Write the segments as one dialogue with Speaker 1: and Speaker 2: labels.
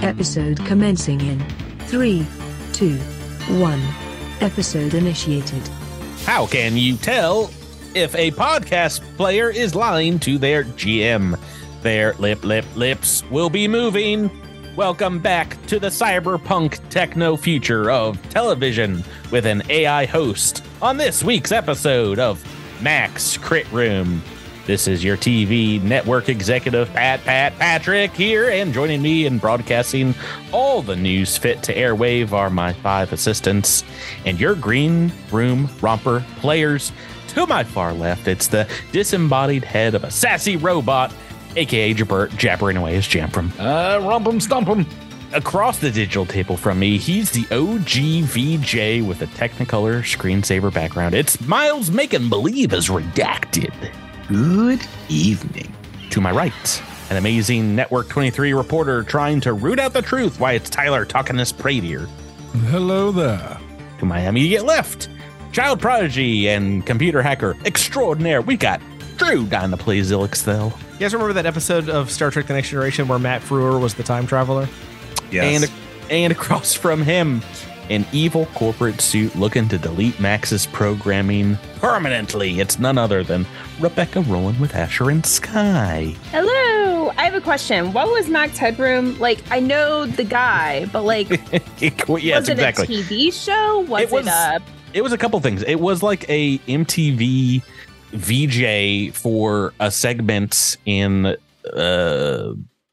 Speaker 1: Episode commencing in 3, 2, 1. Episode initiated.
Speaker 2: How can you tell if a podcast player is lying to their GM? Their lip lip lips will be moving. Welcome back to the cyberpunk techno future of television with an AI host on this week's episode of Max Crit Room. This is your TV network executive, Pat Pat Patrick, here, and joining me in broadcasting all the news fit to airwave are my five assistants and your green room romper players. To my far left, it's the disembodied head of a sassy robot, aka Jabert, jabbering away his jam from
Speaker 3: Uh, rump 'em, stump 'em.
Speaker 2: across the digital table from me, he's the OG VJ with a Technicolor screensaver background. It's Miles Making Believe is redacted. Good evening. To my right, an amazing Network 23 reporter trying to root out the truth why it's Tyler talking this prate here.
Speaker 4: Hello there.
Speaker 2: To my immediate left, child prodigy and computer hacker extraordinaire, we got Drew down to play Zilix, though.
Speaker 5: You guys remember that episode of Star Trek The Next Generation where Matt Frewer was the time traveler?
Speaker 2: and and across from him, an evil corporate suit looking to delete Max's programming permanently. It's none other than Rebecca Rowan with Asher and Sky.
Speaker 6: Hello. I have a question. What was Max Headroom? Like, I know the guy, but like,
Speaker 2: yes,
Speaker 6: was it
Speaker 2: exactly.
Speaker 6: a TV show? Was
Speaker 2: It
Speaker 6: it,
Speaker 2: was-
Speaker 6: a
Speaker 2: it was a couple things. It was like a MTV VJ for a segment in uh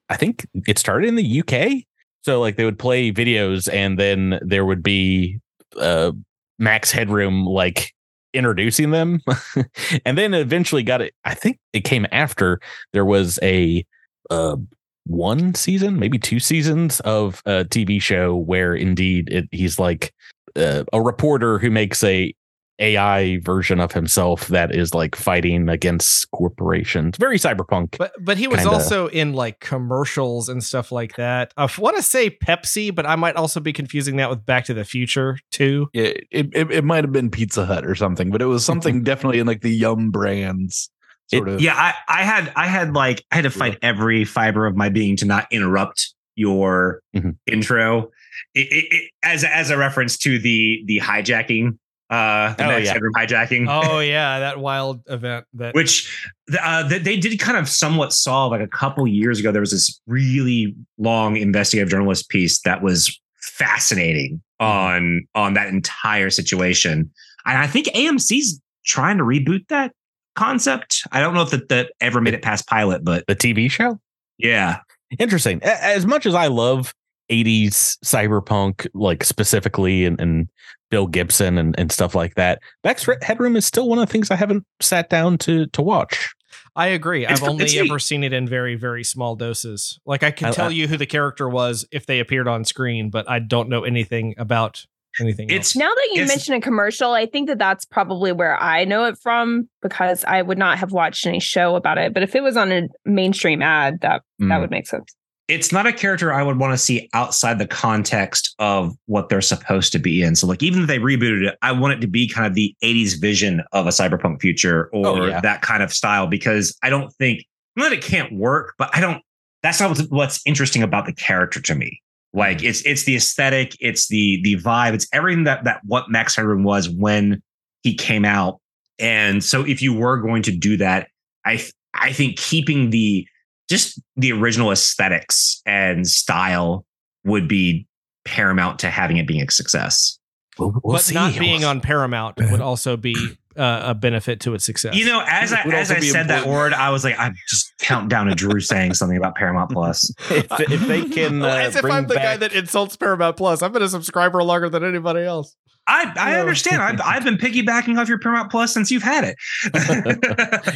Speaker 2: I think it started in the UK. So like they would play videos and then there would be uh Max Headroom like introducing them. and then eventually got it I think it came after there was a uh one season, maybe two seasons of a TV show where indeed it, he's like uh, a reporter who makes a AI version of himself that is like fighting against corporations. Very cyberpunk.
Speaker 5: But but he was
Speaker 2: Kinda.
Speaker 5: also in like commercials and stuff like that. I want to say Pepsi, but I might also be confusing that with Back to the Future too.
Speaker 3: It, it, it, it might have been Pizza Hut or something, but it was something definitely in like the Yum Brands sort
Speaker 2: It-
Speaker 3: of.
Speaker 7: yeah I, I had i had like i had to fight every fiber of my being to not interrupt your
Speaker 2: Mhm.
Speaker 7: intro It- it- it- as as a reference to the the hijacking uh the
Speaker 2: Oh,
Speaker 7: Max
Speaker 2: yeah.
Speaker 7: Headroom hijacking
Speaker 5: Oh yeah, that wild event that
Speaker 7: which uh, th- they did kind of somewhat solve like a couple years ago. There was this really long investigative journalist piece that was fascinating on on that entire situation, and I think AMC's trying to reboot that concept. I don't know if that, that ever made it past pilot, but
Speaker 2: The TV show?
Speaker 7: yeah,
Speaker 2: Interesting. A- As much as I love 80s cyberpunk, like specifically and, and Bill Gibson and, and stuff like that, Back's Headroom is still one of the things I haven't sat down to to watch.
Speaker 5: I agree.
Speaker 7: It's-
Speaker 5: I've only
Speaker 7: it's neat.
Speaker 5: ever seen it in very very small doses. Like I can
Speaker 2: I-
Speaker 5: tell
Speaker 2: I-
Speaker 5: you who the character was if they appeared on screen, but I don't know anything about anything.
Speaker 7: it's
Speaker 6: Now that you
Speaker 7: It's-
Speaker 6: mention a commercial, I think that that's probably where I know it from because I would not have watched any show about it. But if it was on a mainstream ad, that that
Speaker 2: Mm.
Speaker 6: would make sense.
Speaker 7: it's not a character I would want to see outside the context of what they're supposed to be in. So, like, even if they rebooted it, I want it to be kind of the 80s vision of a cyberpunk future or
Speaker 2: Oh, yeah.
Speaker 7: that kind of style because I don't think, not that it can't work, but I don't, that's not what's, what's interesting about the character to me.
Speaker 2: Mm.
Speaker 7: Like it's it's the aesthetic, it's the the vibe, it's everything that that what Max Headroom was when he came out. And so if you were going to do that, I th- I think keeping the just the original aesthetics and style would be paramount to having it being a success.
Speaker 3: Oh,
Speaker 2: We'll- we'll
Speaker 5: but not
Speaker 2: see.
Speaker 5: being on Paramount would also be uh, a benefit to its success.
Speaker 7: You know, as I
Speaker 3: Would
Speaker 7: as
Speaker 3: also
Speaker 7: I
Speaker 3: be
Speaker 7: said that word,
Speaker 3: important.
Speaker 7: I was like, I'm just counting down to Drew saying something about Paramount Plus.
Speaker 2: if, if they can uh,
Speaker 5: As if
Speaker 2: bring
Speaker 5: I'm the guy
Speaker 2: back-
Speaker 5: that insults Paramount Plus. I've been a subscriber longer than anybody else.
Speaker 7: I I
Speaker 5: Yeah.
Speaker 7: understand. I've I've been piggybacking off your Paramount Plus since you've had it.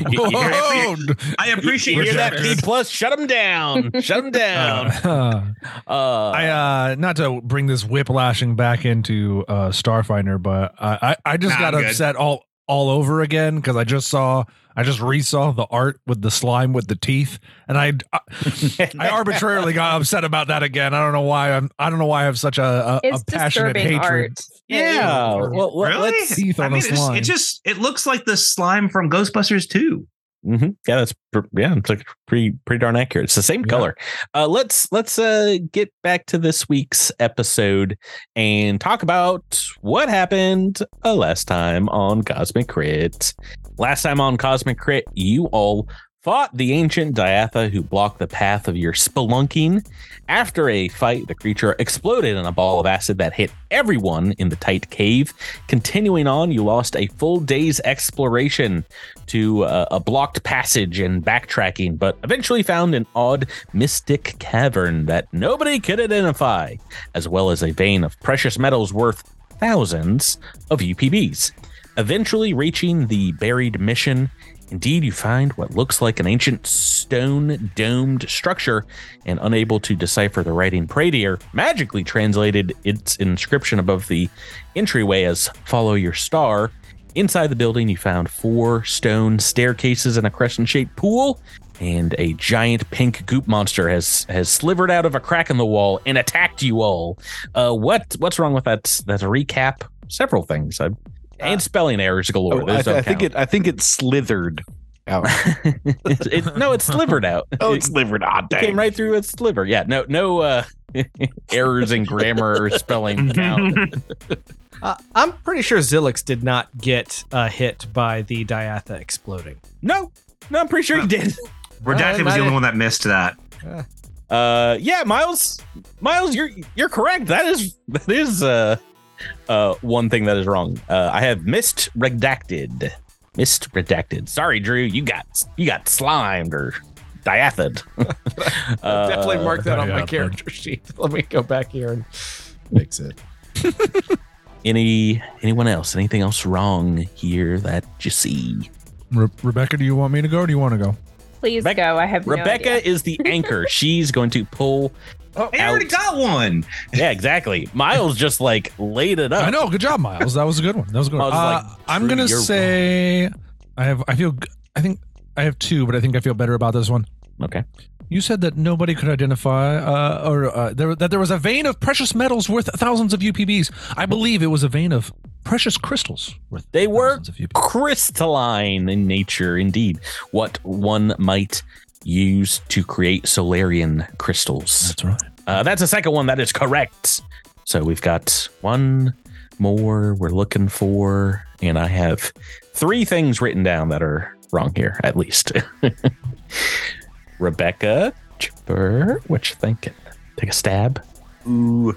Speaker 2: You- you-
Speaker 4: Whoa!
Speaker 7: I appreciate
Speaker 2: you hear
Speaker 7: your
Speaker 2: that
Speaker 7: service.
Speaker 2: P plus? Shut them down. Shut them down.
Speaker 4: Uh,
Speaker 2: Uh,
Speaker 4: I uh, not to bring this whiplashing back into uh, Starfinder, but I I, I just
Speaker 7: Nah,
Speaker 4: got
Speaker 7: I'm good.
Speaker 4: upset all all over again because I just saw I just resaw the art with the slime with the teeth, and I I, arbitrarily got upset about that again. I don't know why I'm I don't know why I have such a a, a
Speaker 6: It's
Speaker 4: passionate
Speaker 6: disturbing
Speaker 4: hatred.
Speaker 6: art.
Speaker 2: yeah.
Speaker 4: Really?
Speaker 2: Well, let-
Speaker 7: Really?
Speaker 2: let's
Speaker 4: Teeth on
Speaker 7: I mean,
Speaker 4: a
Speaker 7: it's,
Speaker 4: slime.
Speaker 7: it just it looks like the slime from Ghostbusters 2.
Speaker 2: hmm Yeah, that's pr- yeah, it's like pretty pretty darn accurate. It's the same
Speaker 4: Yeah.
Speaker 2: color. Uh, let's let's uh, get back to this week's episode and talk about what happened uh, last time on Cosmic Crit. Last time on Cosmic Crit, you all fought the ancient Diatha who blocked the path of your spelunking. After a fight, the creature exploded in a ball of acid that hit everyone in the tight cave. Continuing on, you lost a full day's exploration to uh, a blocked passage and backtracking, but eventually found an odd mystic cavern that nobody could identify, as well as a vein of precious metals worth thousands of UPBs. Eventually reaching the buried mission, indeed, you find what looks like an ancient stone domed structure and unable to decipher the writing, Pradier magically translated its inscription above the entryway as Follow Your Star. Inside the building, you found four stone staircases and a crescent shaped pool, and a giant pink goop monster has has slivered out of a crack in the wall and attacked you all. Uh, what what's wrong with that? That recap? Several things. I, and spelling errors galore.
Speaker 3: Uh, oh, I,
Speaker 2: Those
Speaker 3: I
Speaker 2: don't
Speaker 3: think
Speaker 2: count.
Speaker 3: it. I think it slithered out.
Speaker 2: It's- it's- no, it slivered out.
Speaker 3: oh, it slithered.
Speaker 2: came
Speaker 3: Ah, dang.
Speaker 2: right through its sliver. Yeah, no, no uh, errors in grammar or spelling count.
Speaker 5: Uh, I'm pretty sure Zilix did not get uh, hit by the Diatha exploding.
Speaker 2: No, no, I'm pretty sure he did.
Speaker 5: Redacted
Speaker 7: Redacted was the only one that missed that.
Speaker 2: Uh, yeah, Miles, Miles, you're you're correct. That is that is uh, uh, one thing that is wrong. Uh, I have missed redacted, missed redacted. Sorry, Drew, you got you got slimed or diathed.
Speaker 4: Uh,
Speaker 2: Uh,
Speaker 5: Definitely mark that on my
Speaker 4: Diatha.
Speaker 5: character sheet. Let me go back here and fix it.
Speaker 2: Any anyone else? Anything else wrong here that you see?
Speaker 4: Re- Rebecca, do you want me to go or do you want to go?
Speaker 6: Please
Speaker 2: Rebecca-
Speaker 6: go. I have
Speaker 2: Rebecca
Speaker 6: No idea.
Speaker 2: is the anchor. She's going to pull.
Speaker 7: Hey, Oh, I already
Speaker 2: Ouch.
Speaker 7: got one.
Speaker 2: Yeah, exactly. Miles just like laid it up.
Speaker 4: I know. Good job, Miles. That was a good one. That was a good.
Speaker 2: I
Speaker 4: One.
Speaker 2: was like,
Speaker 4: Uh, I'm
Speaker 2: Drew,
Speaker 4: gonna
Speaker 2: you're
Speaker 4: say I have. I feel. g- I think I have two, but I think I feel better about this one.
Speaker 2: Okay.
Speaker 4: You said that nobody could identify, uh, or uh, there, that there was a vein of precious metals worth thousands of UPBs. I believe it was a vein of precious crystals worth.
Speaker 2: They were
Speaker 4: thousands of UPBs.
Speaker 2: crystalline in nature, indeed. What one might use to create Solarian crystals.
Speaker 4: That's right.
Speaker 2: Uh, that's the second one. That is correct. So we've got one more we're looking for, and I have three things written down that are wrong here, at least. Rebecca, Chipper, what you thinking? Take a stab.
Speaker 3: Ooh.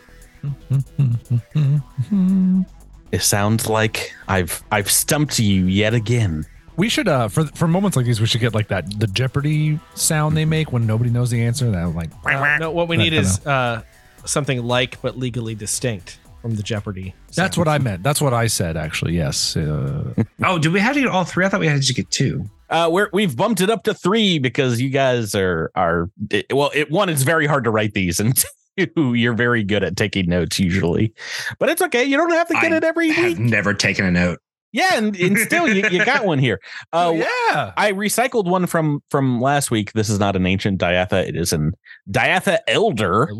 Speaker 2: It sounds like I've I've stumped you yet again.
Speaker 4: We should uh for for moments like these we should get like that the Jeopardy sound they make when nobody knows the answer that like
Speaker 5: Uh, no, what we
Speaker 4: Not
Speaker 5: need
Speaker 4: gonna-
Speaker 5: is uh, something like but legally distinct from the Jeopardy.
Speaker 4: that's what I meant that's what I said actually yes uh,
Speaker 7: Oh, did we have to get all three? I thought we had to get two.
Speaker 2: Uh, we're, we've bumped it up to three because you guys are are it, well. It one, it's very hard to write these, and two, you're very good at taking notes usually. But it's okay. You don't have to get
Speaker 7: I
Speaker 2: it every week.
Speaker 7: I've never taken a note.
Speaker 2: Yeah, and, and still you, you got one here. Uh,
Speaker 4: Oh, yeah
Speaker 2: I recycled one from from last week. This is not an ancient diatha. It is an diatha elder.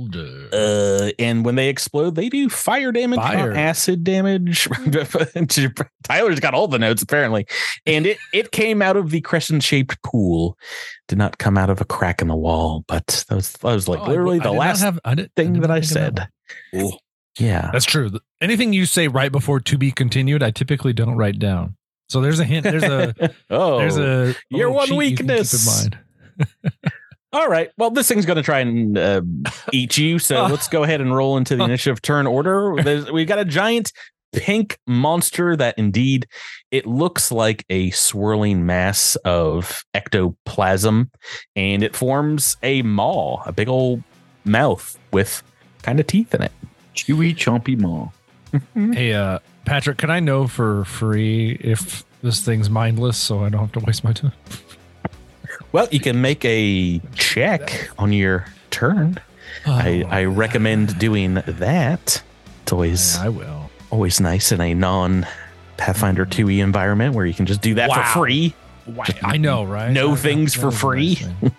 Speaker 2: Uh, and when they explode, they do fire damage, not
Speaker 4: Fire.
Speaker 2: acid damage. Tyler's got all the notes apparently, and it it came out of the crescent shaped pool, did not come out of a crack in the wall. But that was that was like
Speaker 4: Oh, I-
Speaker 2: literally
Speaker 4: I
Speaker 2: the
Speaker 4: did not
Speaker 2: last
Speaker 4: have- I did-
Speaker 2: thing
Speaker 4: didn't
Speaker 2: that I
Speaker 4: think of
Speaker 2: said.
Speaker 4: one. Oh.
Speaker 2: Yeah,
Speaker 4: That's true. Th- Anything you say right before to be continued, I typically don't write down. So there's a hint. There's a
Speaker 2: oh,
Speaker 4: there's a, a
Speaker 2: your
Speaker 4: little
Speaker 2: one
Speaker 4: cheat you can keep in
Speaker 2: weakness.
Speaker 4: mind.
Speaker 2: all right. Well, this thing's gonna try and uh, eat you. So let's go ahead and roll into the initiative turn order. There's, we've got a giant pink monster that indeed it looks like a swirling mass of ectoplasm and it forms a maw, a big old mouth with kind of teeth in it.
Speaker 3: Chewy chompy maw.
Speaker 4: Hey, uh, Patrick, can I know for free if this thing's mindless, so I don't have to waste my time?
Speaker 2: Well, you can make a check on your turn. I, I recommend doing that. It's always
Speaker 4: Yeah, I will.
Speaker 2: always nice in a non Pathfinder 2e environment where you can just do that
Speaker 4: Wow.
Speaker 2: for free.
Speaker 4: I know, right?
Speaker 2: know
Speaker 4: I-
Speaker 2: things
Speaker 4: that
Speaker 2: for
Speaker 4: was a
Speaker 2: free.
Speaker 4: nice thing.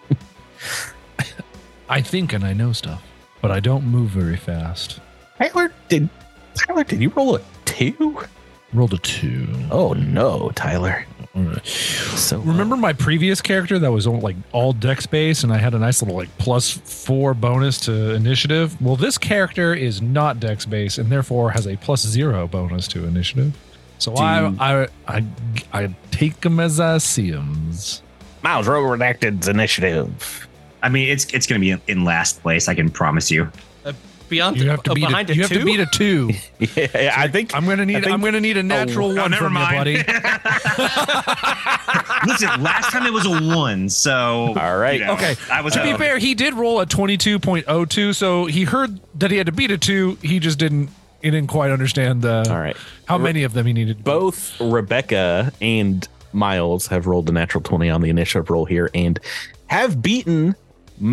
Speaker 4: I think and I know stuff, but I don't move very fast.
Speaker 2: Tyler did Tyler did you roll a two?
Speaker 4: Rolled a two.
Speaker 2: Oh no, Tyler. So uh,
Speaker 4: Remember my previous character that was on, like all dex based, and I had a nice little like plus four bonus to initiative. Well, this character is not dex based, and therefore has a plus zero bonus to initiative. So I,
Speaker 8: Dude.
Speaker 4: I I I take them as I see them.
Speaker 2: Miles Rover Redacted's initiative.
Speaker 7: I mean, it's it's going to be in- in last place. I can promise you.
Speaker 5: Beyond
Speaker 4: You have
Speaker 5: uh,
Speaker 4: to beat
Speaker 5: behind
Speaker 4: a,
Speaker 5: a
Speaker 4: you have
Speaker 5: two.
Speaker 4: to beat a two.
Speaker 2: Yeah, I think
Speaker 4: I'm gonna need
Speaker 2: think-
Speaker 4: I'm gonna need a natural one.
Speaker 7: Oh, never
Speaker 4: from
Speaker 7: mind.
Speaker 4: You, buddy.
Speaker 7: Listen, last time it was a one, so
Speaker 2: All right.
Speaker 4: Okay.
Speaker 7: I was
Speaker 4: to be
Speaker 7: uh,
Speaker 4: fair, he did roll a 22.02, so he heard that he had to beat a two. He just didn't he didn't quite understand the
Speaker 2: All right.
Speaker 4: how many of them he needed.
Speaker 2: Both Rebecca and Miles have rolled a natural 20 on the initiative roll here and have beaten mm,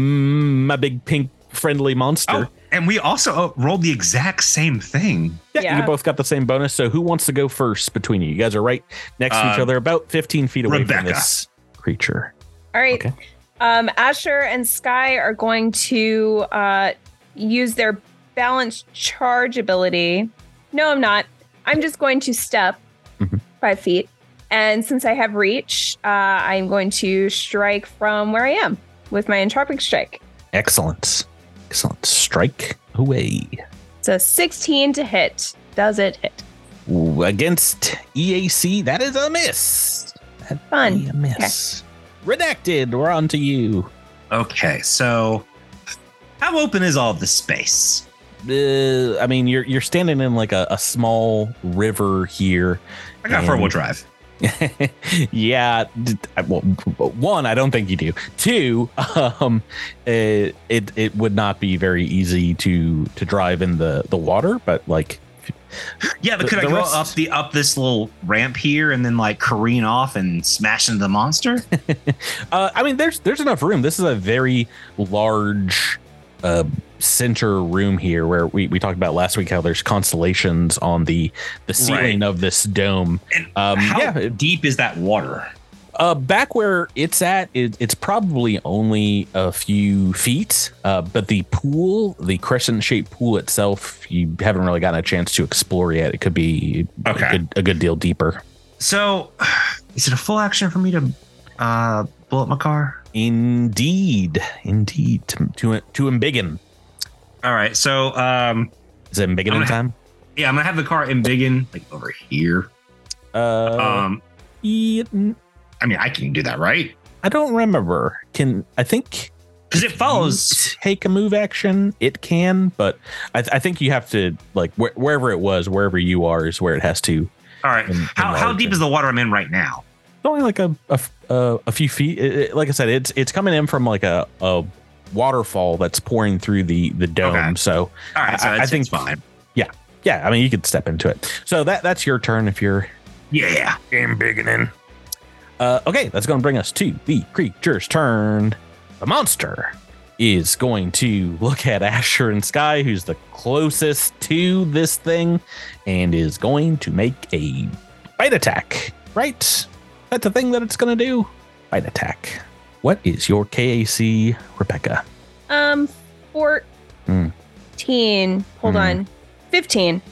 Speaker 2: my big pink friendly monster.
Speaker 7: Oh, and we also uh, rolled the exact same thing.
Speaker 2: Yeah,
Speaker 6: Yeah.
Speaker 2: you both got the same bonus. So who wants to go first between you? You guys are right next to each
Speaker 7: Uh,
Speaker 2: other, about 15 feet away from
Speaker 7: Rebecca.
Speaker 2: this creature.
Speaker 6: All right.
Speaker 2: Okay.
Speaker 6: Um, Asher and Sky are going to uh, use their balance charge ability. No, I'm not. I'm just going to step
Speaker 2: Mhm.
Speaker 6: five feet. And since I have reach, uh, I'm going to strike from where I am with my entropic strike.
Speaker 2: Excellent. Excellent. Strike away.
Speaker 6: It's a 16 to hit. Does it hit?
Speaker 2: Ooh, against EAC, that is a miss. That'd
Speaker 6: Fun.
Speaker 2: be a miss. Redacted, we're on to you.
Speaker 7: Okay, so how open is all the space?
Speaker 2: Uh, I mean, you're you're standing in like a, a small river here.
Speaker 7: I got
Speaker 2: Um,
Speaker 7: four wheel drive.
Speaker 2: yeah, d- I- well, one, I don't think you do. Two, um, eh, it it would not be very easy to to drive in the the water, but like
Speaker 7: Yeah, but
Speaker 2: the-
Speaker 7: could
Speaker 2: the
Speaker 7: I go
Speaker 2: rest-
Speaker 7: up the up this little ramp here and then like careen off and smash into the monster?
Speaker 2: Uh, I mean, there's there's enough room. This is a very large uh, center room here, where we, we talked about last week how there's constellations on the the ceiling of this dome.
Speaker 7: And
Speaker 2: Um,
Speaker 7: how
Speaker 2: yeah, it-
Speaker 7: deep is that water?
Speaker 2: uh, back where it's at, it, it's probably only a few feet, uh, but the pool, the crescent shaped pool itself, you haven't really gotten a chance to explore yet. It could be
Speaker 7: Okay.
Speaker 2: a, good, a good deal deeper.
Speaker 7: So, is it a full action for me to uh, blow up my car?
Speaker 2: Indeed, indeed, to to, to embiggen.
Speaker 7: All right, so um,
Speaker 2: Is it embiggen in
Speaker 7: gonna-
Speaker 2: time?
Speaker 7: yeah, I'm gonna have the car in Biggin like over here.
Speaker 2: Uh,
Speaker 7: Um,
Speaker 2: Eaton.
Speaker 7: I mean, I can do that, right?
Speaker 2: I don't remember. Can I think
Speaker 7: Because it follows.
Speaker 2: you take a move action? It can, but I, th- I think you have to like wh- wherever it was, wherever you are is where it has to.
Speaker 7: All right,
Speaker 2: en-
Speaker 7: how how
Speaker 2: enlarge
Speaker 7: deep
Speaker 2: in.
Speaker 7: is the water I'm in right now?
Speaker 2: It's only like a a, f- uh, a few feet. It- it- like I said, it's it's coming in from like a, a waterfall that's pouring through the the dome.
Speaker 7: Okay.
Speaker 2: So
Speaker 7: All right, so
Speaker 2: I- I
Speaker 7: I,
Speaker 2: think-
Speaker 7: think it's fine.
Speaker 2: yeah, I mean you could step into it. So that that's your turn if you're
Speaker 7: Yeah,
Speaker 2: Uh, okay, that's going to bring us to the creature's turn. The monster is going to look at Asher and Sky, who's the closest to this thing, and is going to make a bite attack. Right? That's the thing that it's going to do. Bite attack. What is your KAC, Rebecca?
Speaker 6: Um, 14.
Speaker 2: Hmm.
Speaker 6: Hold
Speaker 2: Hmm.
Speaker 6: on. 15.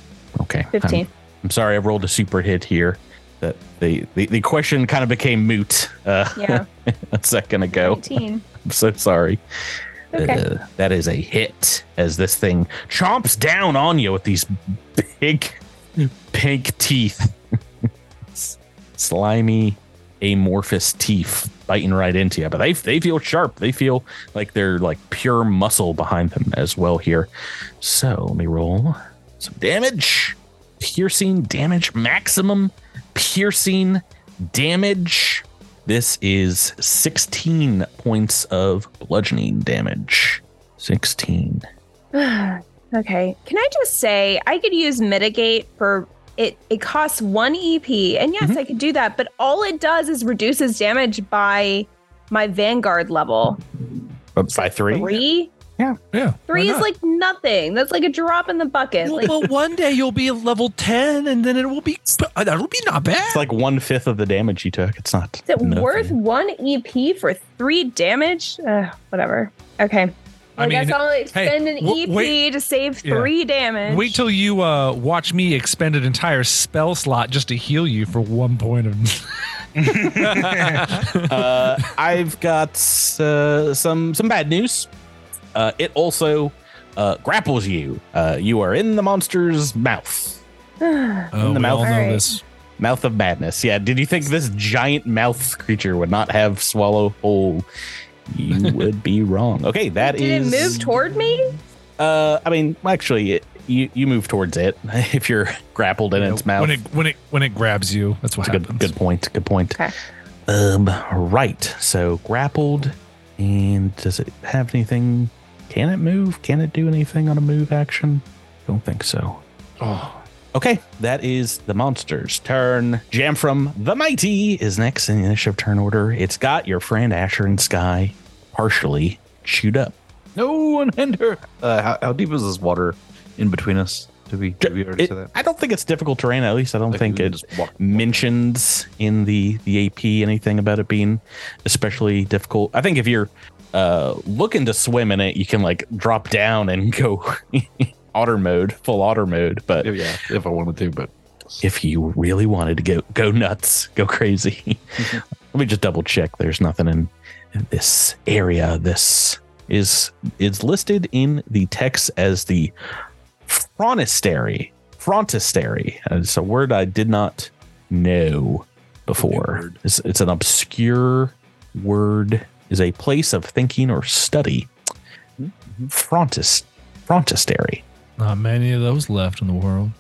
Speaker 2: Okay.
Speaker 6: 15.
Speaker 2: I'm, I'm sorry, I've rolled a super hit here. That the, the, the question kind of became moot uh,
Speaker 6: yeah.
Speaker 2: a second ago.
Speaker 6: 19.
Speaker 2: I'm so sorry.
Speaker 6: Okay.
Speaker 2: Uh, that is a hit as this thing chomps down on you with these big pink teeth. S- Slimy, amorphous teeth biting right into you. But they, they feel sharp. They feel like they're like pure muscle behind them as well here. So let me roll some damage. Piercing damage, maximum piercing damage. This is 16 points of bludgeoning damage. 16.
Speaker 6: okay. Can I just say I could use mitigate for it it costs 1 EP and yes,
Speaker 4: Mm-hmm.
Speaker 2: Mhm.
Speaker 6: I could do that, but all it does is reduces damage by my vanguard level.
Speaker 2: By three?
Speaker 6: 3
Speaker 4: Yeah. why
Speaker 6: 3 is
Speaker 4: not?
Speaker 6: like nothing. That's like a drop in the bucket. Like
Speaker 4: one day you'll be level ten, and then it will be uh, that'll be not bad.
Speaker 2: It's like one fifth of the damage you took. It's not.
Speaker 6: is it
Speaker 2: nothing.
Speaker 6: worth 1 EP for 3 damage? Uh, whatever. Okay.
Speaker 4: I
Speaker 6: I, guess
Speaker 4: mean,
Speaker 6: I'll expend an
Speaker 4: w-
Speaker 6: EP
Speaker 4: wait-
Speaker 6: to save
Speaker 4: Yeah.
Speaker 6: 3 damage.
Speaker 4: Wait till you uh, watch me expend an entire spell slot just to heal you for one point of
Speaker 2: uh, I've got uh, some some bad news. Uh, it also uh, grapples you. Uh, you are in the monster's mouth,
Speaker 4: Oh,
Speaker 2: the
Speaker 4: we
Speaker 2: mouth.
Speaker 4: all know
Speaker 6: All right.
Speaker 4: this.
Speaker 2: mouth of madness. Yeah. Did you think this giant mouth creature would not have swallow hole? You would be wrong. Okay, that is.
Speaker 6: Did it move toward me?
Speaker 2: Uh, I mean, actually, it, you you move towards it if you're grappled in its mouth.
Speaker 4: When it when it when it grabs you, that's what
Speaker 2: That's a good
Speaker 4: happens.
Speaker 2: good point. Good point.
Speaker 6: Okay.
Speaker 2: Um, right. So grappled, and does it have anything? Can it move? Can it do anything on a move action? Don't think so. Oh. Okay, that is the monster's turn. Jam from the mighty is next in the initiative turn order. It's got your friend Asher and Sky partially chewed up.
Speaker 3: No one hinder. Uh, how, how deep is this water in between us? Did we, did we already
Speaker 2: It-
Speaker 3: say that?
Speaker 2: I don't think it's difficult terrain. At least I don't
Speaker 3: Like,
Speaker 2: think
Speaker 3: we can
Speaker 2: it
Speaker 3: just walk-
Speaker 2: mentions in the the AP anything about it being especially difficult. I think if you're uh looking to swim in it, you can like drop down and go otter mode, full otter mode. But
Speaker 3: Oh, Yeah, if I wanted to, but
Speaker 2: if you really wanted to go go nuts, go crazy. Let me just double check. There's nothing in this area. This is is listed in the text as the frontistery. Frontistery. Uh, It's a word I did not know before.
Speaker 3: word.
Speaker 2: It's, it's an obscure word. Is a place of thinking or study. Frontis, frontistery.
Speaker 4: Not many of those left in the world.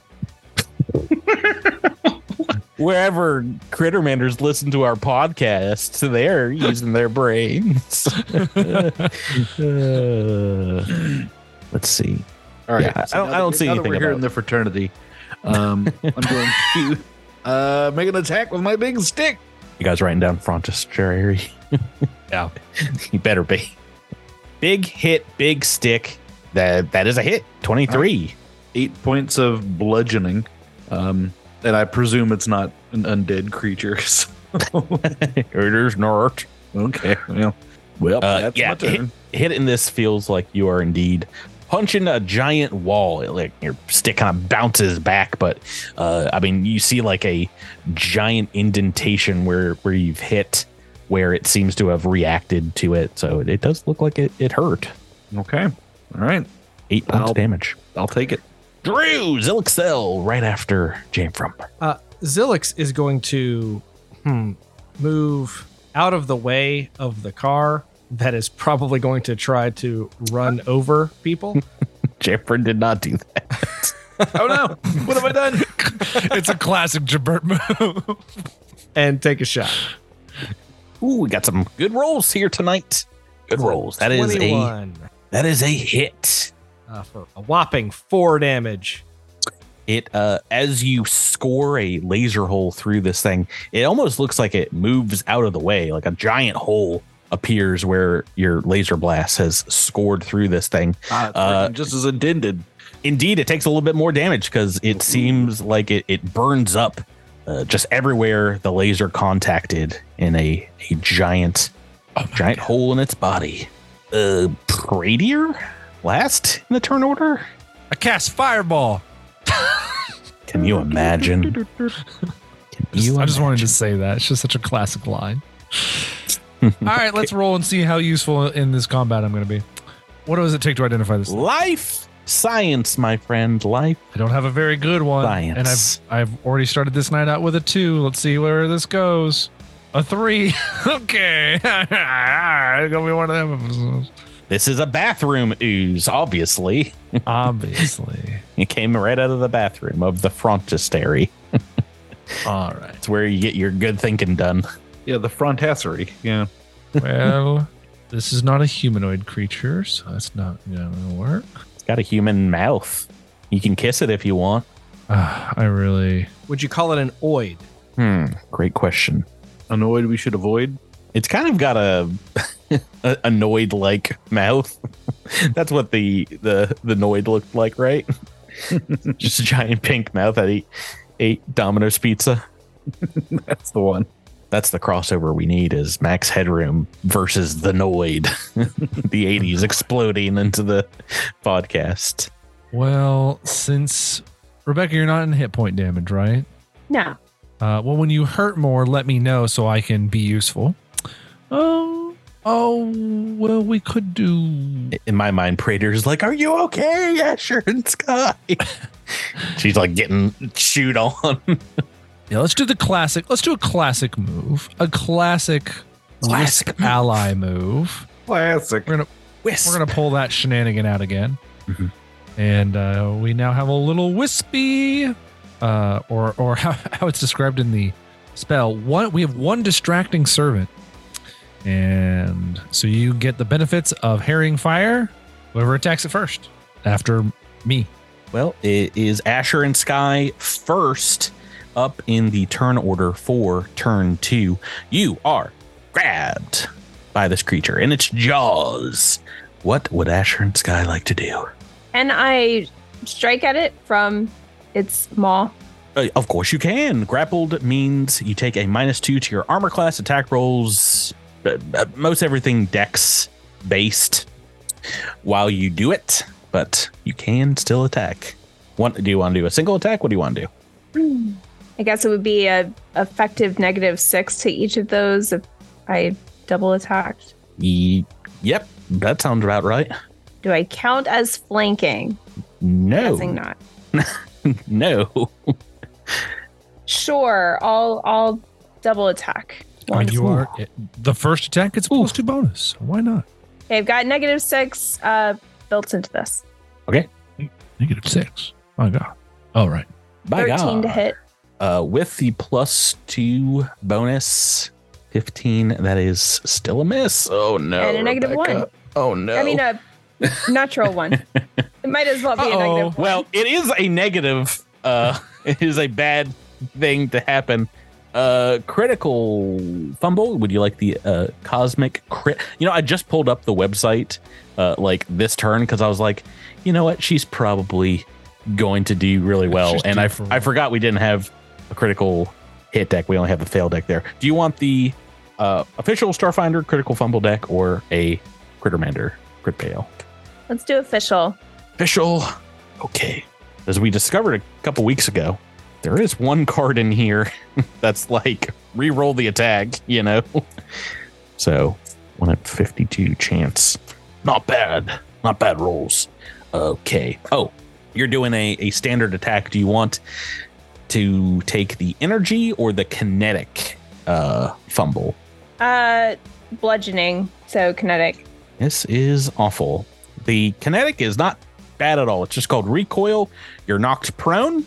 Speaker 2: wherever Crittermanders listen to our podcast, they're using their brains. Uh, let's see.
Speaker 3: all right.
Speaker 2: Yeah, I don't- I don't see
Speaker 3: now that
Speaker 2: anything
Speaker 3: We're here
Speaker 2: about
Speaker 3: in the fraternity. Um, I'm going to uh, make an attack with my big stick.
Speaker 2: You guys writing down Frontisterary?
Speaker 4: Yeah.
Speaker 2: you better be. Big hit, big stick. That that is a hit. Twenty three.
Speaker 3: Eight points of bludgeoning, um, and I presume it's not an undead creature. So.
Speaker 2: There's Nort.
Speaker 3: okay. Well, well,
Speaker 2: Uh,
Speaker 3: that's
Speaker 2: yeah,
Speaker 3: my turn.
Speaker 2: Hitting this feels like you are indeed punching a giant wall. It, like your stick kind of bounces back, but uh, I mean, you see like a giant indentation where where you've hit, where it seems to have reacted to it. So it, it does look like it, it hurt.
Speaker 3: Okay. All right.
Speaker 2: Eight points
Speaker 3: Ow.
Speaker 2: of damage.
Speaker 3: I'll take it.
Speaker 2: Drew Zilixel right after Jam from.
Speaker 5: Zilix Uh, is going to hmm, move out of the way of the car that is probably going to try to run over people.
Speaker 2: Jamfrin did not do that.
Speaker 3: Oh no! what have I done?
Speaker 4: it's a classic Jabert move.
Speaker 5: and take a shot.
Speaker 2: Ooh, we got some good rolls here tonight. Good rolls. That is a
Speaker 5: 21,
Speaker 2: that is a hit.
Speaker 5: uh, for a whopping four damage.
Speaker 2: it uh as you score a laser hole through this thing it almost looks like it moves out of the way like a giant hole appears where your laser blast has scored through this thing
Speaker 3: Ah,
Speaker 2: Uh,
Speaker 3: freaking just as Mm-hmm. indented.
Speaker 2: indeed it takes a little bit more damage because it seems like it, it burns up uh, just everywhere the laser contacted in a, a giant
Speaker 3: Oh
Speaker 2: giant hole in its body uh Pradier last in the turn order
Speaker 4: I cast fireball.
Speaker 2: can you imagine Can
Speaker 4: Just-
Speaker 2: you
Speaker 4: I just wanted to say that. It's just such a classic line. All right, let's roll and see how useful in this combat I'm going to be. What does it take to identify this? thing?
Speaker 2: Life science, my friend. Life.
Speaker 4: I don't have a very good one, and
Speaker 2: Science.
Speaker 4: I've I've already started this night out with a two. Let's see where this goes. A three. okay, it's gonna be one of them. episodes.
Speaker 2: This is a bathroom ooze, obviously.
Speaker 4: Obviously.
Speaker 2: It came right out of the bathroom of the frontistery.
Speaker 4: All right.
Speaker 2: It's where you get your good thinking done.
Speaker 3: Yeah, the frontassery. Yeah.
Speaker 4: Well, this is not a humanoid creature, so that's not gonna work.
Speaker 2: It's got a human mouth. You can kiss it if you want.
Speaker 4: Ah, I really.
Speaker 5: Would you call it an oid?
Speaker 2: Hmm. Great question.
Speaker 3: Annoyed we should avoid.
Speaker 2: It's kind of got a, a annoyed like mouth. That's what the the the noid looked like, right? Just a giant pink mouth that ate ate Domino's pizza.
Speaker 3: That's the one.
Speaker 2: that's the crossover we need is Max Headroom versus the Noid, the 80s exploding into the podcast.
Speaker 4: Well, since Rebecca, you're not in hit point damage, right?
Speaker 6: No.
Speaker 4: Uh, well, when you hurt more, let me know so I can be useful. Oh, oh, well, we could do.
Speaker 2: In my mind, Prater's like, "Are you okay, Asher and Sky?" She's like getting chewed on.
Speaker 4: Yeah, let's do the classic. Let's do a classic move, a classic,
Speaker 2: Classic
Speaker 4: risk
Speaker 2: move.
Speaker 4: ally move.
Speaker 9: Classic.
Speaker 2: Wisp.
Speaker 4: We're gonna pull that shenanigan out again,
Speaker 2: Mhm.
Speaker 4: and uh, we now have a little wispy, uh, or or how, how it's described in the spell. One we have one distracting servant, and so you get the benefits of herring fire. Whoever attacks it first after me.
Speaker 2: Well, it is Asher and Sky first up in the turn order for turn two. You are grabbed by this creature and its jaws. What would Asher and Sky like to do?
Speaker 6: And I strike at it from its maw.
Speaker 2: Uh, of course, you can. Grappled means you take a minus two to your armor class, attack rolls, uh, uh, most everything dex based while you do it, but you can still attack. Want, do you want to do a single attack? What do you want to do?
Speaker 6: I guess it would be a effective negative six to each of those if I double attacked.
Speaker 2: Ye- Yep, that sounds about right.
Speaker 6: Do I count as flanking?
Speaker 2: No,
Speaker 6: Guessing not.
Speaker 2: no.
Speaker 6: Sure, I'll I'll double attack.
Speaker 4: And you
Speaker 6: Wonderful.
Speaker 4: are the first attack gets plus two bonus. Why not?
Speaker 6: Okay, I've got negative six uh, built into this.
Speaker 4: Negative six. My God. All right.
Speaker 2: By
Speaker 6: Thirteen
Speaker 2: God,
Speaker 6: to hit.
Speaker 2: Uh, with the plus two bonus, fifteen. That is still a miss. Oh no!
Speaker 6: And a negative one.
Speaker 2: Oh no!
Speaker 6: I mean a natural one. It might as well be a
Speaker 4: Uh-oh.
Speaker 6: negative one.
Speaker 2: well, it is a negative. Uh, it is a bad thing to happen. Uh, critical fumble. Would you like the uh, cosmic crit? You know, I just pulled up the website uh, like this turn because I was like, you know what? She's probably going to do really well,
Speaker 4: She's
Speaker 2: and
Speaker 4: due
Speaker 2: I
Speaker 4: for
Speaker 2: I
Speaker 4: one.
Speaker 2: forgot we didn't have a critical hit deck. We only have the fail deck there. Do you want the uh, official Starfinder critical fumble deck or a Crittermander crit fail?
Speaker 6: Let's do official.
Speaker 2: official. Okay. As we discovered a couple weeks ago, there is one card in here that's like re-roll the attack, you know. So one at fifty-two chance. Not bad. Not bad rolls. Okay. Oh, you're doing a, a standard attack. Do you want to take the energy or the kinetic uh fumble?
Speaker 6: Uh bludgeoning, so kinetic.
Speaker 2: This is awful. The kinetic is not bad at all. It's just called recoil. You're knocked prone.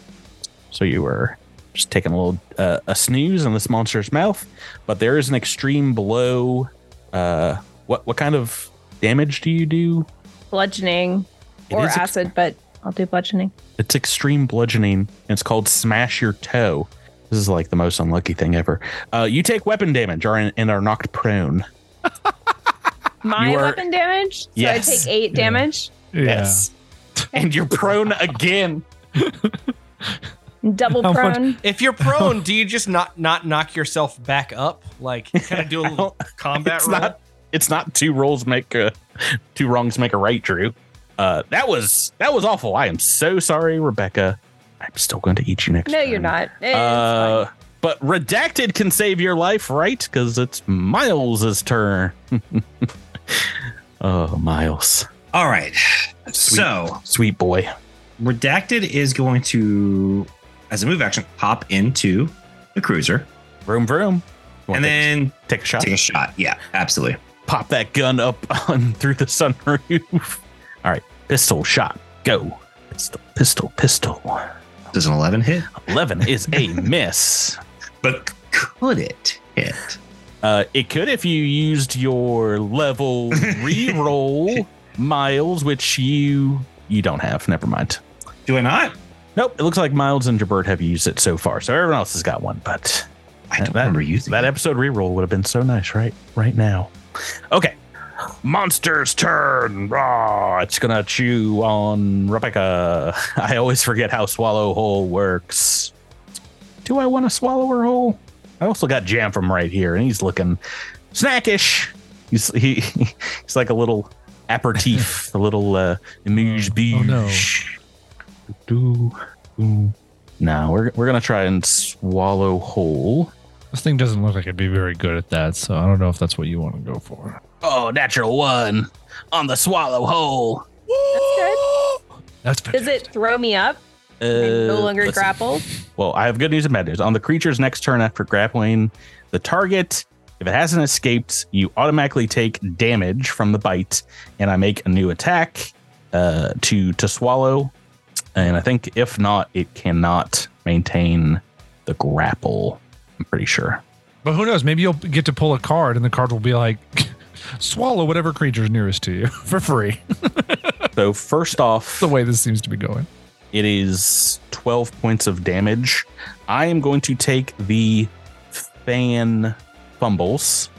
Speaker 2: So you were just taking a little uh, a snooze in this monster's mouth. But there is an extreme blow. Uh, what what kind of damage do you do?
Speaker 6: Bludgeoning
Speaker 2: It
Speaker 6: or
Speaker 2: is ex-
Speaker 6: acid, but I'll do bludgeoning.
Speaker 2: It's extreme bludgeoning. And it's called smash your toe. This is like the most unlucky thing ever. Uh, you take weapon damage are in- and are knocked prone.
Speaker 6: My
Speaker 2: You are-
Speaker 6: weapon damage? So
Speaker 2: Yes.
Speaker 6: I take eight
Speaker 4: Yeah.
Speaker 6: damage.
Speaker 4: Yeah.
Speaker 2: Yes. And you're prone again.
Speaker 6: Double
Speaker 4: How much-
Speaker 6: prone.
Speaker 5: If you're prone, do you just not not knock yourself back up? Like kind of do a little combat
Speaker 2: It's
Speaker 5: roll?
Speaker 2: not- it's not two rolls make a, two wrongs make a right, Drew. Uh, that was that was awful. I am so sorry, Rebecca. I'm still going to eat you next.
Speaker 6: No,
Speaker 2: time.
Speaker 6: you're not. It's fine.
Speaker 2: Uh, but redacted can save your life, right? Because it's Miles's turn. oh, Miles,
Speaker 7: All right. So
Speaker 2: sweet boy.
Speaker 7: redacted is going to, as a move action, hop into the cruiser
Speaker 2: Vroom vroom. You wanna
Speaker 7: and then
Speaker 2: take, take a shot.
Speaker 7: take a shot. Yeah, absolutely.
Speaker 2: Pop that gun up on through the sunroof. All right, pistol shot. Go. Pistol, pistol, pistol.
Speaker 7: Does an eleven hit?
Speaker 2: 11 is a miss.
Speaker 7: But could it hit?
Speaker 2: Uh, it could if you used your level reroll Miles, which you you don't have. Never mind.
Speaker 7: Do I not?
Speaker 2: Nope. It looks like Miles and Jabert have used it so far, so everyone else has got one. But
Speaker 7: I don't
Speaker 2: That-
Speaker 7: remember using
Speaker 2: that
Speaker 7: that.
Speaker 2: episode reroll would have been so nice, right? Right now. Okay. Monster's turn. Raw. It's gonna chew on Rebecca. I always forget how swallow hole works. Do I want to swallow her whole? I also got Jam from right here, and he's looking snackish. He's he, he's like a little aperitif, a little uh, amuse
Speaker 4: Oh, no.
Speaker 2: bouche. Do, do, No, we're we're gonna try and swallow whole.
Speaker 4: This thing doesn't look like it'd be very good at that, so I don't know if that's what you want to go for.
Speaker 2: Oh, natural one on the swallow hole.
Speaker 6: That's good.
Speaker 4: That's
Speaker 6: Does it throw me up? I'm
Speaker 2: Uh,
Speaker 6: no longer
Speaker 2: let's see.
Speaker 6: grappled.
Speaker 2: Well, I have good news and bad news. On the creature's next turn after grappling the target, if it hasn't escaped, you automatically take damage from the bite, and I make a new attack uh, to to swallow. And I think if not, it cannot maintain the grapple. I'm pretty sure.
Speaker 4: But who knows? Maybe you'll get to pull a card, and the card will be like, swallow whatever creature's nearest to you for free.
Speaker 2: So first off,
Speaker 4: the way this seems to be going.
Speaker 2: It is 12 points of damage. I am going to take the fan fumbles,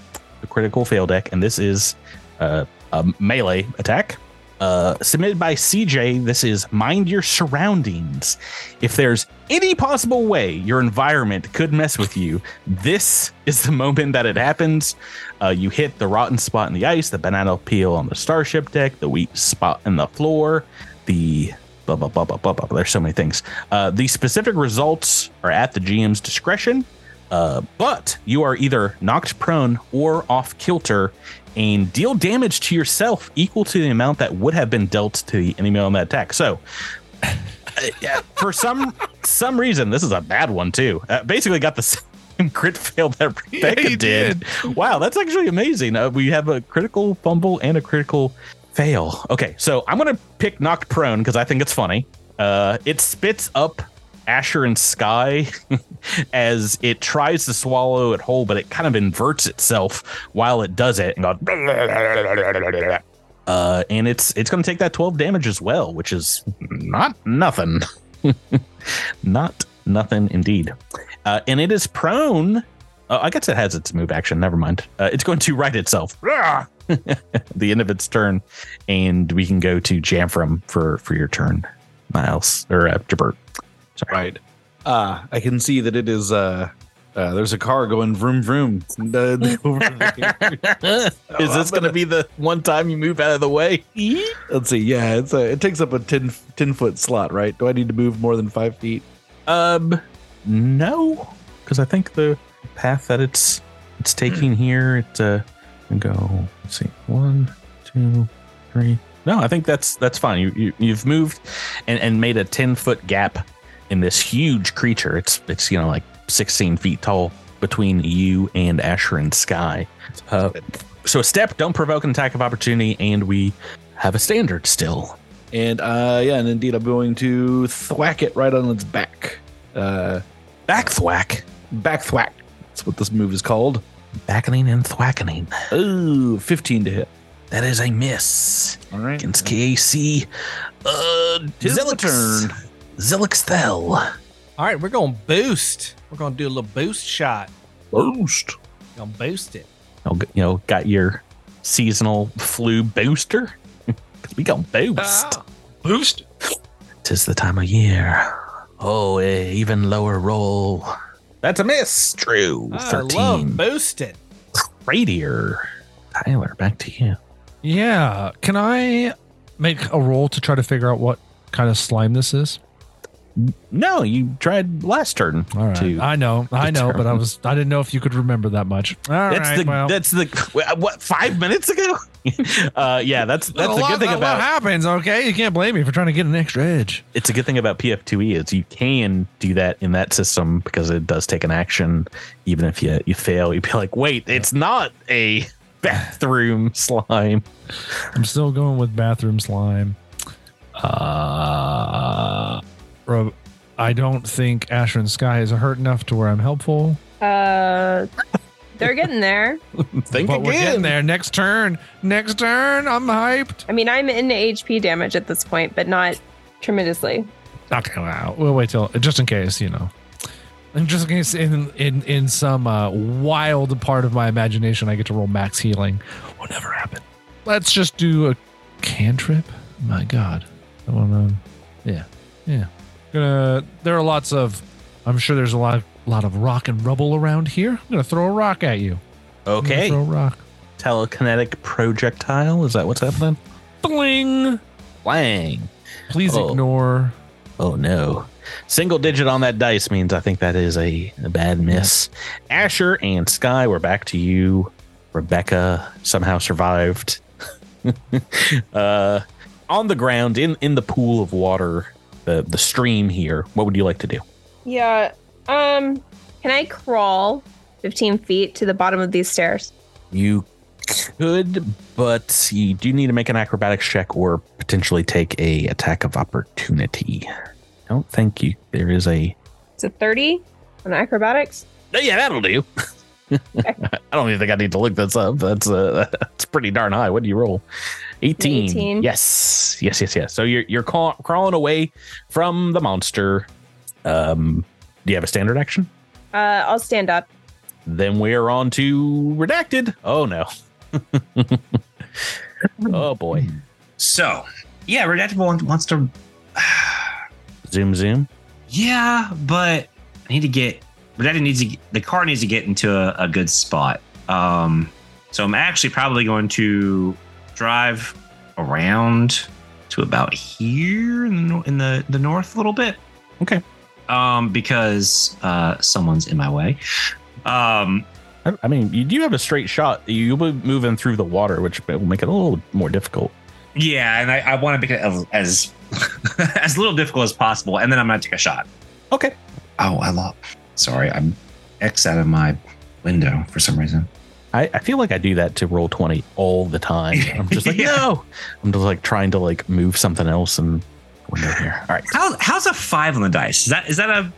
Speaker 2: the critical fail deck, and this is uh, a melee attack. Uh, submitted by CJ, this is mind your surroundings. If there's any possible way your environment could mess with you, this is the moment that it happens. Uh, you hit the rotten spot in the ice, the banana peel on the starship deck, the wheat spot in the floor, the blah blah blah blah blah blah. There's so many things. Uh, the specific results are at the GM's discretion, uh, but you are either knocked prone or off kilter, and deal damage to yourself equal to the amount that would have been dealt to the enemy on that attack. So. uh, yeah, For some some reason, this is a bad one too. Uh, basically, got the same crit fail that Rebecca
Speaker 4: you
Speaker 2: did. Wow, that's actually amazing. Uh, we have a critical fumble and a critical fail. Okay, so I'm gonna pick knocked prone because I think it's funny. Uh, it spits up Asher and Sky as it tries to swallow it whole, but it kind of inverts itself while it does it and goes. Uh, and it's it's gonna take that 12 damage as well, which is not nothing, not nothing indeed. Uh, and it is prone. Uh, I guess it has its move action. Never mind. Uh, it's going to right itself. Rah! the end of its turn, and we can go to Jamfram for for your turn, Miles or uh, Jabert.
Speaker 3: Right. Uh, I can see that it is. Uh, uh, there's a car going vroom vroom. Uh, over there.
Speaker 2: is this going to be the one time you move out of the way?
Speaker 3: Let's see. Yeah, it's a, it takes up a 10, 10 foot slot, right? Do I need to move more than five feet?
Speaker 2: Um, no, because I think the path that it's it's taking here, it uh, we go. Let's see, one, two, three. No, I think that's that's fine. You, you you've moved and and made a ten foot gap in this huge creature. It's it's you know like sixteen feet tall between you and Asher and Sky. Uh, so a step, don't provoke an attack of opportunity, and we have a standard still.
Speaker 3: And uh, yeah, and indeed, I'm going to thwack it right on its back. Uh,
Speaker 2: Back thwack,
Speaker 3: back thwack. That's what this move is called.
Speaker 2: backening and thwackening.
Speaker 3: Ooh, 15 to hit.
Speaker 2: That is a miss.
Speaker 3: All right.
Speaker 2: against KAC. Uh,
Speaker 3: Tis the
Speaker 2: Zilix-
Speaker 3: turn.
Speaker 2: Zilix Thel.
Speaker 5: All right, we're going to boost. We're going to do a little boost shot.
Speaker 3: Boost.
Speaker 5: Going to boost it.
Speaker 2: You know, Oh, g- you know, got your seasonal flu booster. 'Cause we gonna boost.
Speaker 4: Ah, Boost.
Speaker 2: Tis the time of year. Oh, eh, even lower roll. That's a miss. True.
Speaker 5: I love
Speaker 2: Thirteen.
Speaker 5: boosting.
Speaker 2: Radier. Tyler, back to you.
Speaker 4: Yeah. Can I make a roll to try to figure out what kind of slime this is?
Speaker 2: No, you tried last turn.
Speaker 4: All right.
Speaker 2: To
Speaker 4: I know. I know, but I
Speaker 2: determine.
Speaker 4: was I didn't know if you could remember that much. All right.
Speaker 2: That's the
Speaker 4: well.
Speaker 2: that's the what five minutes ago. uh, yeah, that's that's the
Speaker 4: lot,
Speaker 2: good thing
Speaker 4: a lot
Speaker 2: about
Speaker 4: happens. Okay, you can't blame me for trying to get an extra edge.
Speaker 2: it's a good thing about PF2E E is you can do that in that system because it does take an action, even if you you fail. You'd be like, wait, it's not a bathroom slime.
Speaker 4: I'm still going with bathroom slime. Uh, Rob, I don't think Asher and Sky is hurt enough to where I'm helpful.
Speaker 6: Uh, they're getting there.
Speaker 2: Think
Speaker 4: but we're getting
Speaker 2: again.
Speaker 4: there. Next turn. Next turn. I'm hyped.
Speaker 6: I mean, I'm into HP damage at this point, but not tremendously.
Speaker 4: Okay, wow. We'll wait till just in case, you know. And just in case, in in in some uh, wild part of my imagination, I get to roll max healing. Will never happen. Let's just do a cantrip. My God, I want to. Yeah, yeah. Gonna. There are lots of. I'm sure there's a lot lot of rock and rubble around here. I'm gonna throw a rock at you. I'm gonna
Speaker 2: Okay,
Speaker 4: Throw a rock.
Speaker 2: telekinetic projectile. Is that what's happening?
Speaker 4: Bling.
Speaker 2: Blang.
Speaker 4: Please
Speaker 2: Oh.
Speaker 4: ignore
Speaker 2: Oh no. Single digit on that dice means I think that is a, a bad miss. Asher and Sky, we're back to you. Rebecca somehow survived. uh, on the ground, in, in the pool of water, the, the stream here, what would you like to do?
Speaker 6: Yeah. Um, can I crawl 15 feet to the bottom of these stairs?
Speaker 2: You could, but you do need to make an acrobatics check or potentially take a attack of opportunity. I don't think you there is a
Speaker 6: It's a 30 on acrobatics.
Speaker 2: yeah that'll do. I don't even think I need to look this up. That's uh, that's pretty darn high. What do you roll? 18.
Speaker 6: 18.
Speaker 2: Yes, yes, yes, yes. So you're you're craw- crawling away from the monster. Um, do you have a standard action?
Speaker 6: Uh, I'll stand up.
Speaker 2: Then we're on to redacted. Oh no. oh boy.
Speaker 7: So, yeah, Redacted wants, wants to.
Speaker 2: Zoom zoom.
Speaker 7: Yeah, but I need to get. Redacted needs to. get- The car needs to get into a, a good spot. Um, so I'm actually probably going to drive around to about here in the nor- in the, the north a little bit.
Speaker 2: Okay.
Speaker 7: Um, because uh, someone's in my way. Um,
Speaker 2: I, I mean, you do have a straight shot. You'll be moving through the water, which will make it a little more difficult.
Speaker 7: yeah, and I, I want to make it as as, as little difficult as possible, and then I'm gonna take a shot.
Speaker 2: Okay.
Speaker 7: Oh, I love. Sorry, I'm X out of my window for some reason.
Speaker 2: I, I feel like I do that to roll 20 all the time. I'm just like,
Speaker 7: Yeah.
Speaker 2: no. I'm just like trying to like move something else and window here. All right.
Speaker 7: How, how's a five on the dice? Is that is that a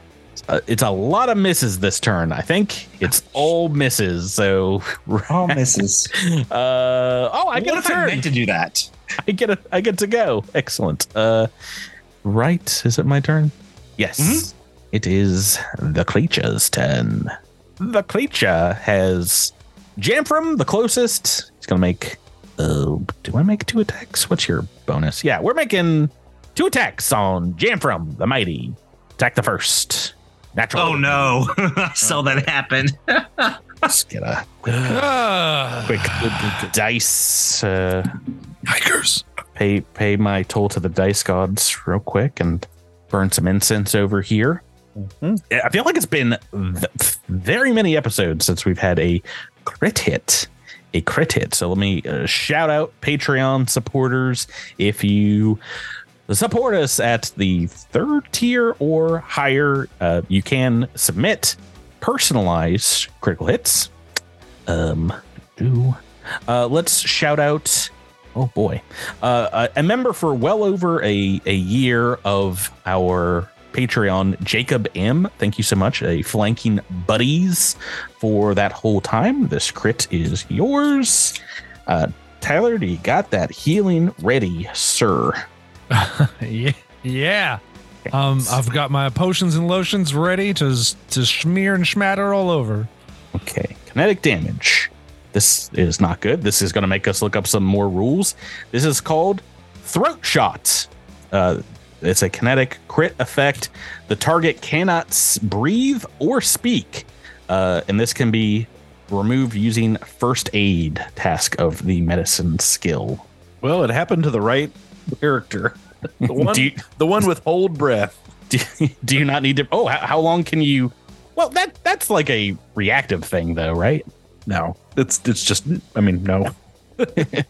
Speaker 2: Uh, it's a lot of misses this turn. I think it's all misses. So,
Speaker 7: all misses?
Speaker 2: uh, oh, I get
Speaker 7: what
Speaker 2: a
Speaker 7: if
Speaker 2: turn.
Speaker 7: I meant to do that?
Speaker 2: I get a, I get to go. Excellent. Uh, right. Is it my turn? Yes.
Speaker 7: Mhm.
Speaker 2: It is the creature's turn. The creature has Jamfram, the closest. He's gonna make. Oh, do I make two attacks? What's your bonus? Yeah, we're making two attacks on Jamfram, the mighty. Attack the first. Natural.
Speaker 7: Oh no! I saw that happen.
Speaker 2: Let's get a
Speaker 4: Ah,
Speaker 2: quick dice. Uh,
Speaker 4: hikers.
Speaker 2: pay pay my toll to the dice gods real quick and burn some incense over here. I feel like it's been v- very many episodes since we've had a crit hit, a crit hit. So let me uh, shout out Patreon supporters if you support us at the third tier or higher. Uh, you can submit personalized critical hits. Um, do uh, let's shout out. Oh boy, uh, a a member for well over a, a year of our Patreon, Jacob M. Thank you so much, a flanking buddies for that whole time. This crit is yours. Uh, Tyler, do you got that healing ready, sir?
Speaker 4: yeah. Yeah. Um, I've got my potions and lotions ready to to smear and schmatter all over.
Speaker 2: Okay, kinetic damage. This is not good. This is going to make us look up some more rules. This is called throat shot. Uh, it's a kinetic crit effect. The target cannot s- breathe or speak, uh, and this can be removed using first aid task of the medicine skill.
Speaker 3: Well, it happened to the right character. The one,
Speaker 2: Do you-
Speaker 3: the one with hold breath.
Speaker 2: do, do you not need to? Oh, how, how long can you? Well, that that's like a reactive thing, though, right?
Speaker 3: No, it's it's just. I mean, no.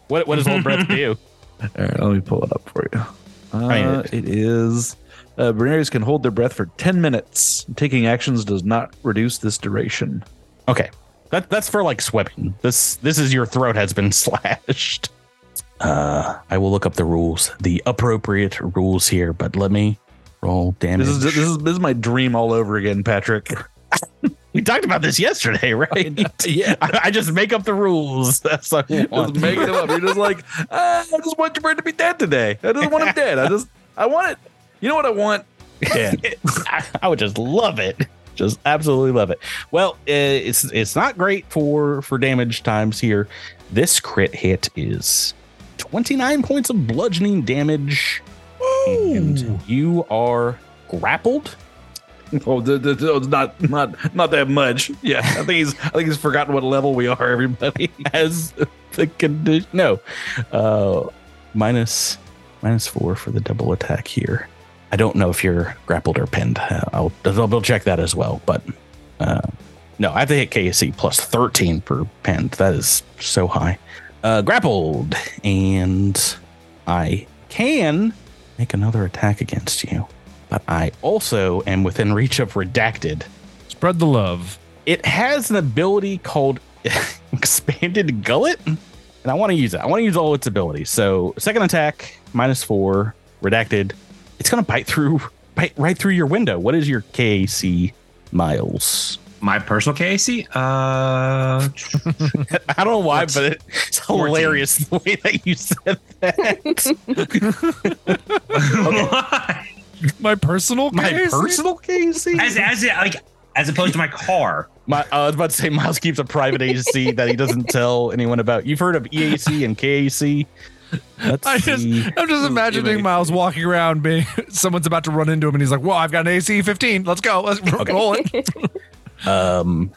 Speaker 2: What what does old breath do?
Speaker 3: All right, let me pull it up for you.
Speaker 2: mean,
Speaker 3: Uh, it is. Uh, Bernarians can hold their breath for 10 minutes. Taking actions does not reduce this duration.
Speaker 2: Okay. That that's for like sweeping. This this is your throat has been slashed. Uh I will look up the rules, the appropriate rules here, but let me roll damage.
Speaker 3: This is, this is this is my dream all over again, Patrick.
Speaker 2: we talked about this yesterday, right?
Speaker 3: yeah.
Speaker 2: I, I just make up the rules. That's like
Speaker 3: Just making it up. You're just like, ah, I just want Jabril to be dead today. I just want him dead. I just, I want it. You know what I want? Dead.
Speaker 2: I, I would just love it. Just absolutely love it. Well, uh, it's it's not great for for damage times here. This crit hit is 29 points of bludgeoning damage. And you are grappled.
Speaker 3: oh, the, the, the- it's not, not, not that much. Yeah, I think he's, I think he's forgotten what level we are. Everybody.
Speaker 2: as the condition. No, uh, minus minus four for the double attack here. I don't know if you're grappled or pinned. Uh, I'll double check that as well. But uh, no, I have to hit KSC plus 13 for pinned. That is so high. Uh, grappled, and I can make another attack against you, but I also am within reach of redacted.
Speaker 4: Spread the love.
Speaker 2: It has an ability called expanded gullet, and I want to use it. I want to use all its abilities. So second attack minus four redacted. It's gonna bite through, bite right through your window. What is your KAC, Miles?
Speaker 7: My personal KAC? Uh,
Speaker 2: I don't know why, but it- it's hilarious the way that you said that.
Speaker 4: My personal
Speaker 2: My
Speaker 4: case?
Speaker 2: personal KAC.
Speaker 7: as as it, like as opposed to my car.
Speaker 2: My, uh, I was about to say Miles keeps a private agency that he doesn't tell anyone about. You've heard of EAC and KAC. Let's
Speaker 4: I just,
Speaker 2: see.
Speaker 4: I'm just imagining Miles walking around, being someone's about to run into him, and he's like, "Well, I've got an AC 15. Let's go. Let's r-
Speaker 2: Okay.
Speaker 4: roll it."
Speaker 2: Um,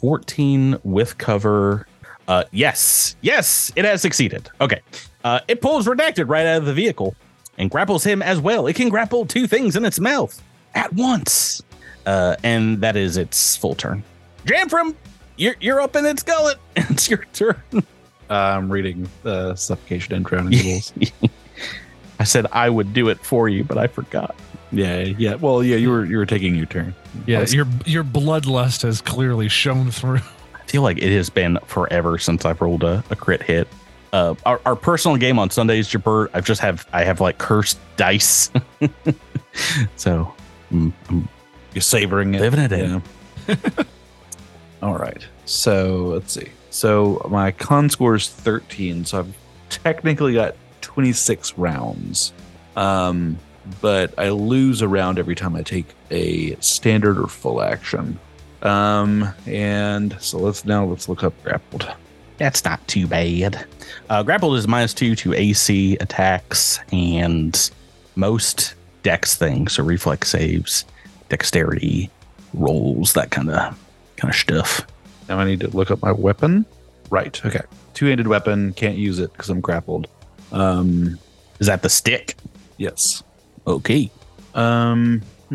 Speaker 2: 14 with cover. Uh, yes, yes, it has succeeded. Okay. Uh, it pulls redacted right out of the vehicle and grapples him as well. It can grapple two things in its mouth at once. Uh, and that is its full turn. Jamfram, you're, you're up in its gullet. It's your turn.
Speaker 3: Uh, I'm reading the suffocation and drowning rules.
Speaker 2: I said I would do it for you, but I forgot.
Speaker 3: yeah, yeah. Well, yeah, you were you were taking your turn.
Speaker 4: Yeah, your your bloodlust has clearly shown through.
Speaker 2: I feel like it has been forever since I've rolled a, a crit hit. Uh, our, our personal game on Sundays, Jabert, I've just have I have like cursed dice, so mm, I'm
Speaker 3: You're savoring it.
Speaker 2: living it in.
Speaker 3: Yeah. All right. So let's see. So my con score is 13. So I've technically got 26 rounds. Um, but I lose a round every time I take a standard or full action. Um, and so let's now let's look up grappled.
Speaker 2: That's not too bad. Uh, grappled is minus two to AC attacks and most dex things, so reflex saves, dexterity rolls, that kind of kind of stuff.
Speaker 3: Now I need to look up my weapon. Right. Okay. Two-handed weapon. Can't use it because I'm grappled. Um,
Speaker 2: Is that the stick?
Speaker 3: yes.
Speaker 2: Okay.
Speaker 3: Um,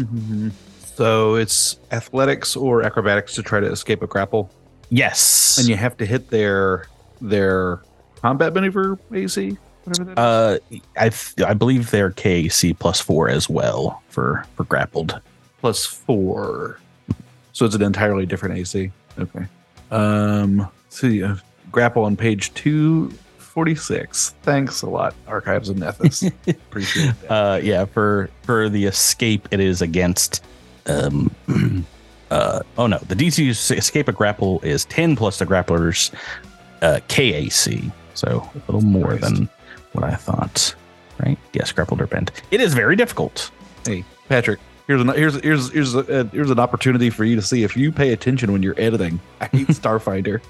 Speaker 3: so it's athletics or acrobatics to try to escape a grapple,
Speaker 2: Yes.
Speaker 3: and you have to hit their their combat maneuver AC. Whatever that is.
Speaker 2: Uh, I th- I believe they're KC plus four as well for for grappled.
Speaker 3: plus four, so it's an entirely different AC. Okay. Um, see, uh, grapple on page two forty six. Thanks a lot, Archives of Nethys. Appreciate that.
Speaker 2: Uh, yeah, for for the escape, it is against. Um, uh, oh no, the DC to s- escape a grapple is ten plus the grappler's uh, KAC, so a little more than what I thought. Right? Yes, grappled or bent. It is very difficult.
Speaker 3: hey, Patrick. Here's an here's here's here's a, uh, here's an opportunity for you to see if you pay attention when you're editing. I hate Starfinder.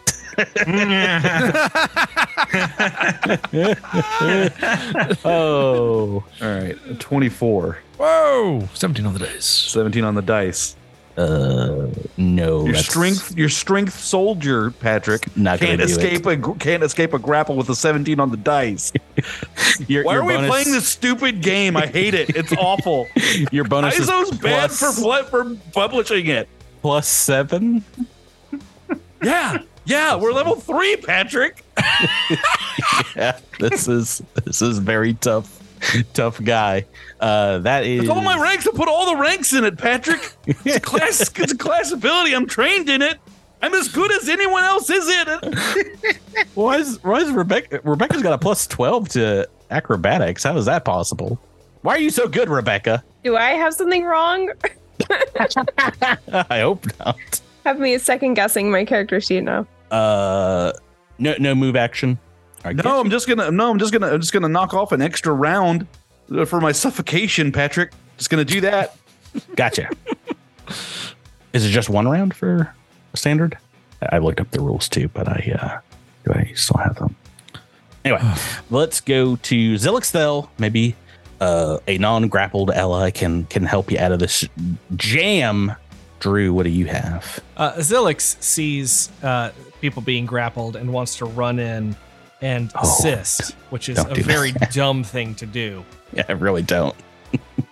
Speaker 2: oh,
Speaker 3: All right, 24,
Speaker 4: Whoa, 17 on the dice.
Speaker 3: 17 on the dice.
Speaker 2: uh, no,
Speaker 3: your
Speaker 2: that's
Speaker 3: strength, your strength soldier, Patrick,
Speaker 2: Not gonna
Speaker 3: can't
Speaker 2: do
Speaker 3: escape a gr- can't escape a grapple with a 17 on the dice.
Speaker 2: Your,
Speaker 3: Why
Speaker 2: your
Speaker 3: are we
Speaker 2: bonus-
Speaker 3: playing this stupid game? I hate it. It's awful.
Speaker 2: Your bonus is
Speaker 3: ISO's bad
Speaker 2: plus-
Speaker 3: for pl- for publishing it.
Speaker 2: plus seven.
Speaker 3: Yeah, yeah, we're level three, Patrick.
Speaker 2: yeah, this is this is very tough, tough guy. Uh, that is
Speaker 3: It's all my ranks. I put all the ranks in it, Patrick. It's a class. it's a class ability. I'm trained in it. I'm as good as anyone else is in it.
Speaker 2: Why is why is Rebecca? Rebecca's got a plus twelve to acrobatics. How is that possible? Why are you so good, Rebecca?
Speaker 6: Do I have something wrong?
Speaker 2: I hope not.
Speaker 6: Have me second guessing my character sheet now.
Speaker 2: Uh, no, no move action. All right,
Speaker 3: No, I'm just gonna. No, I'm just gonna. I'm just gonna knock off an extra round uh, for my suffocation, Patrick. Just gonna do that.
Speaker 2: gotcha. is it just one round for standard? I I looked up the rules too, but I uh, do I still have them? Anyway, let's go to Zilixthel. Maybe uh, a non-grappled ally can can help you out of this jam. Drew, what do you have?
Speaker 5: Uh, Zilix sees uh, people being grappled and wants to run in and
Speaker 2: Oh,
Speaker 5: assist, which is
Speaker 2: don't
Speaker 5: a
Speaker 2: do
Speaker 5: very dumb thing to do.
Speaker 2: Yeah, I really don't.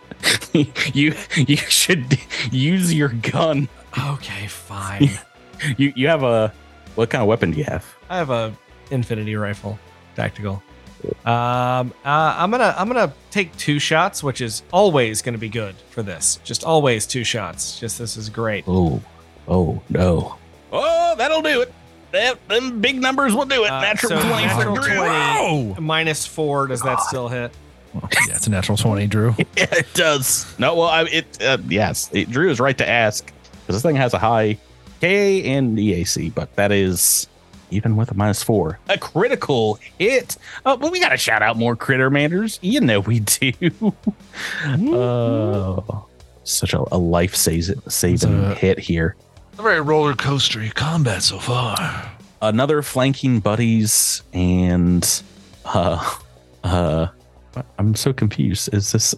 Speaker 2: you you should use your gun.
Speaker 5: Okay, fine.
Speaker 2: You you have a what kind of weapon do you have?
Speaker 5: I have a infinity rifle, tactical. Um, uh, I'm gonna I'm gonna take two shots, which is always gonna be good for this. Just always two shots. Just this is great.
Speaker 2: Oh, oh no.
Speaker 10: Oh, that'll do it. That, them big numbers will do it.
Speaker 5: Uh,
Speaker 10: natural
Speaker 5: so
Speaker 10: 20
Speaker 5: natural
Speaker 10: for Drew.
Speaker 5: 20.
Speaker 4: Oh,
Speaker 5: Minus four. Does that still hit?
Speaker 4: well, yeah, it's a natural twenty, Drew.
Speaker 10: Yeah, it does.
Speaker 2: No, well, I, it uh, yes, it, Drew is right to ask because this thing has a high K and EAC, but that is even with a minus four, a critical hit. Oh, but we gotta shout out more critter manders. You know we do.
Speaker 5: Mm-hmm.
Speaker 2: Oh, such a, a life saves, saving
Speaker 4: It's a-
Speaker 2: hit here.
Speaker 4: A very roller coaster combat so far.
Speaker 2: Another flanking buddies and uh uh. I'm so confused. Is this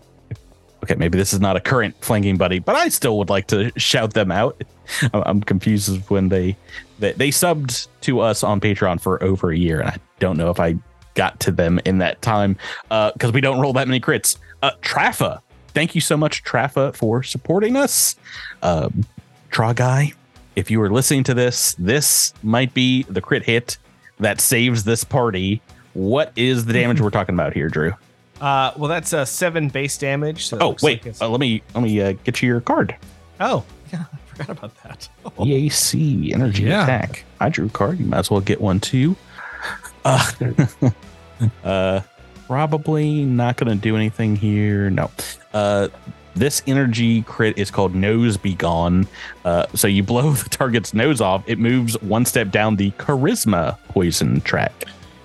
Speaker 2: okay? Maybe this is not a current flanking buddy, but I still would like to shout them out. I'm- I'm confused as when they, they they subbed to us on Patreon for over a year, and I don't know if I got to them in that time because we don't roll that many crits. Uh, Trafa, thank you so much, Trafa, for supporting us. Um, Tragai, if you are listening to this, this might be the crit hit that saves this party. What is the damage we're talking about here, Drew?
Speaker 5: Uh, well, that's uh, seven base damage. So it
Speaker 2: Oh
Speaker 5: looks
Speaker 2: wait,
Speaker 5: like it's-
Speaker 2: uh, let me let me uh, get you your card.
Speaker 5: oh, yeah, I forgot about that.
Speaker 2: EAC energy
Speaker 4: Yeah.
Speaker 2: attack. I drew a card. You might as well get one too. Uh, uh, probably not going to do anything here. No. Uh, this energy crit is called Nose Be Gone. Uh, so you blow the target's nose off. It moves one step down the Charisma poison track.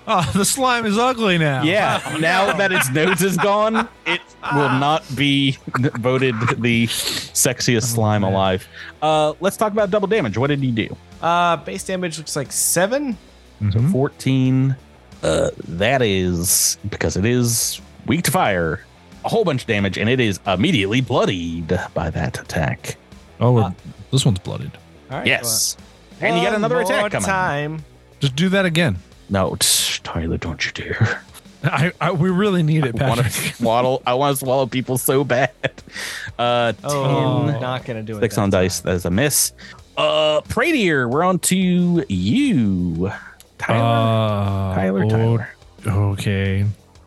Speaker 4: Oh, the slime is ugly now.
Speaker 2: Yeah, now that its nose is gone, it will not be voted the
Speaker 5: Oh,
Speaker 2: sexiest slime
Speaker 4: man.
Speaker 2: alive. Uh, let's talk about double damage. What did he do?
Speaker 5: Uh, base damage looks like seven. Mm-hmm.
Speaker 4: Mhm.
Speaker 2: 14. Uh, that is because it is weak to fire, a whole bunch of damage, and it is immediately bloodied by that attack.
Speaker 4: Oh, we're, this one's blooded.
Speaker 5: All right,
Speaker 2: Yes.
Speaker 5: well,
Speaker 2: and you got
Speaker 5: one
Speaker 2: another
Speaker 5: more
Speaker 2: attack coming.
Speaker 5: Time.
Speaker 4: Just do that again.
Speaker 2: No, tsh, Tyler, don't you dare.
Speaker 4: I, I we really need it,
Speaker 2: I want to
Speaker 4: Patrick.
Speaker 2: swaddle. I want to swallow people so bad. Uh, 10.
Speaker 5: Oh, not gonna do it.
Speaker 2: Six
Speaker 5: that
Speaker 2: on dice.
Speaker 5: time.
Speaker 2: That's a miss. Uh, Pradier, we're on to you, Tyler.
Speaker 4: Uh,
Speaker 2: Tyler,
Speaker 4: oh,
Speaker 2: Tyler,
Speaker 4: Okay.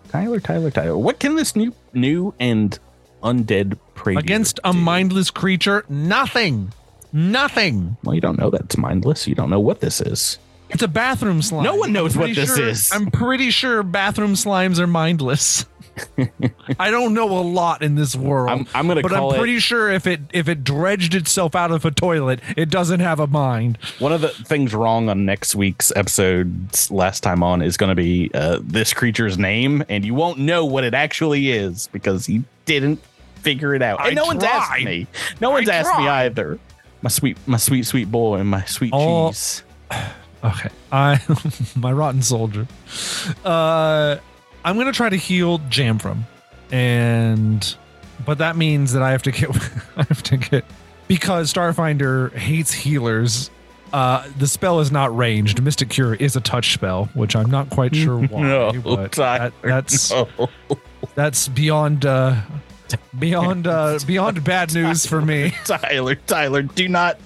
Speaker 2: Tyler, Tyler, Tyler. What can this new, new and undead Pradier
Speaker 4: Against a
Speaker 2: do?
Speaker 4: mindless creature, nothing. Nothing.
Speaker 2: Well, you don't know that's mindless. You don't know what this is.
Speaker 4: It's a bathroom slime.
Speaker 2: No one knows
Speaker 4: I'm
Speaker 2: what
Speaker 4: pretty
Speaker 2: this
Speaker 4: sure-
Speaker 2: is.
Speaker 4: I'm pretty sure bathroom slimes are mindless. I don't know a lot in this world.
Speaker 2: I'm, I'm gonna
Speaker 4: but
Speaker 2: call
Speaker 4: I'm
Speaker 2: it
Speaker 4: pretty sure if it if it dredged itself out of a toilet, it doesn't have a mind.
Speaker 2: one of the things wrong on next week's episode's last time on is gonna be uh, this creature's name, and you won't know what it actually is because you didn't figure it out.
Speaker 4: I
Speaker 2: and no one's asked
Speaker 4: tried.
Speaker 2: me. No one's
Speaker 4: I
Speaker 2: asked me
Speaker 4: tried.
Speaker 2: either. My sweet, my sweet, sweet boy, and my sweet
Speaker 4: All-
Speaker 2: cheese.
Speaker 4: Okay. I my rotten soldier. Uh I'm gonna try to heal Jamfram. And but that means that I have to get I have to get because Starfinder hates healers. Uh, the spell is not ranged. Mystic Cure is a touch spell, which I'm not quite sure why.
Speaker 2: No,
Speaker 4: but
Speaker 2: Tyler,
Speaker 4: that, that's
Speaker 2: Oh,
Speaker 4: that's beyond uh, beyond uh, beyond bad news for me.
Speaker 2: Tyler, Tyler, do not,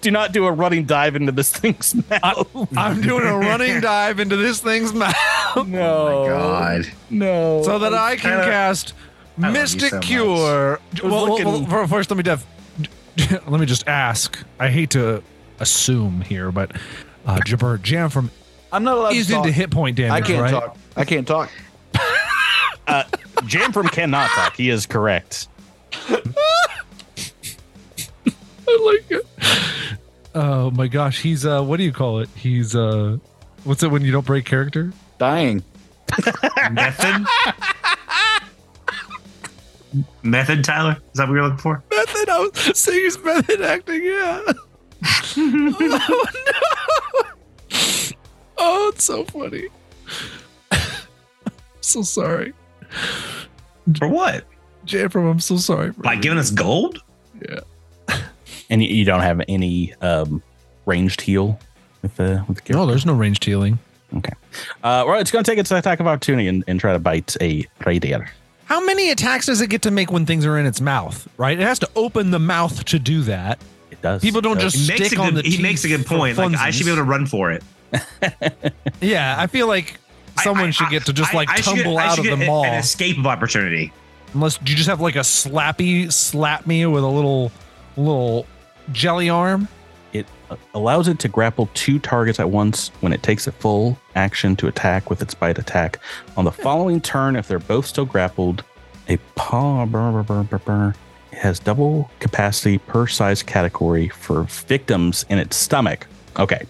Speaker 2: do not do a running dive into this thing's mouth.
Speaker 4: I'm doing a running dive into this thing's mouth.
Speaker 2: no,
Speaker 11: God.
Speaker 2: no.
Speaker 4: Oh so that I can
Speaker 11: Tyler,
Speaker 4: cast
Speaker 11: love you
Speaker 4: Mystic
Speaker 11: so much.
Speaker 4: Cure.
Speaker 2: was
Speaker 4: Well, well,
Speaker 2: looking-
Speaker 4: well, first, let me def- let me just ask. I hate to assume here, but uh, Jabir Jam from
Speaker 3: I'm not allowed
Speaker 4: is
Speaker 3: to talk.
Speaker 4: into hit point damage,
Speaker 3: I can't
Speaker 4: right?
Speaker 3: talk. I can't talk.
Speaker 2: Jam from cannot talk. He is correct.
Speaker 4: Oh my gosh, he's uh, what do you call it? He's uh, what's it when you don't break character?
Speaker 3: Dying.
Speaker 7: Method? Method, Tyler? Is that what you're looking for?
Speaker 4: Method, I was singer's method acting. Yeah. oh no! Oh, it's so funny. so sorry.
Speaker 7: For what?
Speaker 4: Jamfram, I'm so sorry. for
Speaker 7: By
Speaker 4: you.
Speaker 7: giving us gold?
Speaker 2: And you- you don't have any um, ranged heal with the with the
Speaker 4: No,
Speaker 2: character.
Speaker 4: there's no ranged healing.
Speaker 2: Uh, well, it's going to take its attack of opportunity and, and try to bite a radiator.
Speaker 4: How many attacks does it get to make when things are in its mouth? Right, it has to open the mouth to do that.
Speaker 2: It does.
Speaker 4: People don't
Speaker 2: It does.
Speaker 4: just
Speaker 7: He makes, a
Speaker 4: stick on
Speaker 7: good,
Speaker 4: the.
Speaker 7: he makes a
Speaker 4: teeth
Speaker 7: good
Speaker 4: for
Speaker 7: point. Like I
Speaker 4: funsies.
Speaker 7: should be able to run for it.
Speaker 4: Yeah, I feel like
Speaker 7: I-
Speaker 4: someone
Speaker 7: I-
Speaker 4: should get to just
Speaker 7: I-
Speaker 4: like
Speaker 7: I should get-
Speaker 4: tumble
Speaker 7: I
Speaker 4: out
Speaker 7: should
Speaker 4: of the
Speaker 7: get a-
Speaker 4: mall,
Speaker 7: An escape of opportunity.
Speaker 4: unless you just have like a slappy slap me with a little little jelly arm.
Speaker 2: uh, allows it to grapple two targets at once when it takes a full action to attack with its bite attack. On the
Speaker 4: Hmm.
Speaker 2: following turn, if they're both still grappled, a paw brr, brr, brr, brr, brr, it has double capacity per size category for victims in its stomach. Okay.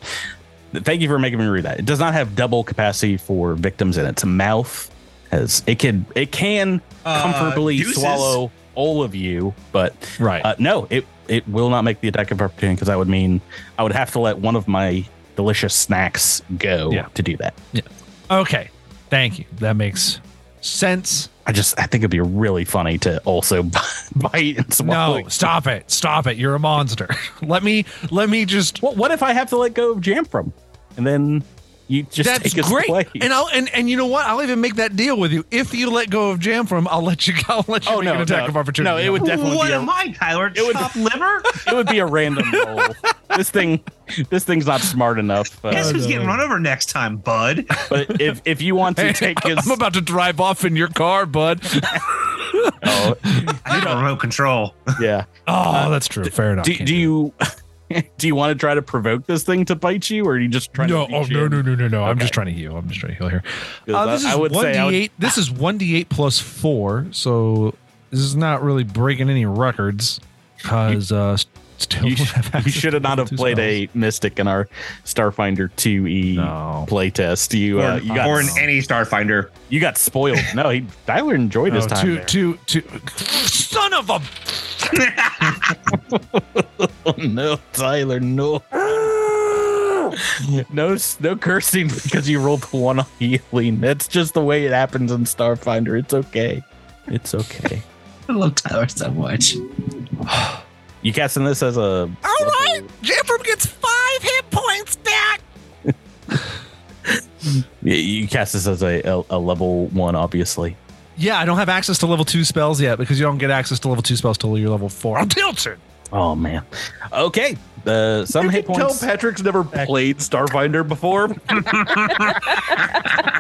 Speaker 2: Thank you for making me read that. It does not have double capacity for victims in its mouth. As it can it can comfortably
Speaker 7: deuces.
Speaker 2: swallow all of you, but
Speaker 4: Right.
Speaker 2: uh, no, it it will not make the attack of opportunity because I would mean I would have to let one of my delicious snacks go
Speaker 4: Yeah.
Speaker 2: to do that.
Speaker 4: okay. Thank you. That makes sense.
Speaker 2: I just I think it'd be really funny to also bite and swallow.
Speaker 4: No, stop it. Stop it. You're a monster. let me let me just
Speaker 2: What, what if I have to let go of Jam from, and then you just
Speaker 4: That's
Speaker 2: take his
Speaker 4: great.
Speaker 2: place?
Speaker 4: And I'll and, and you know what? I'll even make that deal with you. If you let go of Jam from, I'll let you go. I'll let you
Speaker 2: Oh,
Speaker 4: make
Speaker 2: no,
Speaker 4: an attack
Speaker 2: no.
Speaker 4: of opportunity.
Speaker 2: No, it would definitely
Speaker 7: what
Speaker 2: be a-
Speaker 7: am I, Tyler?
Speaker 2: It would-
Speaker 7: Chopped liver?
Speaker 2: it would be a random roll. this thing this thing's not smart enough.
Speaker 7: Guess
Speaker 2: Uh,
Speaker 7: who's getting run over next time, bud?
Speaker 2: but if if you want to
Speaker 4: Hey,
Speaker 2: take his
Speaker 4: I'm about to drive off in your car, bud.
Speaker 2: oh,
Speaker 7: I need a remote control.
Speaker 2: yeah.
Speaker 4: Oh, that's true. Fair enough.
Speaker 2: do,
Speaker 4: Can't
Speaker 2: do you do you want to try to provoke this thing to bite you, or are you just trying
Speaker 4: no,
Speaker 2: to?
Speaker 4: oh, no, no, no, no, no. I'm
Speaker 2: Okay.
Speaker 4: just trying to heal. I'm just trying to heal here.
Speaker 2: 'Cause
Speaker 4: Uh, this
Speaker 2: I,
Speaker 4: is
Speaker 2: I would
Speaker 4: one
Speaker 2: say I would-
Speaker 4: d eight. This is one d eight plus four. So this is not really breaking any records because uh, still
Speaker 2: you,
Speaker 4: don't have
Speaker 2: sh- you
Speaker 4: access
Speaker 2: should have
Speaker 4: to
Speaker 2: not have
Speaker 4: two
Speaker 2: played
Speaker 4: spells.
Speaker 2: a mystic in our Starfinder two E
Speaker 4: No.
Speaker 2: playtest. You uh,
Speaker 7: Or,
Speaker 2: you got
Speaker 7: or in any Starfinder.
Speaker 2: you got spoiled. No, he Tyler enjoyed his
Speaker 4: Oh,
Speaker 2: time.
Speaker 4: two,
Speaker 2: there.
Speaker 4: two, two. Son of a
Speaker 2: Oh, no, Tyler, no. No, s- no cursing because you rolled one on healing. That's just the way it happens in Starfinder. It's okay. It's okay.
Speaker 11: I love Tyler so much.
Speaker 2: You casting this as a
Speaker 4: All right, Jeffrey gets five hit points back.
Speaker 2: Yeah, you cast this as a, a, a level one, obviously.
Speaker 4: Yeah, I don't have access to level two spells yet because you don't get access to level two spells till you're level four. I'm tilted.
Speaker 2: Oh man. Okay. Uh, some hit points.
Speaker 3: Tell Patrick's never played Starfinder before.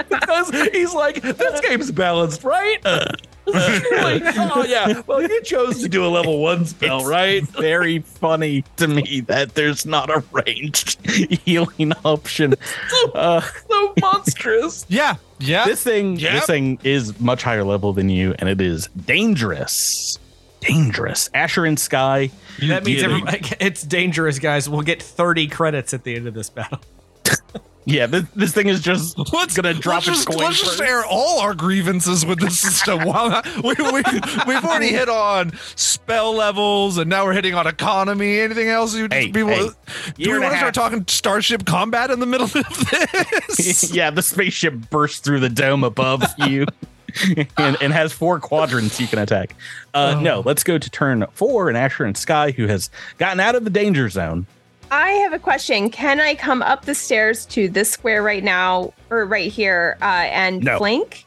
Speaker 3: because he's like, this game's balanced, right? Like, oh yeah. Well, you chose to do a level one spell,
Speaker 2: It's
Speaker 3: right?
Speaker 2: very funny to me that there's not a ranged healing option. Uh,
Speaker 11: So monstrous.
Speaker 4: Yeah, yeah.
Speaker 2: this thing,
Speaker 4: Yep.
Speaker 2: this thing is much higher level than you, and it is dangerous. Dangerous. Asher and Sky.
Speaker 5: that means
Speaker 2: did it.
Speaker 5: everybody, it's dangerous, guys. We'll get 30 credits at the end of this battle.
Speaker 2: Yeah, this, this thing is just
Speaker 4: Let's,
Speaker 2: gonna drop
Speaker 4: let's
Speaker 2: its
Speaker 4: just,
Speaker 2: coin
Speaker 4: let's just
Speaker 2: first.
Speaker 4: air all our grievances with this system. Wow, we, we, we've already hit on spell levels, and now we're hitting on economy. Anything else? You
Speaker 2: Hey,
Speaker 4: people,
Speaker 2: hey.
Speaker 4: do
Speaker 2: Year
Speaker 4: we
Speaker 2: and a
Speaker 4: want to start
Speaker 2: half.
Speaker 4: talking starship combat in the middle of this?
Speaker 2: yeah, the spaceship bursts through the dome above you and, and has four quadrants you can attack.
Speaker 6: Oh.
Speaker 2: Uh, No, let's go to turn four and Asher and Sky, who has gotten out of the danger zone.
Speaker 6: I have a question. Can I come up the stairs to this square right now or right here uh, and
Speaker 2: No.
Speaker 6: flank?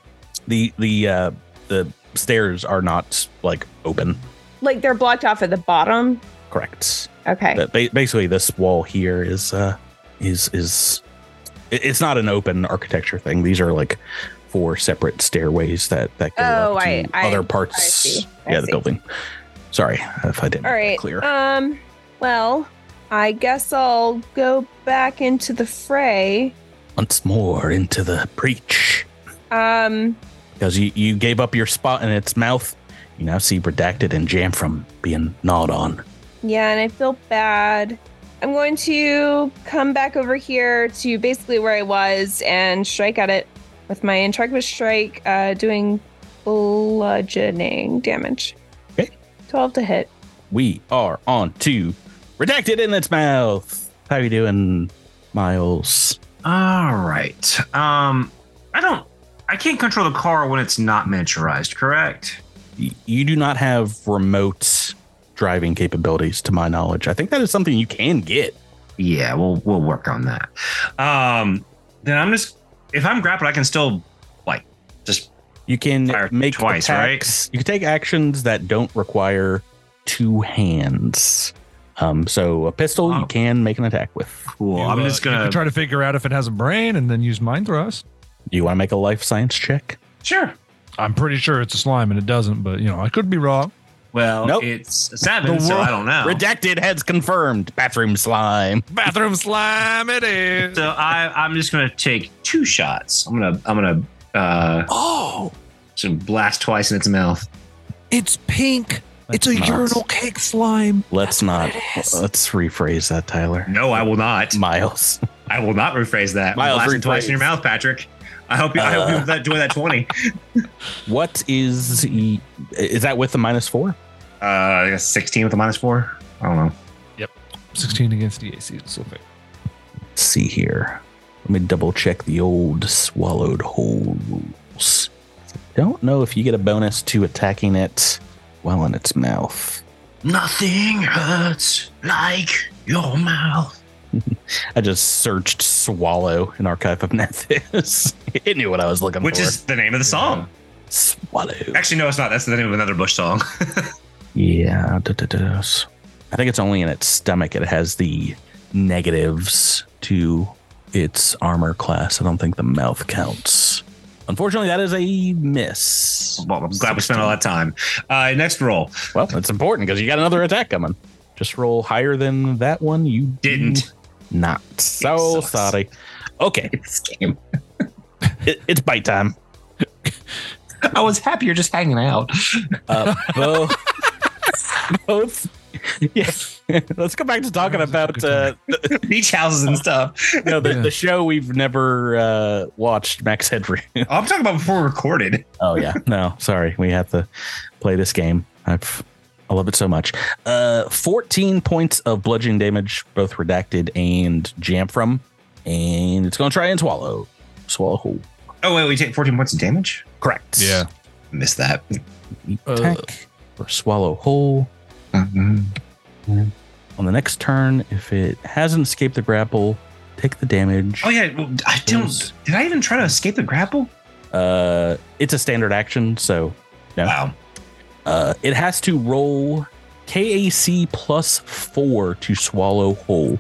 Speaker 2: The the uh, the stairs are not like open.
Speaker 6: Like they're blocked off at the bottom.
Speaker 2: Correct.
Speaker 6: Okay.
Speaker 2: But ba- basically, this wall here is uh, is is it- it's not an open architecture thing. These are like four separate stairways that that go
Speaker 6: Oh,
Speaker 2: up to
Speaker 6: I- I-
Speaker 2: other
Speaker 6: I
Speaker 2: parts.
Speaker 6: see. I
Speaker 2: yeah, the
Speaker 6: see.
Speaker 2: building. Sorry if I didn't make that
Speaker 6: All right.
Speaker 2: clear.
Speaker 6: Um. Well, I guess I'll go back into the fray.
Speaker 2: once more into the breach
Speaker 6: Um.
Speaker 2: because you, you gave up your spot in its mouth. You now see redacted and jam from being gnawed on.
Speaker 6: Yeah, and I feel bad. I'm going to come back over here to basically where I was and strike at it with my Intrepid Strike, uh, doing bludgeoning damage.
Speaker 2: Okay.
Speaker 6: 12 to hit.
Speaker 2: We are on to redacted in its mouth. How you doing, Miles?
Speaker 7: All right. Um, I don't. I can't control the car when it's not miniaturized. Correct.
Speaker 2: Y- You do not have remote driving capabilities, to my knowledge. I think that is something you can get.
Speaker 7: Yeah, we'll we'll work on that. Um, then I'm just if I'm grappled, I can still like just
Speaker 2: You can
Speaker 7: Fire
Speaker 2: make
Speaker 7: twice, right?
Speaker 2: attacks- You can take actions that don't require two hands. Um, so a pistol
Speaker 7: Wow.
Speaker 2: you can make an attack with.
Speaker 7: Cool.
Speaker 4: You,
Speaker 7: I'm
Speaker 4: uh,
Speaker 7: just
Speaker 4: you
Speaker 7: gonna
Speaker 4: can try to figure out if it has a brain and then use mind thrust.
Speaker 2: Do you want to make a life science check?
Speaker 7: sure.
Speaker 4: I'm pretty sure it's a slime and it doesn't, but you know I could be wrong.
Speaker 7: Well,
Speaker 2: Nope.
Speaker 7: it's a seven,
Speaker 2: The
Speaker 7: so
Speaker 2: world-
Speaker 7: I don't know.
Speaker 2: Redacted heads confirmed. Bathroom slime.
Speaker 4: Bathroom slime, it is.
Speaker 7: So I, I'm just gonna take two shots. I'm gonna I'm gonna uh,
Speaker 2: Oh,
Speaker 7: just gonna blast twice in its mouth.
Speaker 4: It's pink.
Speaker 2: It's a Nice. urinal
Speaker 4: cake slime.
Speaker 2: let's not. Let's rephrase that, Tyler.
Speaker 7: No, I will not.
Speaker 2: Miles.
Speaker 7: I will not rephrase that. I'm
Speaker 2: Miles,
Speaker 7: blasting twice
Speaker 2: rephrase.
Speaker 7: in your mouth, Patrick. I hope you. I hope
Speaker 2: Uh.
Speaker 7: you enjoy that twenty.
Speaker 2: What is the- is that with the minus four?
Speaker 7: Uh, I got sixteen with a minus four. I don't know.
Speaker 4: 16 against DAC. It's okay.
Speaker 2: Let's see here. Let me double check the old swallowed hole rules. Don't know if you get a bonus to attacking it while in its mouth.
Speaker 7: Nothing hurts like your mouth.
Speaker 2: I just searched swallow in Archive of Nethys. it knew what I was looking
Speaker 7: Which
Speaker 2: for.
Speaker 7: is the name of the song.
Speaker 2: swallow.
Speaker 7: Actually, no, it's not. That's the name of another Bush song.
Speaker 2: Yeah. duh, duh, duh. I think it's only in its stomach it has the negatives to its armor class. I don't think the mouth counts. Unfortunately, that is a miss.
Speaker 7: Well, I'm glad we spent all that time. Uh, next roll.
Speaker 2: Well, it's important because you got another attack coming. Just roll higher than that one. You
Speaker 7: Didn't.
Speaker 2: do Not. So
Speaker 7: sucks.
Speaker 2: sorry. Okay.
Speaker 11: This game.
Speaker 2: It, it's bite time.
Speaker 11: I was happier just hanging out.
Speaker 2: Uh, both. both. Yes. Let's go back to talking
Speaker 4: That was
Speaker 2: about
Speaker 4: such a
Speaker 2: uh,
Speaker 11: Beach houses and stuff.
Speaker 2: you know, the,
Speaker 4: Yeah.
Speaker 2: the show we've never uh, watched, Max Headroom.
Speaker 7: Oh, I'm talking about before we recorded.
Speaker 2: Oh yeah. No, sorry. We have to play this game. I've I love it so much. Uh 14 points of bludgeoning damage, both redacted and jam from. And it's gonna try and swallow. Swallow hole.
Speaker 7: Oh wait, we take 14 points of damage.
Speaker 2: Correct.
Speaker 4: Yeah.
Speaker 7: Missed that.
Speaker 2: Attack or swallow hole.
Speaker 7: Mm-hmm.
Speaker 2: On the next turn, if it hasn't escaped the grapple, take the damage.
Speaker 7: Oh yeah, well, I don't. Did I even try to escape the grapple?
Speaker 2: Uh it's a standard action, so Yeah.
Speaker 7: Wow.
Speaker 2: Uh, it has to roll KAC plus four to swallow whole.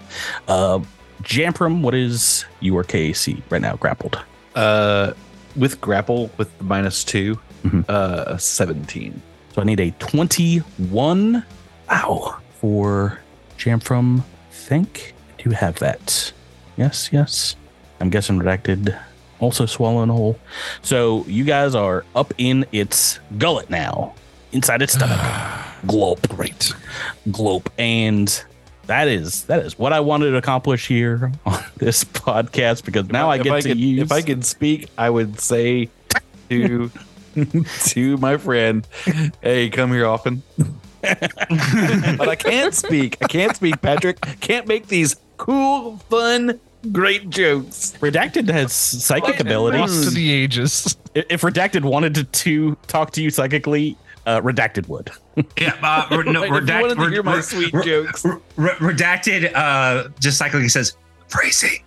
Speaker 2: Uh, Jamprum, what is your KAC right now? Grappled.
Speaker 3: Uh, with grapple with the minus two,
Speaker 2: Mhm.
Speaker 3: uh, seventeen.
Speaker 2: So I need a 21. Ow. For Jamprum, think. I do have that. Yes, yes. I'm guessing redacted. Also swallowing whole. So you guys are up in its gullet now, inside its stomach. Glope.
Speaker 4: Great.
Speaker 2: glope and that is that is what i wanted to accomplish here on this podcast because now i
Speaker 3: If
Speaker 2: get to
Speaker 3: could-
Speaker 2: use
Speaker 3: If I could speak, I would say to to my friend, "Hey, come here often." but I can't speak. I can't speak, Patrick. Can't make these cool, fun, great jokes.
Speaker 2: redacted has psychic
Speaker 4: Lost to
Speaker 2: abilities
Speaker 4: the ages.
Speaker 2: if if redacted wanted to, to talk to you psychically uh, redacted would
Speaker 7: Yeah. Uh, re- no,
Speaker 3: Like, if you
Speaker 7: redact-
Speaker 3: wanted to
Speaker 7: re-
Speaker 3: hear my
Speaker 7: re-
Speaker 3: sweet
Speaker 7: re-
Speaker 3: jokes.
Speaker 7: re- re- redacted. Uh, just cyclically says phrasing.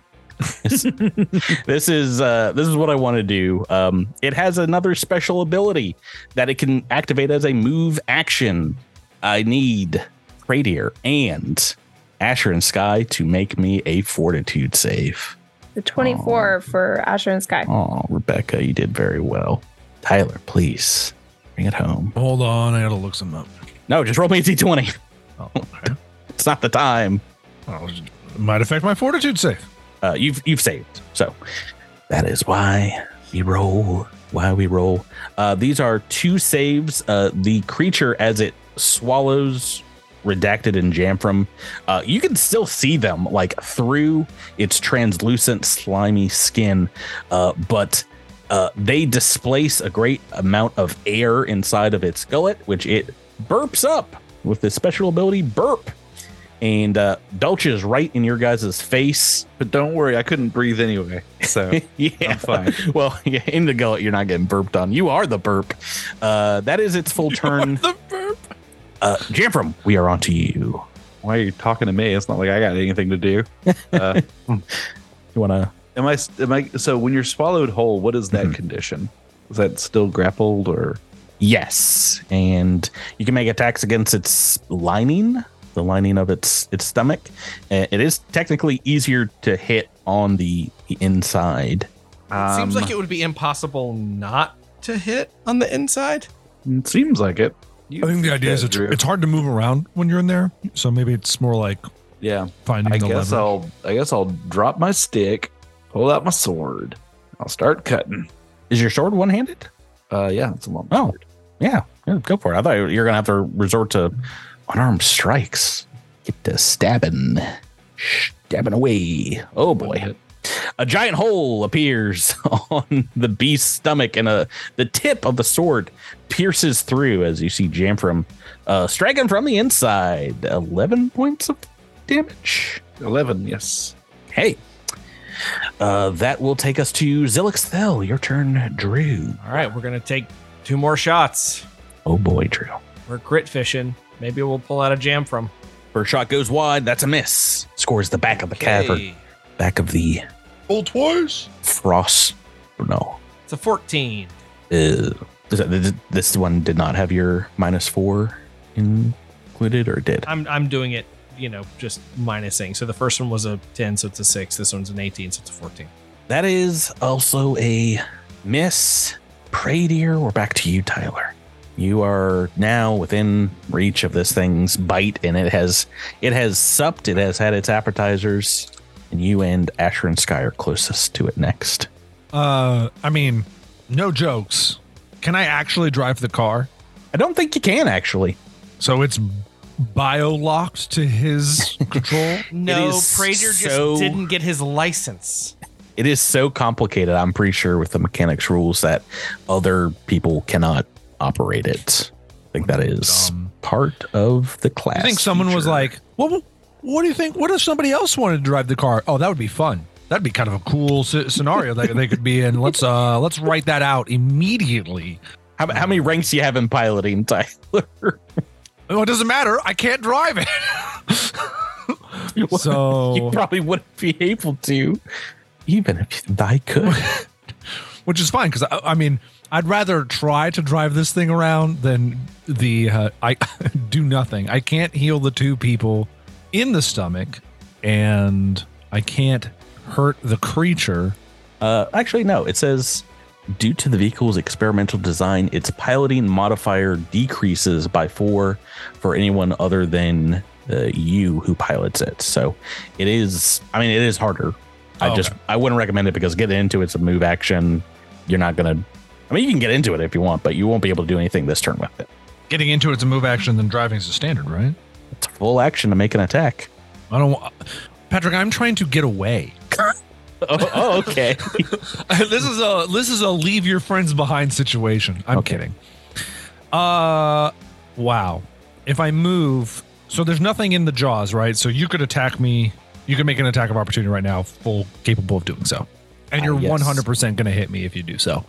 Speaker 2: this is uh, this is what i want to do um, it has another special ability that it can activate as a move action i need Radier and asher and sky to make me a fortitude save
Speaker 6: The 24 for Asher and Sky.
Speaker 2: Oh, Rebecca, you did very well. Tyler, please bring it home.
Speaker 4: Hold on, I gotta look some up.
Speaker 2: No, just roll me a d20.
Speaker 4: Oh, okay.
Speaker 2: It's not the time.
Speaker 4: Well, it Oh, might affect my fortitude save.
Speaker 2: Uh, you've you've saved, so that is why we roll. Why we roll. Uh, these are two saves. Uh, the creature, as it swallows redacted and jamfram, uh, you can still see them like through its translucent, slimy skin, uh, but uh, they displace a great amount of air inside of its gullet, which it burps up with this special ability, burp. And uh, Dulce is right in your guys' face.
Speaker 3: But don't worry, I couldn't breathe anyway, so
Speaker 2: yeah.
Speaker 3: I'm fine.
Speaker 2: Well, yeah, in the gullet, you're not getting burped on. You are the burp. Uh, that is its full turn.
Speaker 4: The burp.
Speaker 2: Uh, Jamfram, we are on to you.
Speaker 3: Why are you talking to me? It's not like I got anything to do. Uh,
Speaker 2: You want to?
Speaker 3: am I? Am I? So when you're swallowed whole, what is that
Speaker 2: Mhm.
Speaker 3: condition? Is that still grappled or?
Speaker 2: Yes, and you can make attacks against its lining, the lining of its its stomach. Uh, It is technically easier to hit on the the inside.
Speaker 5: It seems
Speaker 3: Um,
Speaker 5: like it would be impossible not to hit on the inside.
Speaker 3: It seems like it.
Speaker 4: I think the idea is it's, it's hard to move around when you're in there, so maybe it's more like
Speaker 3: yeah.
Speaker 4: finding
Speaker 3: I
Speaker 4: the
Speaker 3: guess
Speaker 4: lever.
Speaker 3: I'll I guess I'll drop my stick, pull out my sword. I'll start cutting.
Speaker 2: Is your sword one handed?
Speaker 3: Uh, yeah, it's a long.
Speaker 2: Oh, yeah, yeah, go for it. I thought you were gonna have to resort to unarmed strikes. Get to stabbing, stabbing away. Oh boy, a giant hole appears on the beast's stomach, and a the tip of the sword pierces through as you see Jamfram uh, striking from the inside. Eleven points of damage.
Speaker 3: Eleven. Yes.
Speaker 2: Hey. Uh, that will take us to Zilix Thel. Your turn, Drew.
Speaker 5: All right, we're gonna take two more shots.
Speaker 2: Oh boy, Drew.
Speaker 5: We're crit fishing. Maybe we'll pull out a jam from.
Speaker 2: First shot goes wide. That's a miss. Scores the back of the cavern, back of the
Speaker 12: Roll twice.
Speaker 2: frost. No,
Speaker 5: It's a 14.
Speaker 2: Ew. Is that- th- th- this one did not have your minus four included, or did?
Speaker 5: I'm I'm doing it, you know, just minusing. So the first one was a 10, so it's a six. This one's an 18, so it's a 14.
Speaker 2: That is also a miss. Pray, dear, we're back to you, Tyler. You are now within reach of this thing's bite, and it has it has supped. It has had its appetizers, and you and Asher and Sky are closest to it next.
Speaker 4: Uh, I mean, no jokes. Can I actually drive the car?
Speaker 2: I don't think you can actually.
Speaker 4: So it's bio locked to his control.
Speaker 5: No,
Speaker 2: is
Speaker 5: Prater
Speaker 2: so-
Speaker 5: just didn't get his license.
Speaker 2: it is so complicated. I'm pretty sure with the mechanics rules that other people cannot operate it. I think that is
Speaker 4: Dumb.
Speaker 2: part of the class.
Speaker 4: I think someone was
Speaker 2: feature.
Speaker 4: like, "What? What do you think? What if somebody else wanted to drive the car? Oh, that would be fun. That'd be kind of a cool c- scenario that they could be in. Let's uh, let's write that out immediately.
Speaker 2: how, "How many ranks do you have in piloting, Tyler?"
Speaker 4: Oh, it doesn't matter. I can't drive it.
Speaker 2: you
Speaker 4: so,
Speaker 2: probably wouldn't be able to, even if I could.
Speaker 4: which is fine because I, I mean, I'd rather try to drive this thing around than the uh, I do nothing. I can't heal the two people in the stomach, and I can't hurt the creature.
Speaker 2: Uh, actually, no. It says due to the vehicle's experimental design, its piloting modifier decreases by four for anyone other than uh, you who pilots it. So it is. I mean, it is harder. I
Speaker 4: Oh,
Speaker 2: just I wouldn't recommend it because getting into it's a move action. You're not gonna. I mean, you can get into it if you want, but you won't be able to do anything this turn with it.
Speaker 4: Getting into it's a move action, then driving is a standard, right?
Speaker 2: It's full action to make an attack.
Speaker 4: I don't. wa- Patrick, I'm trying to get away.
Speaker 2: Oh, oh okay.
Speaker 4: this is a this is a leave your friends behind situation. I'm
Speaker 2: Okay.
Speaker 4: kidding. Uh, wow. If I move, so there's nothing in the jaws, right? So you could attack me. You could make an attack of opportunity right now, full capable of doing so, and
Speaker 2: Ah,
Speaker 4: you're
Speaker 2: yes.
Speaker 4: 100 percent going to hit me if you do so.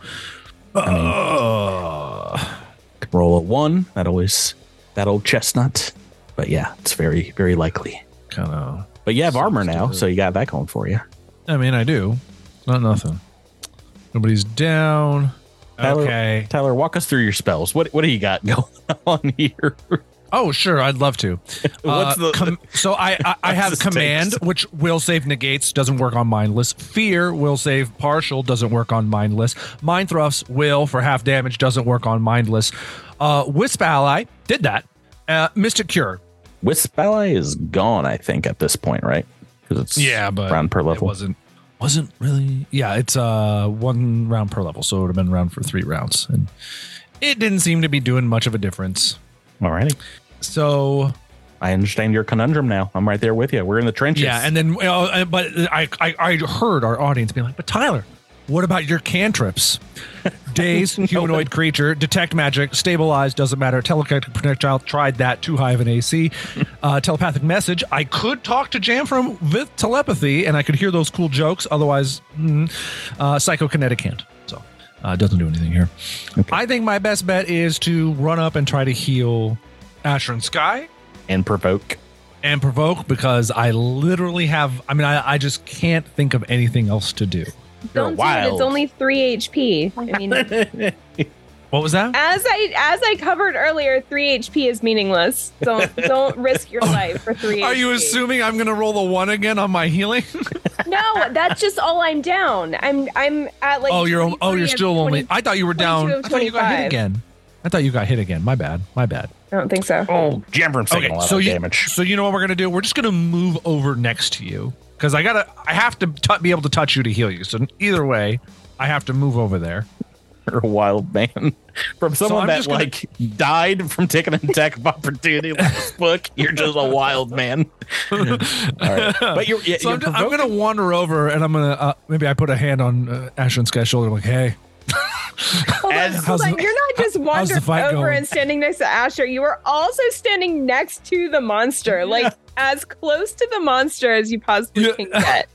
Speaker 4: Uh,
Speaker 2: Roll a one. That always that old chestnut. But yeah, it's very very likely.
Speaker 4: kind of.
Speaker 2: But you have
Speaker 4: Seems
Speaker 2: armor
Speaker 4: to
Speaker 2: now,
Speaker 4: work.
Speaker 2: so you got that going for you.
Speaker 4: I mean, I do. Not nothing. Nobody's down.
Speaker 2: Tyler-
Speaker 4: Okay.
Speaker 2: Tyler, walk us through your spells. What what do you got going on here?
Speaker 4: Oh, sure. I'd love to. Uh,
Speaker 2: What's the-
Speaker 4: so I I, I have
Speaker 2: What's the
Speaker 4: command,
Speaker 2: stakes?
Speaker 4: which will save negates doesn't work on mindless. Fear will save partial doesn't work on mindless. Mind thrust will for half damage doesn't work on mindless. Uh, Wisp ally did that. Uh, Mystic cure.
Speaker 2: Wisp ally is gone, I think, at this point, right? Because it's
Speaker 4: but
Speaker 2: round per
Speaker 4: it
Speaker 2: level.
Speaker 4: wasn't wasn't really. Yeah, it's uh one round per level, so it would have been round for three rounds, and it didn't seem to be doing much of a difference.
Speaker 2: Alrighty.
Speaker 4: So
Speaker 2: I understand your conundrum now. I'm right there with you. We're in the trenches.
Speaker 4: Yeah, and then well, uh, but I, I I heard our audience being like, "But Tyler, what about your cantrips? Days, humanoid creature, detect magic, stabilize, doesn't matter. Telekinetic projectile, tried that, too high of an AC. Uh, telepathic message, I could talk to Jamfram with telepathy, and I could hear those cool jokes. Otherwise, mm, uh, psychokinetic hand. So uh, it doesn't do anything here. I think my best bet is to run up and try to heal Asher and Sky
Speaker 2: and provoke.
Speaker 4: and provoke because I literally have. I mean, I, I just can't think of anything else to do.
Speaker 10: You're
Speaker 6: Don't do it.
Speaker 10: wild.
Speaker 6: It's only three HP. I mean,
Speaker 4: What was that?
Speaker 6: as I as I covered earlier, three HP is meaningless. Don't don't risk your life for three.
Speaker 4: Are you
Speaker 6: HP.
Speaker 4: assuming I'm gonna roll a one again on my healing?
Speaker 6: No, that's just all I'm down. I'm I'm at like.
Speaker 4: oh, you're oh,
Speaker 6: 23
Speaker 4: you're
Speaker 6: of
Speaker 4: still only.
Speaker 6: 20
Speaker 4: I thought you were down.
Speaker 6: 22
Speaker 4: I
Speaker 6: of
Speaker 4: thought you got hit
Speaker 6: 25.
Speaker 4: again. I thought you got hit again. My bad. My bad.
Speaker 6: I don't think so.
Speaker 2: Oh, Jambrin's taking a lot
Speaker 4: so
Speaker 2: of
Speaker 4: you,
Speaker 2: damage.
Speaker 4: So you know what we're gonna do? We're just gonna move over next to you because I gotta. I have to t- be able to touch you to heal you. So either way, I have to move over there.
Speaker 2: You're a wild man. From someone
Speaker 4: I'm
Speaker 2: that
Speaker 4: just gonna-
Speaker 2: like died from taking an attack of opportunity like this book, you're just a wild man. All right. But you're, yeah,
Speaker 4: so
Speaker 2: you're
Speaker 4: I'm, I'm
Speaker 2: provoking-
Speaker 4: gonna wander over and I'm gonna uh, maybe I put a hand on uh, Ashwin's guy's shoulder like, hey,
Speaker 6: Hold on,
Speaker 2: As-
Speaker 6: hold on.
Speaker 4: how's-
Speaker 6: You're not just
Speaker 4: how's the
Speaker 6: wandering
Speaker 4: fight
Speaker 6: over
Speaker 4: going?
Speaker 6: and standing next to Asher. You are also standing next to the monster, like as close to the monster as you possibly
Speaker 4: Yeah.
Speaker 6: can get.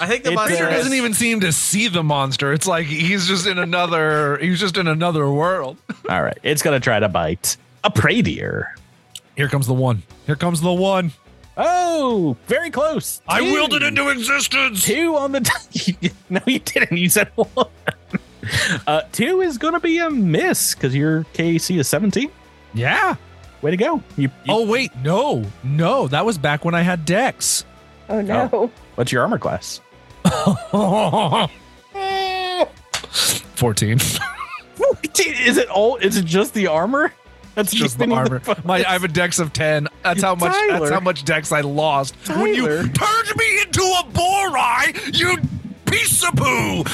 Speaker 5: I think the
Speaker 2: It
Speaker 5: monster
Speaker 4: Peter
Speaker 2: Yes.
Speaker 4: doesn't even seem to see the monster. It's like he's just in another. he's just in another world.
Speaker 2: All right. It's gonna try to bite a prey deer.
Speaker 4: Here comes the one. Here comes the one.
Speaker 10: Oh, very close.
Speaker 4: I
Speaker 10: Two.
Speaker 4: willed it into existence.
Speaker 2: Two on the d- no, you didn't. You said one. Uh, two is gonna be a miss because your KC is 17.
Speaker 4: Yeah.
Speaker 2: Way to go! You, you-
Speaker 4: Oh wait, no, no, that was back when I had Dex.
Speaker 6: Oh no.
Speaker 2: what's your armor class?
Speaker 4: 14.
Speaker 2: Is it all? Is it just the armor? That's
Speaker 4: Just the armor. My I have a dex of 10. That's how much that's
Speaker 2: Tyler.
Speaker 4: how much dex I lost. When you
Speaker 2: Tyler.
Speaker 4: turned me into a borai, you piece of poo.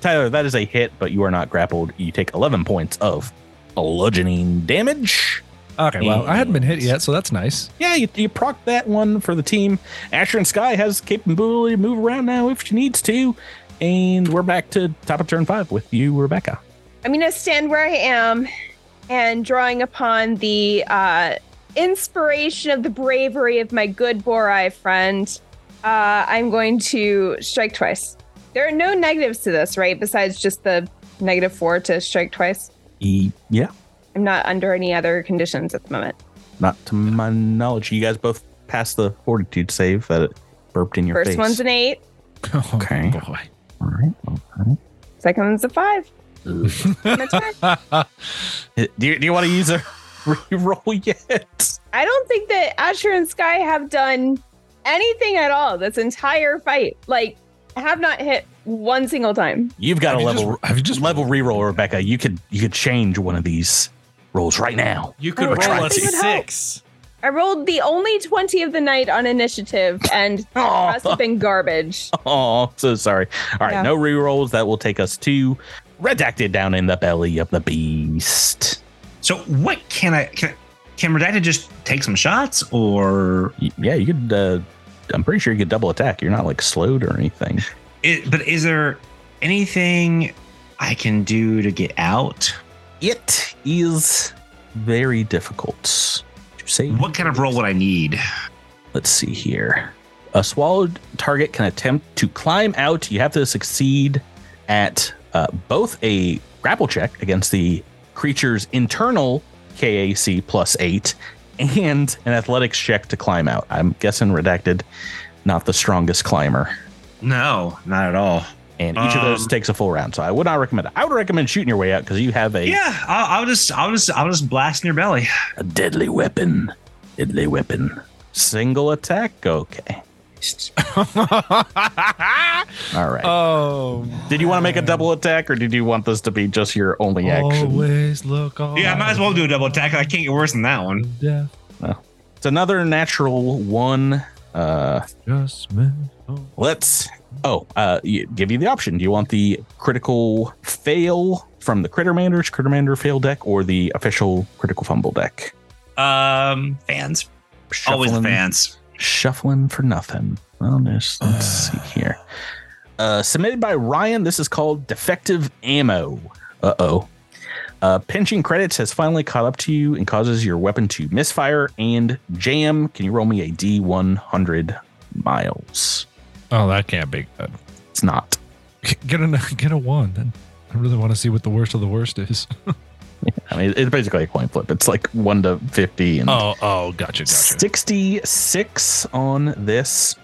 Speaker 2: Tyler, that is a hit, but you are not grappled. You take 11 points of bludgeoning damage.
Speaker 4: Okay, well, I hadn't been hit yet, so that's nice.
Speaker 2: Yeah, you, you proc that one for the team. Asher and Sky has capability to move around now if she needs to. And we're back to top of turn five with you, Rebecca.
Speaker 6: I'm going to stand where I am and drawing upon the uh, inspiration of the bravery of my good Borai friend, uh, I'm going to strike twice. There are no negatives to this, right? Besides just the negative four to strike twice.
Speaker 2: E- yeah,
Speaker 6: I'm not under any other conditions at the moment.
Speaker 2: not to my knowledge. You guys both passed the fortitude save that it burped in your
Speaker 6: First
Speaker 2: face.
Speaker 6: one's an eight,
Speaker 2: Okay.
Speaker 4: Oh, Boy.
Speaker 2: All right. all
Speaker 6: second one's a five. My turn.
Speaker 2: right. Uh, Do you, do you want to use a reroll yet?
Speaker 6: I don't think that Asher and Sky have done anything at all this entire fight. Like, have not hit one single time.
Speaker 2: You've got
Speaker 4: Have
Speaker 2: a
Speaker 4: you
Speaker 2: level.
Speaker 4: just- have you just-
Speaker 2: level reroll, Rebecca? You could you could change one of these rolls right now.
Speaker 5: you
Speaker 6: Oh,
Speaker 5: could
Speaker 6: I
Speaker 5: roll a
Speaker 6: think it would
Speaker 5: six.
Speaker 6: I rolled the only 20 of the night on initiative and must
Speaker 2: Oh,
Speaker 6: have been garbage.
Speaker 2: oh so sorry. All right,
Speaker 6: Yeah.
Speaker 2: no rerolls. That will take us to redacted down in the belly of the beast.
Speaker 7: So what can I can can Redacted just take some shots or
Speaker 2: Y- Yeah, you could. Uh, I'm pretty sure you could double attack. You're not like slowed or anything.
Speaker 7: it, but is there anything I can do to get out?
Speaker 2: It is very difficult to save.
Speaker 7: What kind of roll would I need?
Speaker 2: Let's see here. A swallowed target can attempt to climb out. You have to succeed at uh, both a grapple check against the creature's internal KAC plus eight and an athletics check to climb out. I'm guessing redacted, not the strongest climber.
Speaker 7: No, not at all.
Speaker 2: And each of those
Speaker 7: Um,
Speaker 2: takes a full round. So I would not recommend it. I would recommend shooting your way out because you have a,
Speaker 7: Yeah, I'll, I'll just I'll just I'll just blast in your belly.
Speaker 2: a deadly weapon. Deadly weapon. Single attack? Okay. All right.
Speaker 4: oh.
Speaker 2: Did you want to make a double attack, or did you want this to be just your only
Speaker 4: Oh,
Speaker 2: action?
Speaker 4: Always look on.
Speaker 7: Yeah, I might as well do a double attack. I can't get worse than that one.
Speaker 4: Death
Speaker 2: It's another natural one. Uh,
Speaker 4: just meant-
Speaker 2: let's. Oh, uh, you, give you the option. Do you want the critical fail from the Crittermander's Crittermander fail deck, or the official critical fumble deck?
Speaker 7: Um, fans, always the fans.
Speaker 2: Shuffling for nothing. Well, there's. Let's see here. Uh, submitted by Ryan. This is called defective ammo. Uh oh. Uh, pinching credits has finally caught up to you and causes your weapon to misfire and jam. Can you roll me a D100 miles?
Speaker 4: Oh, that can't be good.
Speaker 2: It's not.
Speaker 4: Get a get a one. Then I really want to see what the worst of the worst is.
Speaker 2: I mean, it's basically a coin flip. It's like 1 to 50 and
Speaker 4: Oh, oh, gotcha,
Speaker 2: 66 on this.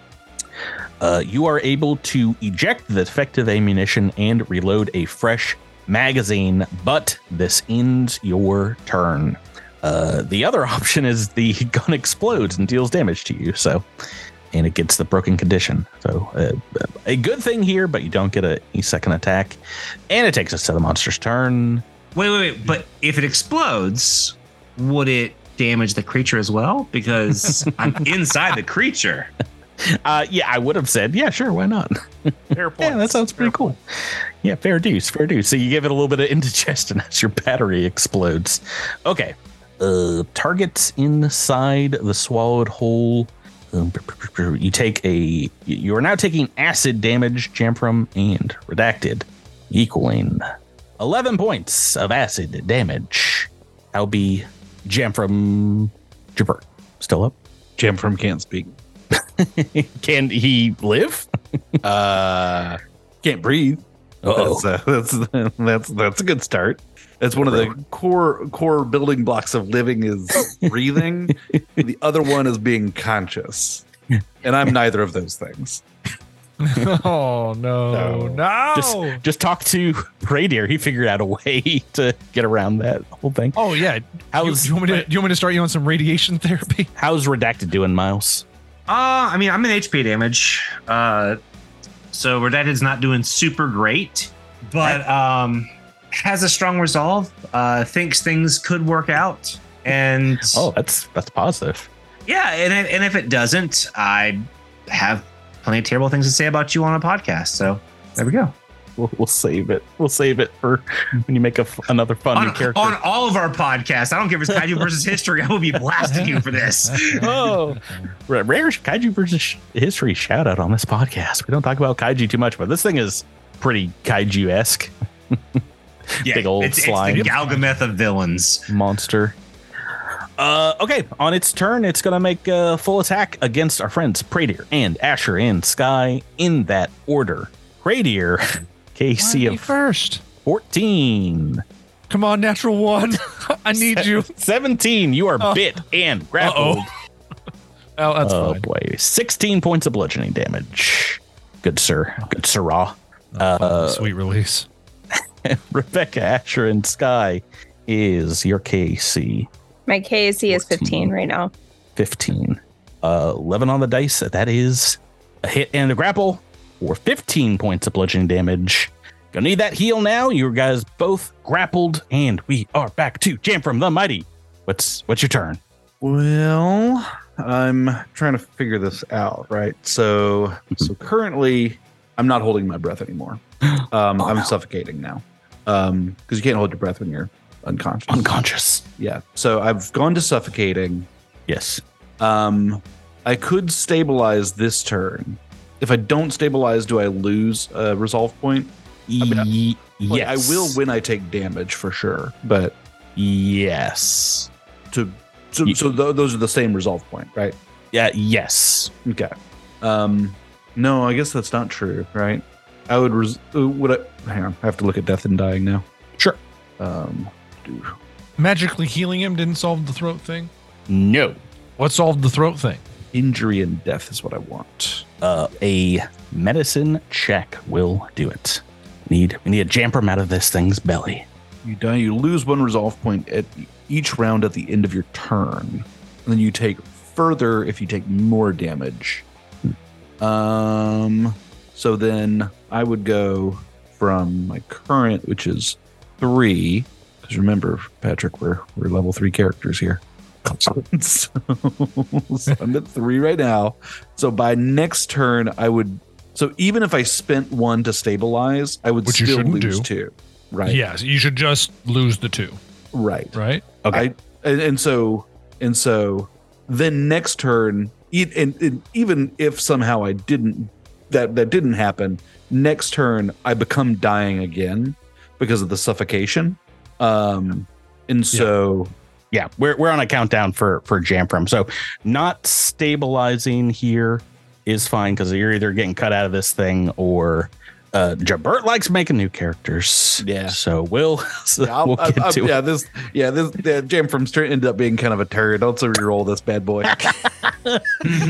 Speaker 2: Uh, you are able to eject the defective ammunition and reload a fresh magazine, but this ends your turn. Uh, the other option is the gun explodes and deals damage to you, so and it gets the broken condition. So uh, a good thing here, but you don't get a, a second attack, and it takes us to the monster's turn.
Speaker 11: Wait, wait, wait. But if it explodes, would it damage the creature as well? Because I'm inside the creature.
Speaker 2: Uh, yeah, I would have said, yeah, sure, why not?
Speaker 10: Fair point.
Speaker 2: Yeah, that sounds pretty cool. Yeah, fair dues, fair dues. So you give it a little bit of indigestion as your battery explodes. Okay. Uh, targets inside the swallowed hole. Um, You take a. You are now taking acid damage, Jamfram and Redacted, equaling 11 points of acid damage. I'll be Jamfram Javert. Still up?
Speaker 3: Jam from can't speak.
Speaker 2: Can he live?
Speaker 3: Uh, can't breathe.
Speaker 2: Uh-oh.
Speaker 3: That's, uh, that's that's that's a good start. That's one of the core core building blocks of living is breathing. the other one is being conscious, and I'm neither of those things.
Speaker 5: Oh no,
Speaker 3: No.
Speaker 5: no!
Speaker 2: Just, just talk to Reindeer. He figured out a way to get around that whole thing.
Speaker 4: Oh yeah. You,
Speaker 2: How's
Speaker 4: you want me to? You want me to start you on some radiation therapy?
Speaker 2: how's redacted doing, Miles?
Speaker 11: Uh, I mean, I'm in HP damage. Uh, so Redacted's not doing super great, but um, has a strong resolve. Uh, thinks things could work out, and
Speaker 2: Oh, that's that's positive.
Speaker 11: yeah, and if, and if it doesn't, I have plenty of terrible things to say about you on a podcast. So there we go.
Speaker 2: We'll, we'll save it. We'll save it for when you make a f- another fun new
Speaker 11: On,
Speaker 2: character.
Speaker 11: on all of our podcasts, I don't give a kaiju versus history. I will be blasting you for this.
Speaker 2: oh, Ra- rare kaiju versus sh- history shout out on this podcast. We don't talk about kaiju too much, but this thing is pretty kaiju esque
Speaker 11: Yeah,
Speaker 2: Big old
Speaker 11: it's, it's
Speaker 2: slime.
Speaker 11: the Galgameth of villains.
Speaker 2: monster. Uh, okay, on its turn, it's gonna make a full attack against our friends Praetor and Asher and Sky in that order. Praetor, KC
Speaker 4: Me
Speaker 2: of
Speaker 4: first.
Speaker 2: 14.
Speaker 4: Come on, natural one. I need you.
Speaker 2: 17, you are
Speaker 4: Oh.
Speaker 2: bit and grappled.
Speaker 4: Oh, that's
Speaker 2: oh
Speaker 4: fine.
Speaker 2: boy. 16 points of bludgeoning damage. Good sir. Good sirrah. Uh,
Speaker 4: Sweet release.
Speaker 2: Rebecca, Asher, and Sky is your KC
Speaker 6: My KC is 15 right now.
Speaker 2: 15. Uh, 11 on the dice. That is a hit and a grapple for 15 points of bludgeoning damage. Gonna need that heal now. You guys both grappled, and we are back to Jam from the Mighty. What's what's your turn?
Speaker 3: Well, I'm trying to figure this out, right? So, so currently, I'm not holding my breath anymore. Um, I'm suffocating now because you can't hold your breath when you're unconscious.
Speaker 2: Unconscious.
Speaker 3: yeah. So I've gone to suffocating.
Speaker 2: Yes.
Speaker 3: Um, I could stabilize this turn. If I don't stabilize, do I lose a resolve point?
Speaker 2: Ye-
Speaker 3: Like,
Speaker 2: yes.
Speaker 3: I will when I take damage for sure, but
Speaker 2: Yes.
Speaker 3: to so,
Speaker 2: Ye-
Speaker 3: so th- those are the same resolve point, right?
Speaker 2: Yeah. Yes.
Speaker 3: Okay. Um, no, I guess that's not true, right? I would res- uh, would I hang on, I have to look at death and dying now.
Speaker 2: Sure.
Speaker 3: Um,
Speaker 4: Magically healing him didn't solve the throat thing.
Speaker 2: No.
Speaker 4: What solved the throat thing?
Speaker 3: injury and death is what I want.
Speaker 2: Uh, a medicine check will do it. Need we need a jam from out of this thing's belly.
Speaker 3: You die, you lose one resolve point at each round at the end of your turn. And then you take further if you take more damage. Um so then I would go from my current, which is three. Because remember, Patrick, we're we're level three characters here. so, so I'm at three right now. So by next turn, I would so even if I spent one to stabilize, I would
Speaker 4: Which you
Speaker 3: still
Speaker 4: shouldn't
Speaker 3: lose
Speaker 4: do.
Speaker 3: two. Right.
Speaker 4: Yes, you should just lose the two,
Speaker 3: Right.
Speaker 4: right?
Speaker 2: Okay.
Speaker 3: I, and, and so and so then next turn e- and, and even if somehow I didn't that that didn't happen next turn I become dying again because of the suffocation um and so
Speaker 2: yeah, we're we're on a countdown for for Jamfram. So not stabilizing here is fine because you're either getting cut out of this thing or uh Jabert likes making new characters.
Speaker 3: Yeah.
Speaker 2: So we'll so
Speaker 3: yeah, I'll-
Speaker 2: we'll
Speaker 3: I'll-
Speaker 2: get
Speaker 3: I'll-
Speaker 2: to
Speaker 3: yeah, this yeah this yeah, jam from straight ended up being kind of a turd. I'll also re-roll this bad boy.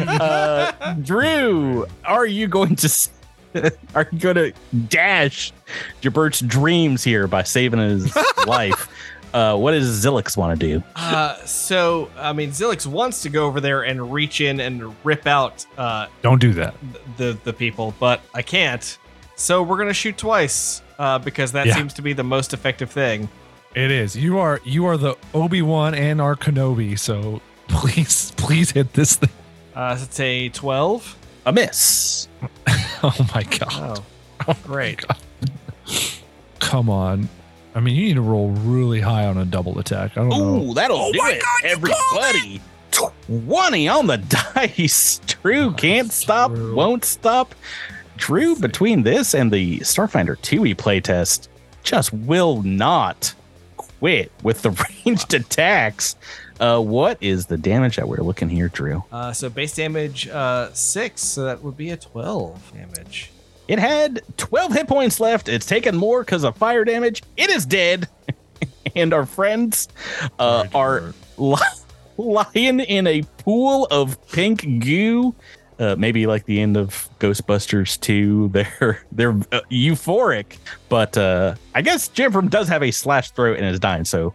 Speaker 2: uh, Drew, are you going to s- are you going to dash Jabert's dreams here by saving his life? Uh, what does Zilix want to do?
Speaker 5: Uh, so, I mean, Zilix wants to go over there and reach in and rip out uh,
Speaker 4: Don't do that.
Speaker 5: th- the the people, but I can't. So we're gonna shoot twice uh, because that
Speaker 4: Yeah.
Speaker 5: seems to be the most effective thing.
Speaker 4: It is. You are you are the Obi Wan and our Kenobi. So please, please hit this thing.
Speaker 5: Uh, so it's a twelve.
Speaker 2: A miss.
Speaker 4: Oh my god!
Speaker 5: Oh, great.
Speaker 4: Come on. I mean, you need to roll really high on a double attack. I don't know.
Speaker 2: Ooh, that'll do it, everybody. 20 on the dice. Drew can't stop,
Speaker 4: Drew.
Speaker 2: won't stop. Drew, between this and the Starfinder 2e playtest, just will not quit with the ranged attacks. Uh, what is the damage that we're looking here, Drew?
Speaker 5: Uh, so base damage uh, six, so that would be a twelve damage.
Speaker 2: It had 12 hit points left. It's taken more because of fire damage. It is dead. and our friends uh, are li- lying in a pool of pink goo. Uh, maybe like the end of Ghostbusters 2. They're they're uh, euphoric, but uh, I guess Jimfram does have a slash throat and is dying. So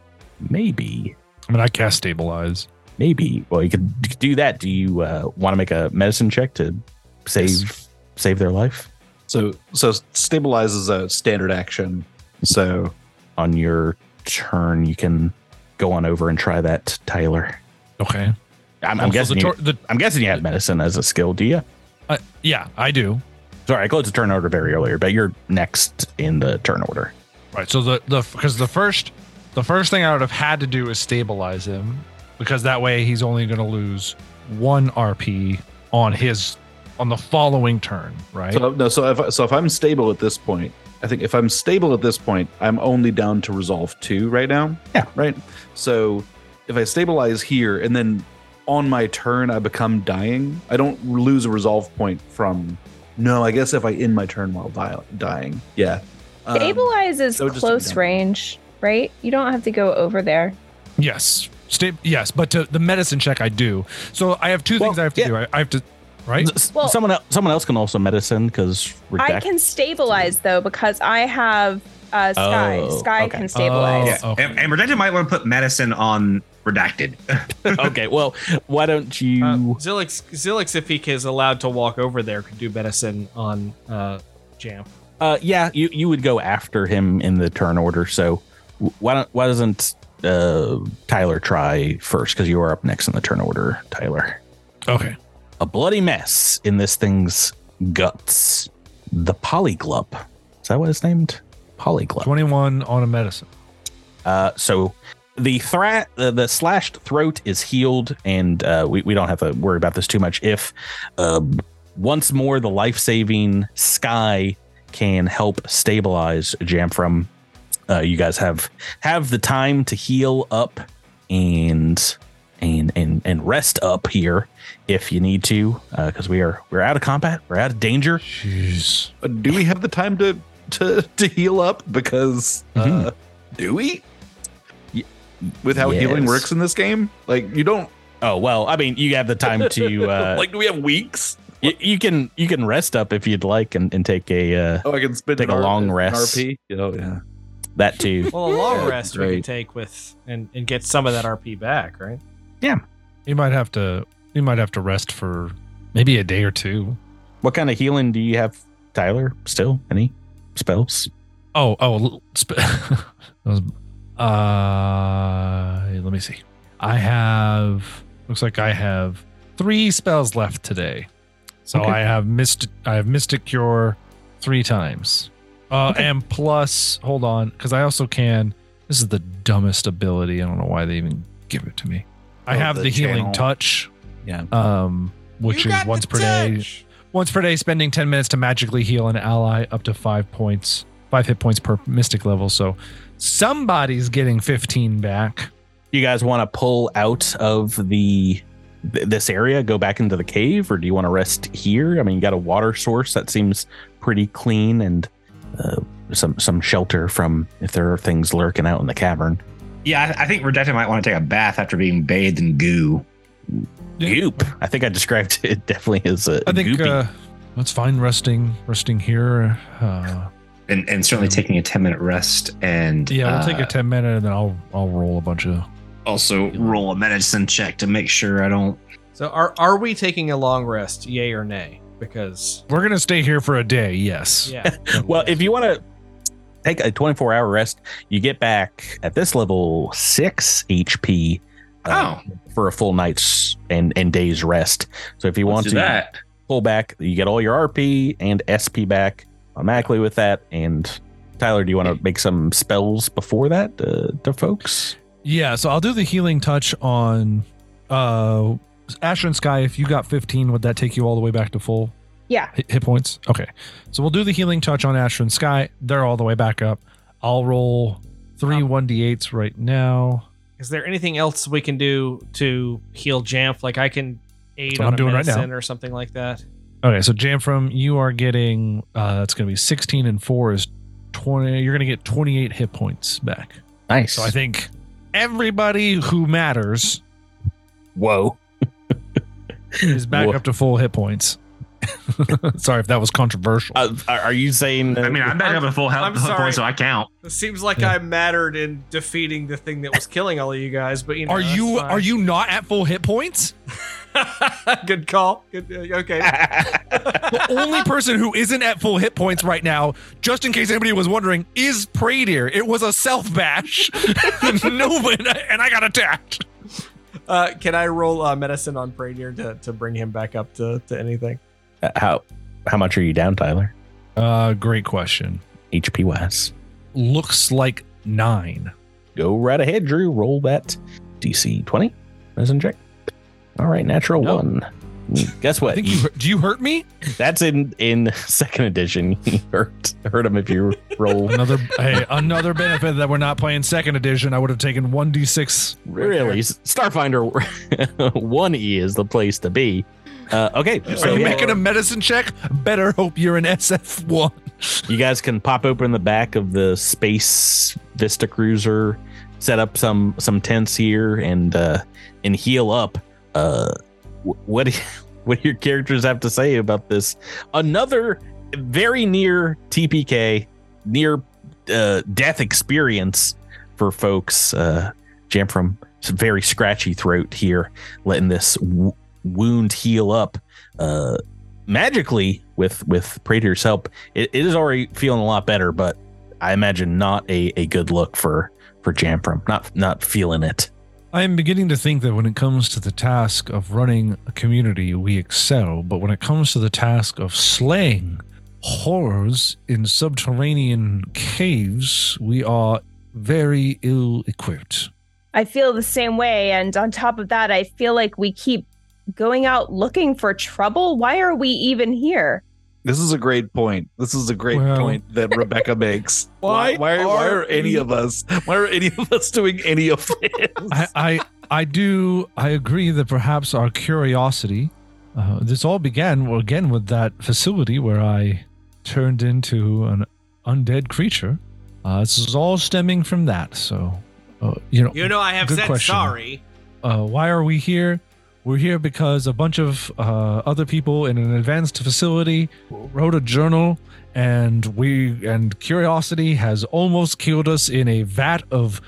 Speaker 2: maybe,
Speaker 4: I mean, I cast stabilize.
Speaker 2: maybe. Well, you could you could do that. Do you uh, want to make a medicine check to save save their life
Speaker 3: So so stabilize is a standard action. So
Speaker 2: on your turn, you can go on over and try that, Tyler.
Speaker 4: Okay.
Speaker 2: I'm, I'm
Speaker 4: Also,
Speaker 2: guessing.
Speaker 4: the,
Speaker 2: you,
Speaker 4: tor- the-
Speaker 2: I'm guessing you have medicine as a skill, do you?
Speaker 4: uh, yeah, I do.
Speaker 2: Sorry, I closed the turn order very earlier, but you're next in the turn order.
Speaker 4: Right. So the the because the first the first thing I would have had to do is stabilize him because that way he's only going to lose one RP on his on the following turn. Right.
Speaker 3: so no so if I- so if I'm stable at this point, I think if I'm stable at this point, I'm only down to resolve two right now.
Speaker 2: Yeah.
Speaker 3: Right. So if I stabilize here and then on my turn I become dying, I don't lose a resolve point from. No, I guess if I end my turn while di- dying, yeah. Um,
Speaker 6: Stabilize is
Speaker 3: so just-
Speaker 6: close range, right? You don't have to go over there.
Speaker 4: yes. Sta- yes, but to the medicine check I do. So I have two
Speaker 2: Well,
Speaker 4: things I have to
Speaker 2: yeah.
Speaker 4: do. I, I have to. Right.
Speaker 2: S-
Speaker 6: Well-
Speaker 2: someone else, someone else can also medicine because
Speaker 6: I can stabilize though because I have uh, Sky.
Speaker 2: Oh,
Speaker 6: Sky
Speaker 2: okay.
Speaker 6: can stabilize.
Speaker 4: Oh, okay.
Speaker 7: And, and Redacted might want to put medicine on Redacted.
Speaker 2: okay, well, why don't you?
Speaker 5: Uh, Zilix, Zilix, if he is allowed to walk over there, could do medicine on uh, Jam.
Speaker 2: Uh, yeah, you, you would go after him in the turn order. So w- why don't why doesn't uh, Tyler try first? Because you are up next in the turn order, Tyler.
Speaker 4: Okay.
Speaker 2: A bloody mess in this thing's guts. The polyglup. Is that what it's named? Polyglup.
Speaker 4: Twenty-one on a medicine.
Speaker 2: Uh, so the thra- uh, the slashed throat is healed, and uh, we, we don't have to worry about this too much. If uh, once more the life saving sky can help stabilize Jamfram, uh, you guys have have the time to heal up and and and and rest up here if you need to, because we are we're out of combat, we're out of danger.
Speaker 4: Jeez.
Speaker 3: do we have the time to to to heal up because uh, do we
Speaker 2: Y-
Speaker 3: with how healing
Speaker 2: Mm-hmm. yes.
Speaker 3: works in this game like you don't
Speaker 2: Oh well, I mean, you have the time to uh,
Speaker 3: like do we have weeks
Speaker 2: you, you can you can rest up if you'd like and, and take a uh,
Speaker 3: oh i can spend
Speaker 2: Take
Speaker 3: an
Speaker 2: a
Speaker 3: R-
Speaker 2: long
Speaker 3: an
Speaker 2: rest.
Speaker 3: rp oh yeah
Speaker 2: that too.
Speaker 5: Well, a long
Speaker 3: Yeah,
Speaker 5: rest we can
Speaker 3: great.
Speaker 5: take with and, and get some of that RP back, right?
Speaker 4: You might have to. You might have to rest for maybe a day or two.
Speaker 2: What kind of healing do you have, Tyler? Still any spells?
Speaker 4: Oh, oh, l- sp- that was- uh, let me see. I have looks like I have three spells left today. So
Speaker 2: Okay.
Speaker 4: I have mist. I have Mystic Cure three times, uh, and plus hold on because I also can. This is the dumbest ability. I don't know why they even give it to me. I
Speaker 3: Oh,
Speaker 4: have the,
Speaker 3: the
Speaker 4: Healing
Speaker 3: channel.
Speaker 4: Touch.
Speaker 3: Yeah.
Speaker 4: Um, which is once per day. Once per day, spending 10 minutes to magically heal an ally up to five points, five hit points per mystic level. So somebody's getting 15 back.
Speaker 2: You guys want to pull out of the th- this area, go back into the cave, or do you want to rest here? I mean, you got a water source that seems pretty clean and uh, some some shelter from if there are things lurking out in the cavern.
Speaker 7: Yeah, I, I think Redacted might want to take a bath after being bathed in goo.
Speaker 2: Goop. I think I described it definitely as a
Speaker 4: I think
Speaker 2: goopy.
Speaker 4: uh, that's fine. Resting, resting here. Uh,
Speaker 7: and, and certainly taking a 10 minute rest and
Speaker 4: yeah, we'll take
Speaker 7: uh,
Speaker 4: a ten minute, and then I'll I'll roll a bunch of.
Speaker 7: also roll a medicine check to make sure I don't.
Speaker 5: So are are we taking a long rest, yay or nay? Because
Speaker 4: We're gonna stay here for a day. Yes.
Speaker 5: yeah,
Speaker 2: well, if you want to take a 24 hour rest, you get back at this level six HP
Speaker 4: Oh.
Speaker 2: uh, for a full night's and, and day's rest. So if you want to
Speaker 7: that?
Speaker 2: pull back, you get all your RP and SP back automatically with that. And Tyler, do you want to make some spells before that uh, to folks?
Speaker 4: Yeah. So I'll do the healing touch on uh, Ash and Sky. If you got fifteen, would that take you all the way back to full?
Speaker 6: Yeah.
Speaker 4: hit, hit points. Okay, so we'll do the healing touch on Asher and Sky. They're all the way back up. I'll roll three one d eights right now.
Speaker 5: is there anything else we can do to heal Jamf? Like I can aid
Speaker 4: That's what
Speaker 5: on
Speaker 4: I'm
Speaker 5: a
Speaker 4: doing right now.
Speaker 5: medicine or something like that.
Speaker 4: Okay, so Jamfram, you are getting uh, that's going to be sixteen and four is twenty. You're going to get twenty eight hit points back.
Speaker 2: Nice.
Speaker 4: So I think everybody who matters
Speaker 2: whoa.
Speaker 4: is back
Speaker 2: Whoa.
Speaker 4: up to full hit points. Sorry if that was controversial.
Speaker 2: Uh, are are you saying?
Speaker 11: I mean, I'm back up to full
Speaker 5: I'm
Speaker 11: health, full
Speaker 5: sorry.
Speaker 11: point, so I count.
Speaker 5: It seems like
Speaker 4: Yeah.
Speaker 5: I mattered in defeating the thing that was killing all of you guys, but you know,
Speaker 4: are
Speaker 5: that's
Speaker 4: you
Speaker 5: fine.
Speaker 4: are you not at full hit points?
Speaker 5: good call. Good, uh, okay.
Speaker 4: the only person who isn't at full hit points right now, just in case anybody was wondering, is Praetor. It was a self bash. no, but, and I got attacked.
Speaker 5: Uh, can I roll uh, medicine on Brainier to, to bring him back up to, to anything?
Speaker 2: Uh, how how much are you down, Tyler?
Speaker 4: Uh, great question.
Speaker 2: HP wise.
Speaker 4: Looks like nine.
Speaker 2: go right ahead, Drew. Roll that DC 20 medicine check. All right, natural
Speaker 4: No.
Speaker 2: one. Guess
Speaker 4: I
Speaker 2: what?
Speaker 4: think you hurt- do you hurt me?
Speaker 2: That's in in second edition. You hurt hurt him if you roll.
Speaker 4: Another hey, another benefit that we're not playing second edition. I would have taken one d six.
Speaker 2: really, Starfinder one E is the place to be. Uh, okay,
Speaker 4: Are
Speaker 2: so
Speaker 4: you
Speaker 2: yeah,
Speaker 4: making a medicine check? Better hope you're an SF one.
Speaker 2: you guys can pop open the back of the space Vista Cruiser, set up some some tents here, and uh, and heal up. Uh, wh- what do- what do your characters have to say about this? Another very near TPK, near uh, death experience for folks. Uh, Jam from s- very scratchy throat here, letting this w- wound heal up uh, magically with with Praetor's help. It, it is already feeling a lot better, but I imagine not a, a good look for for Jam from not not feeling it.
Speaker 4: I am beginning to think that when it comes to the task of running a community, we excel, but when it comes to the task of slaying horrors in subterranean caves, we are very ill equipped.
Speaker 6: I feel the same way. And on top of that, I feel like we keep going out looking for trouble. Why are we even here?
Speaker 3: This is a great point. This is a great
Speaker 4: Well-
Speaker 3: point that Rebecca makes.
Speaker 10: Why
Speaker 3: Why, why, why
Speaker 10: are
Speaker 3: are any of us? Why are any of us doing any of this?
Speaker 4: I, I, I do, I agree that perhaps our curiosity, uh, this all began well, again with that facility where I turned into an undead creature. Uh, this is all stemming from that. So, uh, you know,
Speaker 5: You know, I have
Speaker 4: Good
Speaker 5: said
Speaker 4: question.
Speaker 5: sorry.
Speaker 4: uh, why are we here? We're here because a bunch of uh, other people in an advanced facility wrote a journal, and we and curiosity has almost killed us in a vat of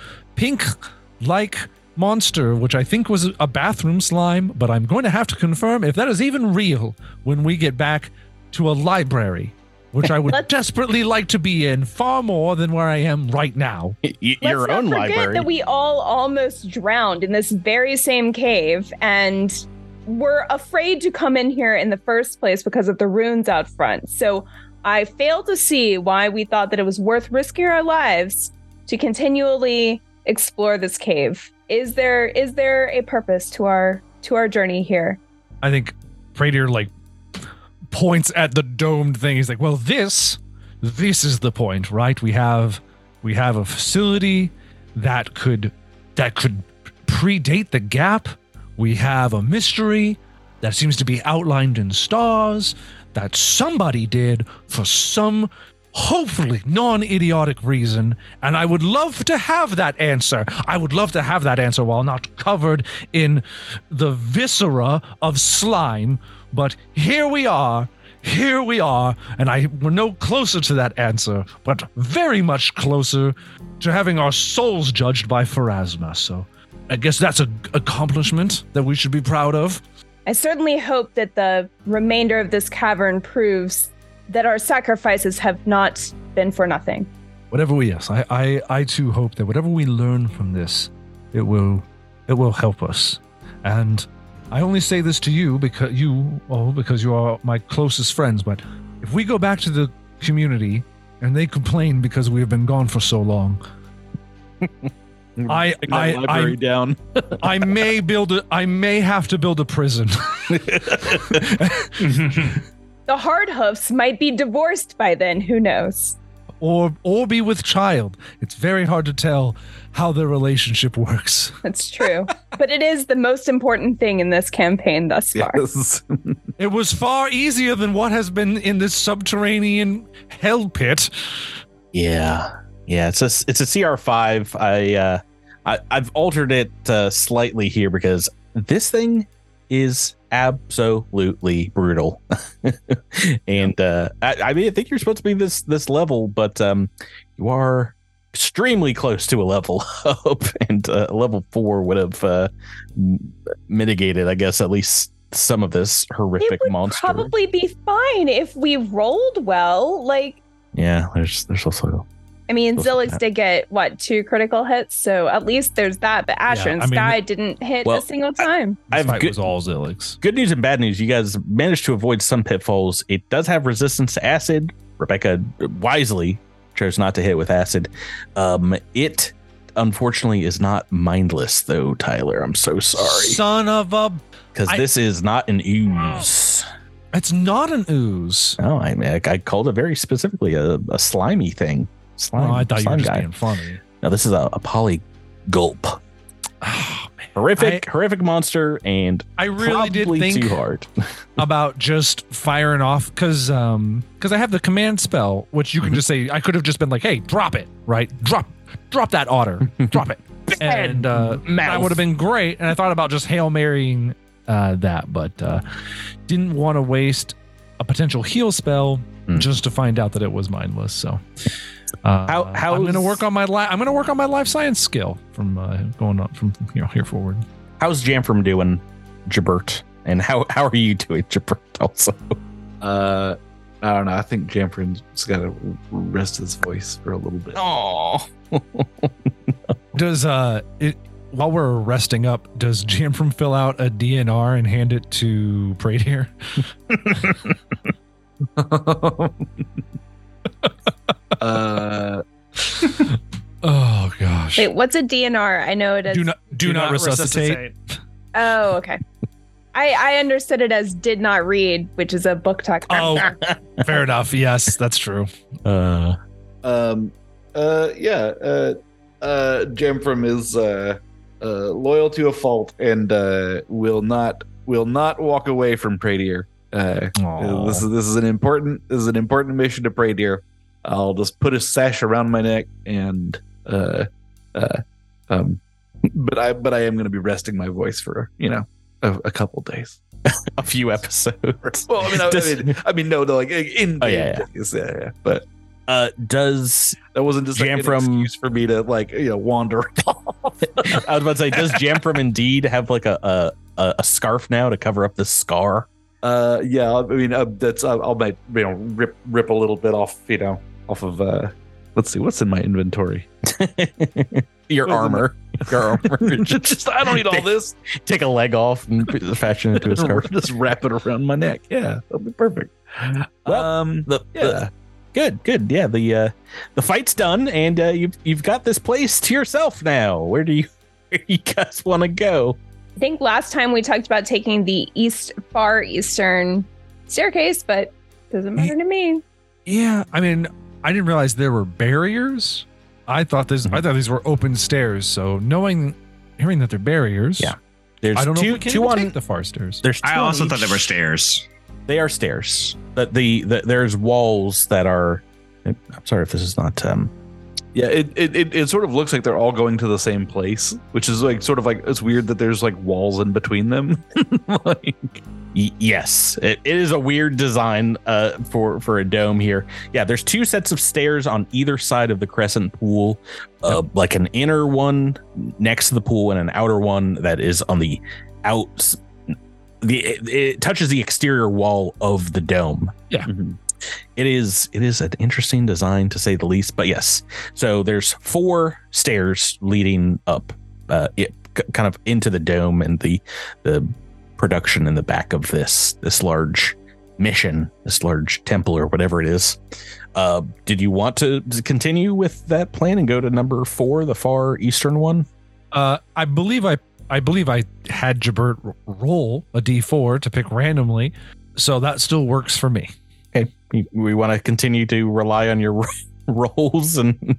Speaker 4: pink-like monster, which I think was a bathroom slime. But I'm going to have to confirm if that is even real when we get back to a library, which I would
Speaker 6: Let's-
Speaker 4: desperately like to be in far more than where I am right now.
Speaker 2: Y- y-
Speaker 6: Let's
Speaker 2: your
Speaker 6: not
Speaker 2: own
Speaker 6: forget
Speaker 2: library.
Speaker 6: that we all almost drowned in this very same cave and were afraid to come in here in the first place because of the runes out front. So I fail to see why we thought that it was worth risking our lives to continually explore this cave. Is there is there a purpose to our to our journey here?
Speaker 4: I think Praetor like points at the domed thing. He's like, "Well, this, this is the point, right? We have, we have a facility that could, that could predate the gap. We have a mystery that seems to be outlined in stars that somebody did for some hopefully non idiotic reason, and I would love to have that answer. I would love to have that answer while not covered in the viscera of slime, but here we are. Here we are, and I we're no closer to that answer, but very much closer to having our souls judged by Pharasma. So, I guess that's a accomplishment that we should be proud of.
Speaker 6: I certainly hope that the remainder of this cavern proves that our sacrifices have not been for nothing.
Speaker 4: whatever we yes I, I i too hope that whatever we learn from this it will it will help us and i only say this to you because you all because you are my closest friends but if we go back to the community and they complain because we have been gone for so long I,
Speaker 3: Take that
Speaker 4: I,
Speaker 3: library
Speaker 4: I
Speaker 3: down.
Speaker 4: I may build a I may have to build a prison.
Speaker 6: The hard hoofs might be divorced by then, who knows?
Speaker 4: or or be with child. It's very hard to tell how their relationship works.
Speaker 6: That's true. but it is the most important thing in this campaign thus far.
Speaker 3: Yes.
Speaker 4: It was far easier than what has been in this subterranean hell pit.
Speaker 2: Yeah, yeah. It's a it's a CR five. I uh, I I've altered it uh, slightly here because this thing is absolutely brutal, and uh, I, I mean I think you're supposed to be this this level, but um, you are extremely close to a level up, and uh, level four would have uh, m- mitigated, I guess, at least some of this
Speaker 6: It
Speaker 2: horrific
Speaker 6: would
Speaker 2: monster.
Speaker 6: probably be fine if we rolled well. Like,
Speaker 2: yeah, there's there's also
Speaker 6: I mean,
Speaker 2: Close to
Speaker 6: Zilix
Speaker 2: that.
Speaker 6: did get what two critical hits, so at least there's that. But Asher
Speaker 4: Yeah,
Speaker 6: and
Speaker 4: I mean,
Speaker 6: Sky didn't hit
Speaker 2: well,
Speaker 6: a single time.
Speaker 2: I have
Speaker 4: fight
Speaker 2: good-
Speaker 4: was all Zilix.
Speaker 2: good news and bad news. You guys managed to avoid some pitfalls. It does have resistance to acid. Rebecca wisely chose not to hit with acid. Um, it unfortunately is not mindless though, Tyler. I'm so sorry
Speaker 4: Son of a.
Speaker 2: because
Speaker 4: I-
Speaker 2: this is not an ooze.
Speaker 4: It's not an ooze.
Speaker 2: No, I mean I, I called it very specifically a, a slimy thing. Slime.
Speaker 4: Oh, I thought you were
Speaker 2: slime
Speaker 4: just
Speaker 2: guy.
Speaker 4: being funny.
Speaker 2: No, this is a, a poly gulp.
Speaker 4: Ah, man.
Speaker 2: Horrific, horrific monster, and
Speaker 4: I really did
Speaker 2: probably
Speaker 4: think
Speaker 2: too hard.
Speaker 4: about just firing off because um because I have the command spell, which
Speaker 2: Mm-hmm.
Speaker 4: you can just say. I could have just been like, "Hey, drop it, right? Drop, drop that otter, drop it," and uh, that
Speaker 2: Mouth.
Speaker 4: would have been great. And I thought about just hail marrying uh, that, but uh, didn't want to waste a potential heal spell
Speaker 2: Hmm.
Speaker 4: just to find out that it was mindless. So. Uh,
Speaker 2: How- how
Speaker 4: I'm gonna
Speaker 2: is-
Speaker 4: work on my li- I'm gonna work on my life science skill from uh, going up from you know, here forward.
Speaker 2: How's Jamfram doing, Jabert? And how how are you doing, Jabert? Also,
Speaker 3: Uh, I don't know. I think Jamfrin's got to rest his voice for a little bit.
Speaker 2: oh,
Speaker 4: Does uh it while we're resting up, does Jamfram fill out a DNR and hand it to Prade here?
Speaker 3: Oh. uh,
Speaker 4: Oh gosh.
Speaker 6: Wait, what's a DNR? I know it is.
Speaker 4: do not do, not, resuscitate.
Speaker 6: Oh, okay. I I understood it as did not read, which is a book talk. Um,
Speaker 4: Oh fair enough. Yes, that's true.
Speaker 2: uh,
Speaker 12: Um, uh, yeah, uh, uh, Jamfram is uh, uh, loyal to a fault and uh, will not will not walk away from Pradier. Uh,
Speaker 4: Aw.
Speaker 12: this is this is an important this is an important mission to Pradier. I'll just put a sash around my neck and uh, uh, um, but I but I am going to be resting my voice for you know a, a couple days.
Speaker 2: a few episodes.
Speaker 12: Well, I mean, I,
Speaker 2: Does-
Speaker 12: I mean, I mean, no, no, like in
Speaker 2: Oh, yeah, yeah.
Speaker 12: days, yeah, yeah, but
Speaker 2: Uh, does
Speaker 12: that wasn't just like, an
Speaker 2: Jamfram-
Speaker 12: excuse for me to like you know wander off.
Speaker 2: I was about to say, does Jamfram indeed have like a a, a, a scarf now to cover up the scar?
Speaker 12: Uh, yeah, I mean, uh, that's uh, I'll might you know rip rip a little bit off you know off of uh, let's see what's in my inventory.
Speaker 2: Your
Speaker 12: Wasn't
Speaker 2: armor, your armor.
Speaker 12: just I don't need all this.
Speaker 2: Take a leg off and fashion it into a scarf.
Speaker 12: just wrap it around my neck. Yeah, that'll be perfect.
Speaker 2: Well,
Speaker 12: um,
Speaker 2: The, the-
Speaker 12: Yeah.
Speaker 2: good, good. Yeah, the uh, the fight's done, and uh, you've you've got this place to yourself now. Where do you where do you guys want to go?
Speaker 6: I think last time we talked about taking the east far eastern staircase, but doesn't matter to me.
Speaker 4: Yeah, I mean, I didn't realize there were barriers. I thought this
Speaker 2: Mm-hmm.
Speaker 4: I thought these were open stairs, so knowing hearing that they're barriers.
Speaker 2: Yeah. There's
Speaker 4: I don't know
Speaker 2: two
Speaker 4: if we can
Speaker 2: two
Speaker 4: even
Speaker 2: on
Speaker 4: take the far stairs.
Speaker 2: There's two
Speaker 11: I
Speaker 2: on
Speaker 11: also thought
Speaker 2: each-
Speaker 11: they were stairs.
Speaker 2: They are stairs. That the, the there's walls that are I'm sorry if this is not. Um,
Speaker 3: Yeah, it, it, it, it sort of looks like they're all going to the same place, which is like sort of like it's weird that there's like walls in between them. like,
Speaker 2: y- yes, it, it is a weird design uh, for for a dome here. Yeah, there's two sets of stairs on either side of the crescent pool, uh, like an inner one next to the pool and an outer one that is on the outs. The it, it touches the exterior wall of the dome. it is it is an interesting design to say the least but yes so there's four stairs leading up uh it, k- kind of into the dome and the the production in the back of this this large mission this large temple or whatever it is uh did you want to, to continue with that plan and go to number four the far eastern one
Speaker 4: Uh, I believe I I believe I had Jabert r- roll a d4 to pick randomly, so that still works for me.
Speaker 2: You- we want to continue to rely on your rolls and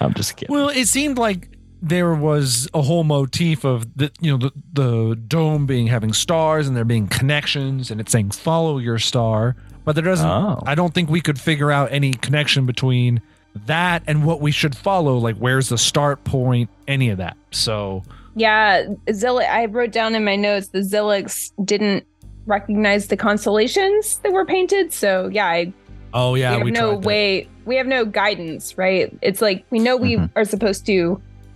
Speaker 2: i'm just kidding
Speaker 4: Well, it seemed like there was a whole motif of the you know the, the dome being having stars and there being connections and it's saying follow your star, but there doesn't.
Speaker 2: oh
Speaker 4: I don't think we could figure out any connection between that and what we should follow. Like where's the start point? Any of that. So
Speaker 6: Yeah, Zilli I wrote down in my notes the Zilix didn't recognize the constellations that were painted. So yeah, I,
Speaker 4: oh yeah,
Speaker 6: we
Speaker 4: we,
Speaker 6: have no
Speaker 4: tried that.
Speaker 6: way. We have no guidance, right? It's like we know we
Speaker 2: Mhm.
Speaker 6: are supposed to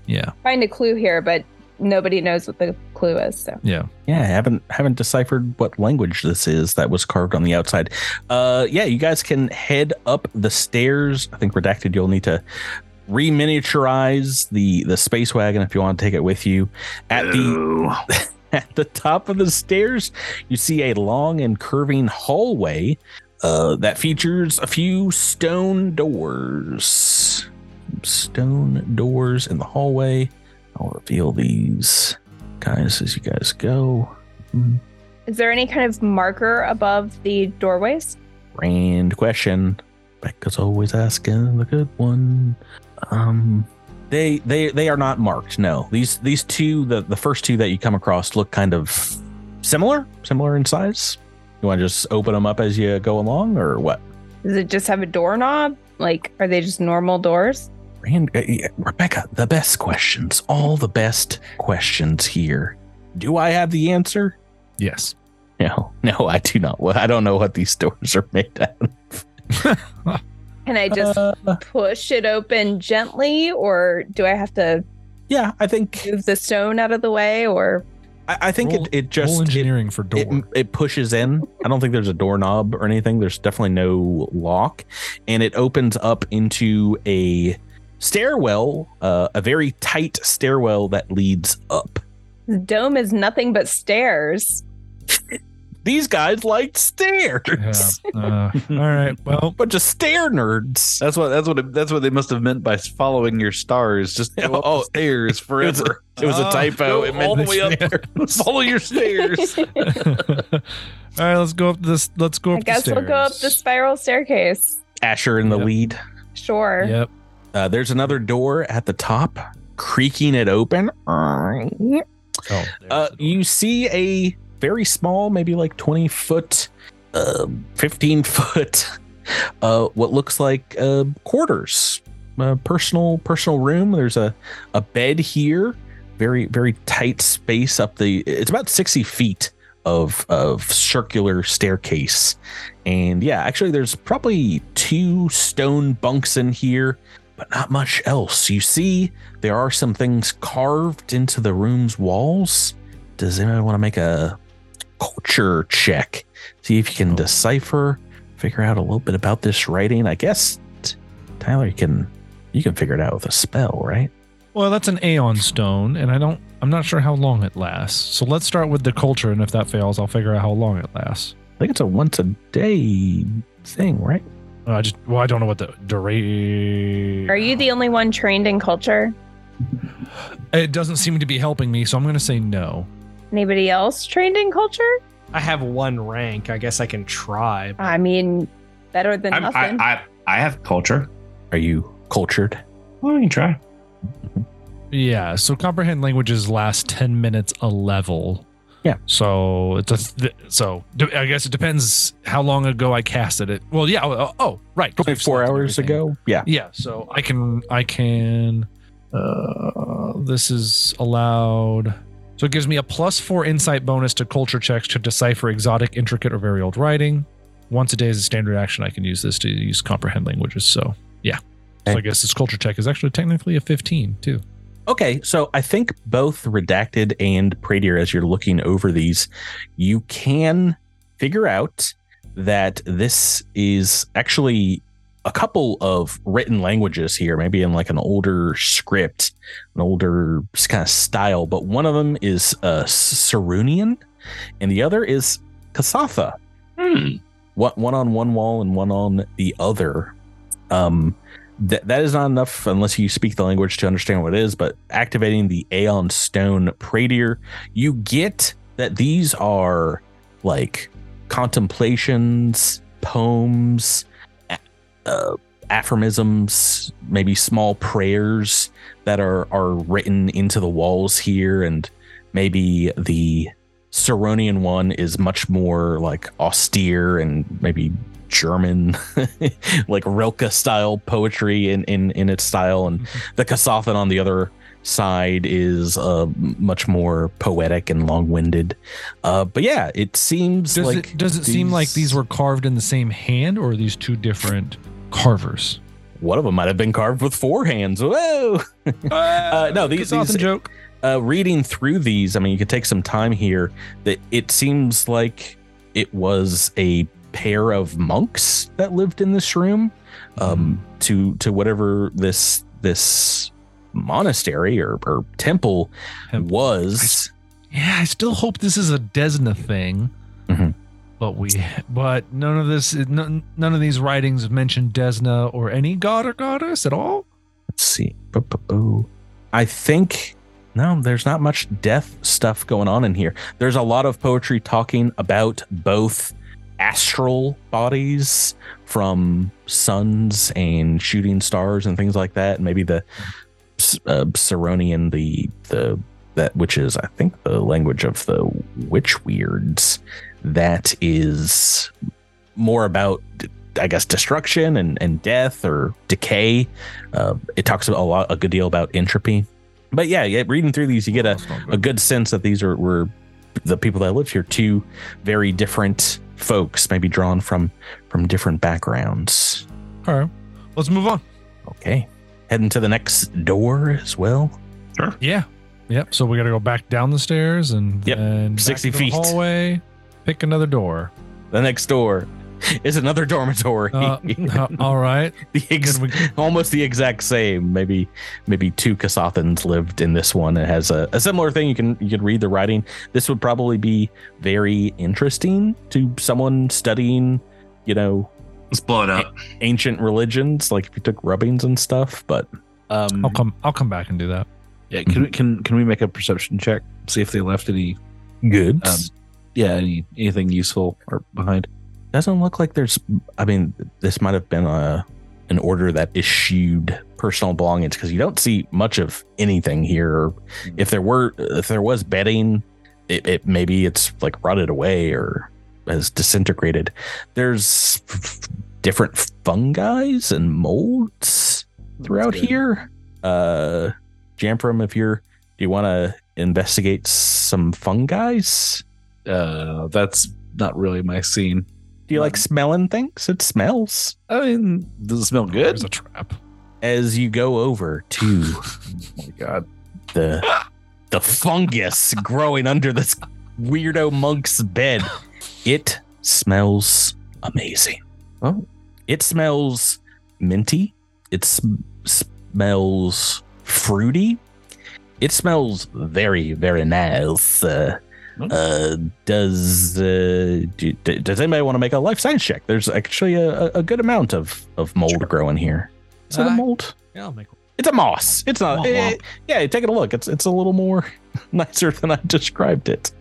Speaker 4: Mm-hmm. Yeah.
Speaker 6: find a clue here, but nobody knows what the clue is. So
Speaker 2: Yeah, I haven't haven't deciphered what language this is that was carved on the outside. Uh, yeah, you guys can head up the stairs. I think redacted. You'll need to reminiaturize the the space wagon if you want to take it with you. At the at the top of the stairs, you see a long and curving hallway uh, that features a few stone doors. Stone doors in the hallway. I'll reveal these guys as you guys go. Hmm.
Speaker 6: is there any kind of marker above the doorways?
Speaker 2: Grand question. Becca's always asking the good one. Um, they they they are not marked. No, these these two the the first two that you come across look kind of similar, similar in size. You want to just open them up as you go along, or what?
Speaker 6: Does it just have a doorknob? Like, are they just normal doors?
Speaker 2: Rand, uh, yeah, Rebecca, the best questions, all the best questions here. Do I have the answer?
Speaker 4: Yes.
Speaker 2: No, no, I do not. Well, I don't know what these doors are made out of.
Speaker 6: Can I
Speaker 2: Uh,
Speaker 6: just push it open gently, or do I have to
Speaker 2: Yeah, I think
Speaker 6: move the stone out of the way, or
Speaker 2: I, I think
Speaker 4: Roll-
Speaker 2: it, it
Speaker 4: Roll
Speaker 2: just it,
Speaker 4: engineering for door.
Speaker 2: it, it pushes in. I don't think there's a doorknob or anything. There's definitely no lock, and it opens up into a stairwell, uh, a very tight stairwell that leads up.
Speaker 6: The dome is nothing but stairs.
Speaker 2: These guys like stairs.
Speaker 4: Yeah. Uh, all right. Well,
Speaker 2: Bunch of stair nerds.
Speaker 3: that's what that's what it, that's what they must have meant by following your stars. Just go up
Speaker 2: Oh,
Speaker 3: the stairs
Speaker 2: It was,
Speaker 3: forever.
Speaker 2: a, it was a
Speaker 4: Oh,
Speaker 2: typo. It meant
Speaker 4: all the way up
Speaker 2: there.
Speaker 3: Follow your stairs.
Speaker 6: I
Speaker 4: all right. Let's go up this. Let's go up. the
Speaker 6: guess we'll go up the
Speaker 4: stairs.
Speaker 6: spiral staircase.
Speaker 2: Asher in the
Speaker 4: Yep.
Speaker 2: lead.
Speaker 6: Sure.
Speaker 4: Yep.
Speaker 2: Uh, there's another door at the top, creaking it open.
Speaker 4: Oh,
Speaker 2: Uh, you see a very small, maybe like 20 foot, uh, 15 foot, uh, what looks like uh, quarters, uh, personal personal room. There's a, a bed here, very, very tight space up the, it's about 60 feet of, of circular staircase. And yeah, actually, there's probably two stone bunks in here, but not much else. You see, there are some things carved into the room's walls. Does anyone want to make a culture check? See if you can decipher, figure out a little bit about this writing. I guess t- Tyler you can you can figure it out with a spell, right?
Speaker 4: Well, that's an Aeon stone, and I don't. I'm not sure how long it lasts. So let's start with the culture, and if that fails, I'll figure out how long it lasts.
Speaker 2: I think it's a once a day thing, right?
Speaker 4: Uh, I just. Well, I don't know what the duration.
Speaker 6: Are you the only one trained in culture?
Speaker 4: It doesn't seem to be helping me, so I'm going to say no.
Speaker 6: Anybody else trained in culture?
Speaker 5: I have one rank. I guess I can try. but
Speaker 6: I mean, better than
Speaker 7: I'm, I,
Speaker 6: nothing.
Speaker 7: I I have culture.
Speaker 2: Are you cultured?
Speaker 7: Well, we can try.
Speaker 4: Yeah. So comprehend languages last ten minutes a level.
Speaker 2: Yeah.
Speaker 4: So it's a th- so d- I guess it depends how long ago I casted it. Well, yeah. Oh, oh right. 'cause we've
Speaker 2: Four
Speaker 4: slept and
Speaker 2: hours
Speaker 4: everything.
Speaker 2: ago. Yeah.
Speaker 4: Yeah. So I can I can. Uh, this is allowed. So it gives me a plus four insight bonus to culture checks to decipher exotic, intricate, or very old writing. Once a day is a standard action. I can use this to use comprehend languages. So yeah. So I guess this culture check is actually technically a 15 too.
Speaker 2: Okay, so I think both Redacted and Pradier, as you're looking over these, you can figure out that this is actually a couple of written languages here, maybe in like an older script, an older kind of style, but one of them is uh, Sarunian and the other is Kasatha. One, one on one wall and one on the other. Um, that that is not enough unless you speak the language to understand what it is. But activating the Aeon Stone Praetor, you get that these are like contemplations, poems, a- uh, aphorisms, maybe small prayers that are are written into the walls here, and maybe the Saronian one is much more like austere and maybe German, like Rilke style poetry in, in, in its style. And
Speaker 4: Mm-hmm.
Speaker 2: the Kasathan on the other side is uh, much more poetic and long winded. Uh, but yeah, it seems
Speaker 4: Does
Speaker 2: like.
Speaker 4: it does it seem like these were carved in the same hand, or are these two different carvers?
Speaker 2: One of them might have been carved with four hands. Whoa! Uh, no, these, these
Speaker 4: joke.
Speaker 2: uh, reading through these, I mean, you could take some time here. That it seems like it was a pair of monks that lived in this room, um, to to whatever this this monastery or, or temple
Speaker 4: Temple.
Speaker 2: was.
Speaker 4: Yeah, I still hope this is a Desna thing.
Speaker 2: Mhm.
Speaker 4: But we, but none of this, none, none of these writings mention Desna or any god or goddess at all.
Speaker 2: Let's see. Ba-ba-boo. I think no, there's not much death stuff going on in here. There's a lot of poetry talking about both astral bodies from suns and shooting stars and things like that, and maybe the uh, Saronian, the the that which is I think the language of the witch weirds. That is more about I guess destruction and, and death or decay. Uh, it talks a lot, a good deal about entropy. But yeah, yeah, reading through these, you get a, a good sense that these are were the people that lived here, two very different folks, maybe drawn from from different backgrounds.
Speaker 4: All right, let's move on.
Speaker 2: Okay, heading to the next door as well.
Speaker 4: Yeah. Yep. So we got to go back down the stairs and
Speaker 2: Yep,
Speaker 4: then back
Speaker 2: 60
Speaker 4: to the
Speaker 2: feet.
Speaker 4: hallway. Pick another door.
Speaker 2: The next door is another dormitory.
Speaker 4: Uh, uh, all right.
Speaker 2: the ex-
Speaker 4: Then we-
Speaker 2: almost the exact same. Maybe maybe two Kasathans lived in this one. It has a, a similar thing. You can you can read the writing. This would probably be very interesting to someone studying, you know,
Speaker 7: Let's blow it up.
Speaker 2: ancient religions, like if you took rubbings and stuff. But
Speaker 3: Um,
Speaker 4: I'll
Speaker 2: Mm.
Speaker 4: come. I'll come back and do that.
Speaker 3: yeah, can we can can we make a perception check? See if they left any
Speaker 2: good.
Speaker 3: um, yeah, any anything useful or behind.
Speaker 2: Doesn't look like there's. I mean, this might have been a an order that issued personal belongings because you don't see much of anything here. If there were, if there was bedding, it, it maybe it's like rotted away or has disintegrated. There's f- f- different fungi's and molds throughout here. Uh, Jamprum, if you're, do you want to investigate some fungi's?
Speaker 3: Uh, that's not really my scene.
Speaker 2: Do you like smelling things? It smells.
Speaker 3: I mean, does it smell good?
Speaker 4: Oh, There's a trap.
Speaker 2: as you go over to
Speaker 3: Oh my god,
Speaker 2: the the fungus growing under this weirdo monk's bed, it smells amazing.
Speaker 3: Oh.
Speaker 2: It smells minty. It sm- smells fruity. It smells very very nice. Uh,
Speaker 3: Hmm.
Speaker 2: uh, does uh, do, d- does anybody want to make a life science check? There's actually a, a- a good amount of, of mold growing here. Is that a
Speaker 5: Uh,
Speaker 2: mold?
Speaker 5: Yeah, I'll make
Speaker 2: It's a moss. It's not.
Speaker 5: Womp womp.
Speaker 2: eh, yeah, take it a look. It's it's a little more nicer than I described it.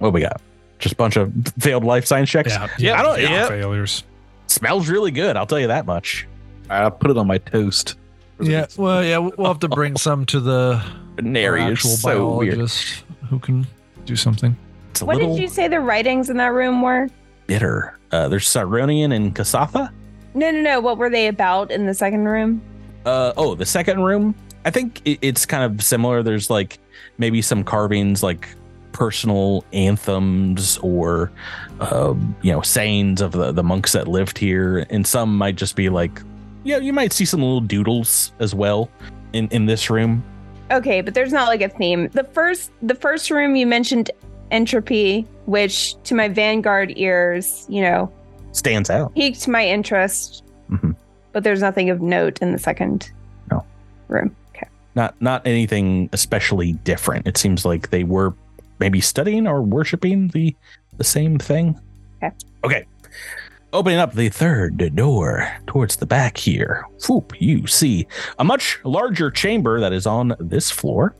Speaker 2: What we got? Just a bunch of failed life science checks.
Speaker 4: Yeah.
Speaker 2: I don't-
Speaker 4: yeah,
Speaker 2: yeah.
Speaker 4: Failures.
Speaker 2: Smells really good. I'll tell you that much.
Speaker 3: I put it on my toast.
Speaker 4: Yeah. Well, yeah. We'll have to bring some to the
Speaker 2: Nary
Speaker 4: our
Speaker 2: is
Speaker 4: actual
Speaker 2: so weird.
Speaker 4: biologist who can do something.
Speaker 2: It's a
Speaker 6: What
Speaker 2: little
Speaker 6: did you say the writings in that room were?
Speaker 2: bitter. Uh, there's Cyronian and Kasatha.
Speaker 6: No, no, no. What were they about in the second room?
Speaker 2: Uh, oh, the second room. I think it, it's kind of similar. There's like maybe some carvings, like personal anthems or um, you know sayings of the, the monks that lived here, and some might just be like, yeah, you might see some little doodles as well in in this room.
Speaker 6: Okay, but there's not like a theme. The first the first room you mentioned entropy, which to my vanguard ears, you know,
Speaker 2: Stands out.
Speaker 6: piqued my interest.
Speaker 2: Mhm.
Speaker 6: But there's nothing of note in the second
Speaker 2: No.
Speaker 6: room. Okay.
Speaker 2: Not not anything especially different. It seems like they were maybe studying or worshiping the the same thing.
Speaker 6: Okay.
Speaker 2: Okay. Opening up the third door towards the back here. Whoop, you see a much larger chamber that is on this floor.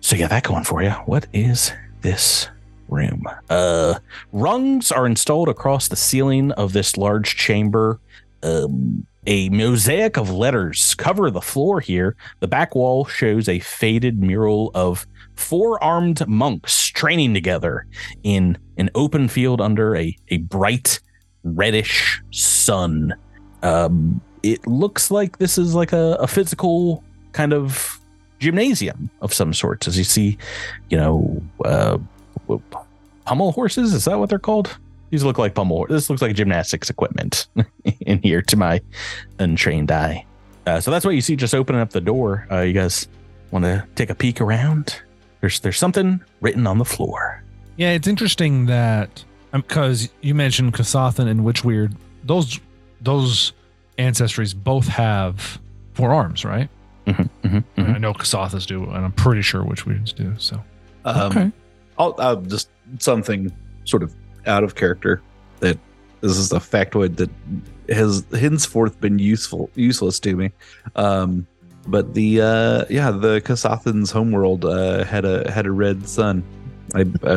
Speaker 2: So you got that going for you. What is this room? Uh rungs are installed across the ceiling of this large chamber. Um a mosaic of letters cover the floor here. The back wall shows a faded mural of four armed monks training together in an open field under a, a bright reddish sun. Um, it looks like this is like a, a physical kind of gymnasium of some sorts, as you see, you know, uh, whoop, pummel horses. Is that what they're called? These look like pummel. hor- This looks like gymnastics equipment in here to my untrained eye. Uh, so that's what you see just opening up the door. Uh, you guys want to take a peek around? There's there's something written on the floor.
Speaker 4: Yeah, it's interesting that because you mentioned Kasathan and Witch Weird, those those ancestries both have four arms, right?
Speaker 2: Mm-hmm.
Speaker 4: I know Kasathas do, and I'm pretty sure Witch Weirds do. So
Speaker 3: Um, I'll, I'll just something sort of out of character that this is a factoid that has henceforth been useful useless to me. Um, but the uh, yeah, the Kasathan's homeworld uh, had a had a red sun, I, I,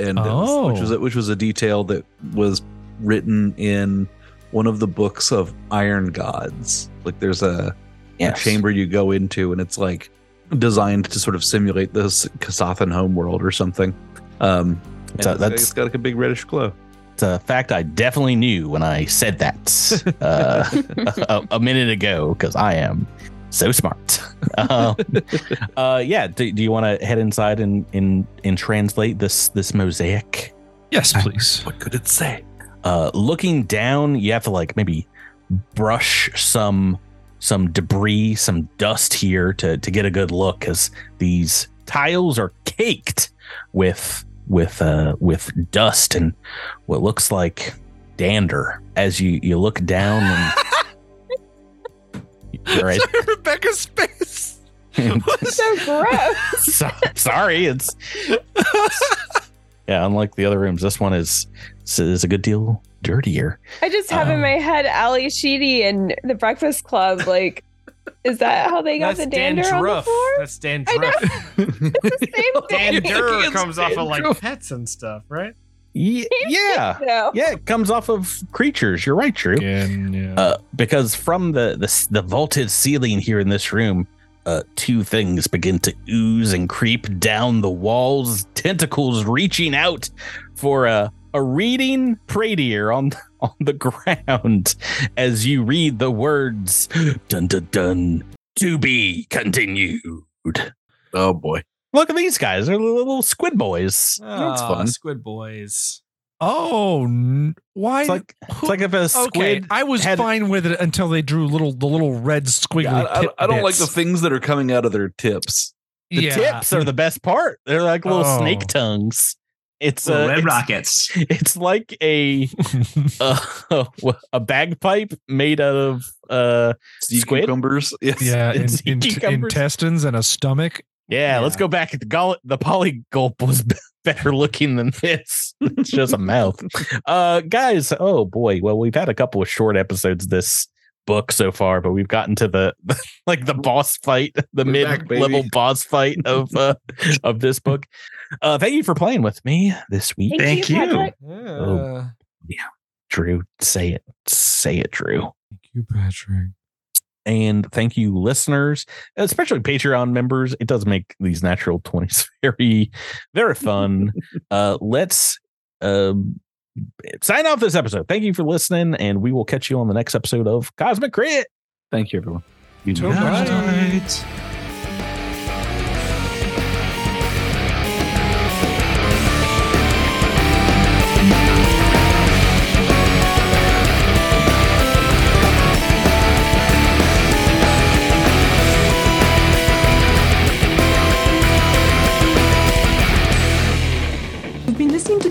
Speaker 3: and
Speaker 4: Oh.
Speaker 3: which was a, which was a detail that was written in one of the books of Iron Gods. Like there's a
Speaker 2: Yes.
Speaker 3: a chamber you go into, and it's like designed to sort of simulate the S- Kasathan homeworld or something. Um, and
Speaker 2: So
Speaker 3: it's-
Speaker 2: that's-
Speaker 3: it's got like a big reddish glow.
Speaker 2: It's a fact I definitely knew when I said that uh, a, a minute ago because I am so smart. Um, uh, yeah. Do, do you want to head inside and, and and translate this this mosaic?
Speaker 4: yes, please.
Speaker 3: What could it say?
Speaker 2: uh, looking down you have to like maybe brush some some debris some dust here to to get a good look because these tiles are caked with with uh with dust and what looks like dander as you you look down and All right.
Speaker 4: Rebecca's face.
Speaker 6: So gross.
Speaker 2: So- sorry, it's yeah. Unlike the other rooms, this one is is a good deal dirtier.
Speaker 6: I just have in
Speaker 2: Um.
Speaker 6: my head Ali Sheedy and the Breakfast Club. Like, is that how they got the dander on the floor?
Speaker 5: That's dandruff.
Speaker 6: I know. It's the same thing.
Speaker 5: Dander comes off of like pets and stuff, right?
Speaker 2: Ye- yeah.
Speaker 6: No.
Speaker 2: Yeah, it comes off of creatures. You're right, Drew.
Speaker 4: Again, yeah.
Speaker 2: Uh, because from the, the the vaulted ceiling here in this room, uh, two things begin to ooze and creep down the walls. Tentacles reaching out for a a reading praetor on on the ground as you read the words dun dun dun to be continued.
Speaker 3: Oh boy,
Speaker 2: Look at these guys; they're little squid boys.
Speaker 5: That's
Speaker 3: fun.
Speaker 5: Ah, Squid boys.
Speaker 4: oh, n- why?
Speaker 2: It's like it's like if a squid.
Speaker 4: okay, I was
Speaker 2: had-
Speaker 4: fine with it until they drew little the little red squiggly.
Speaker 3: Yeah, I, I,
Speaker 4: tip
Speaker 3: I don't like
Speaker 4: bits.
Speaker 3: the things that are coming out of their tips.
Speaker 2: The
Speaker 4: Yeah.
Speaker 2: tips are the best part. They're like little
Speaker 4: Oh.
Speaker 2: snake tongues. It's
Speaker 7: Little
Speaker 2: uh,
Speaker 7: lead
Speaker 2: it's,
Speaker 7: rockets.
Speaker 2: it's like a uh, a bagpipe made out of uh
Speaker 3: Sea
Speaker 2: Squid?
Speaker 3: cucumbers. Yes.
Speaker 4: yeah, in,
Speaker 2: It's
Speaker 4: in-
Speaker 2: cucumbers.
Speaker 4: intestines and a stomach.
Speaker 2: yeah, Let's go back. The gullet, the poly gulp was better looking than this. It's just a mouth. Uh, guys. Oh boy. Well, we've had a couple of short episodes this book so far, but we've gotten to the like the boss fight, the
Speaker 3: We're back,
Speaker 2: mid level
Speaker 3: baby.
Speaker 2: boss fight of uh, of this book. Uh, thank you for playing with me this week.
Speaker 6: Thank, you. Patrick.
Speaker 4: Oh.
Speaker 5: Yeah.
Speaker 2: Drew, say it. Say it, Drew.
Speaker 5: Thank you, Patrick.
Speaker 2: And thank you, listeners, especially Patreon members. It does make these natural 20s very, very fun. uh, let's um sign off this episode. Thank you for listening, and we will catch you on the next episode of Cosmic Crit.
Speaker 3: Thank you, everyone.
Speaker 4: Till Friday.
Speaker 13: You've been listening to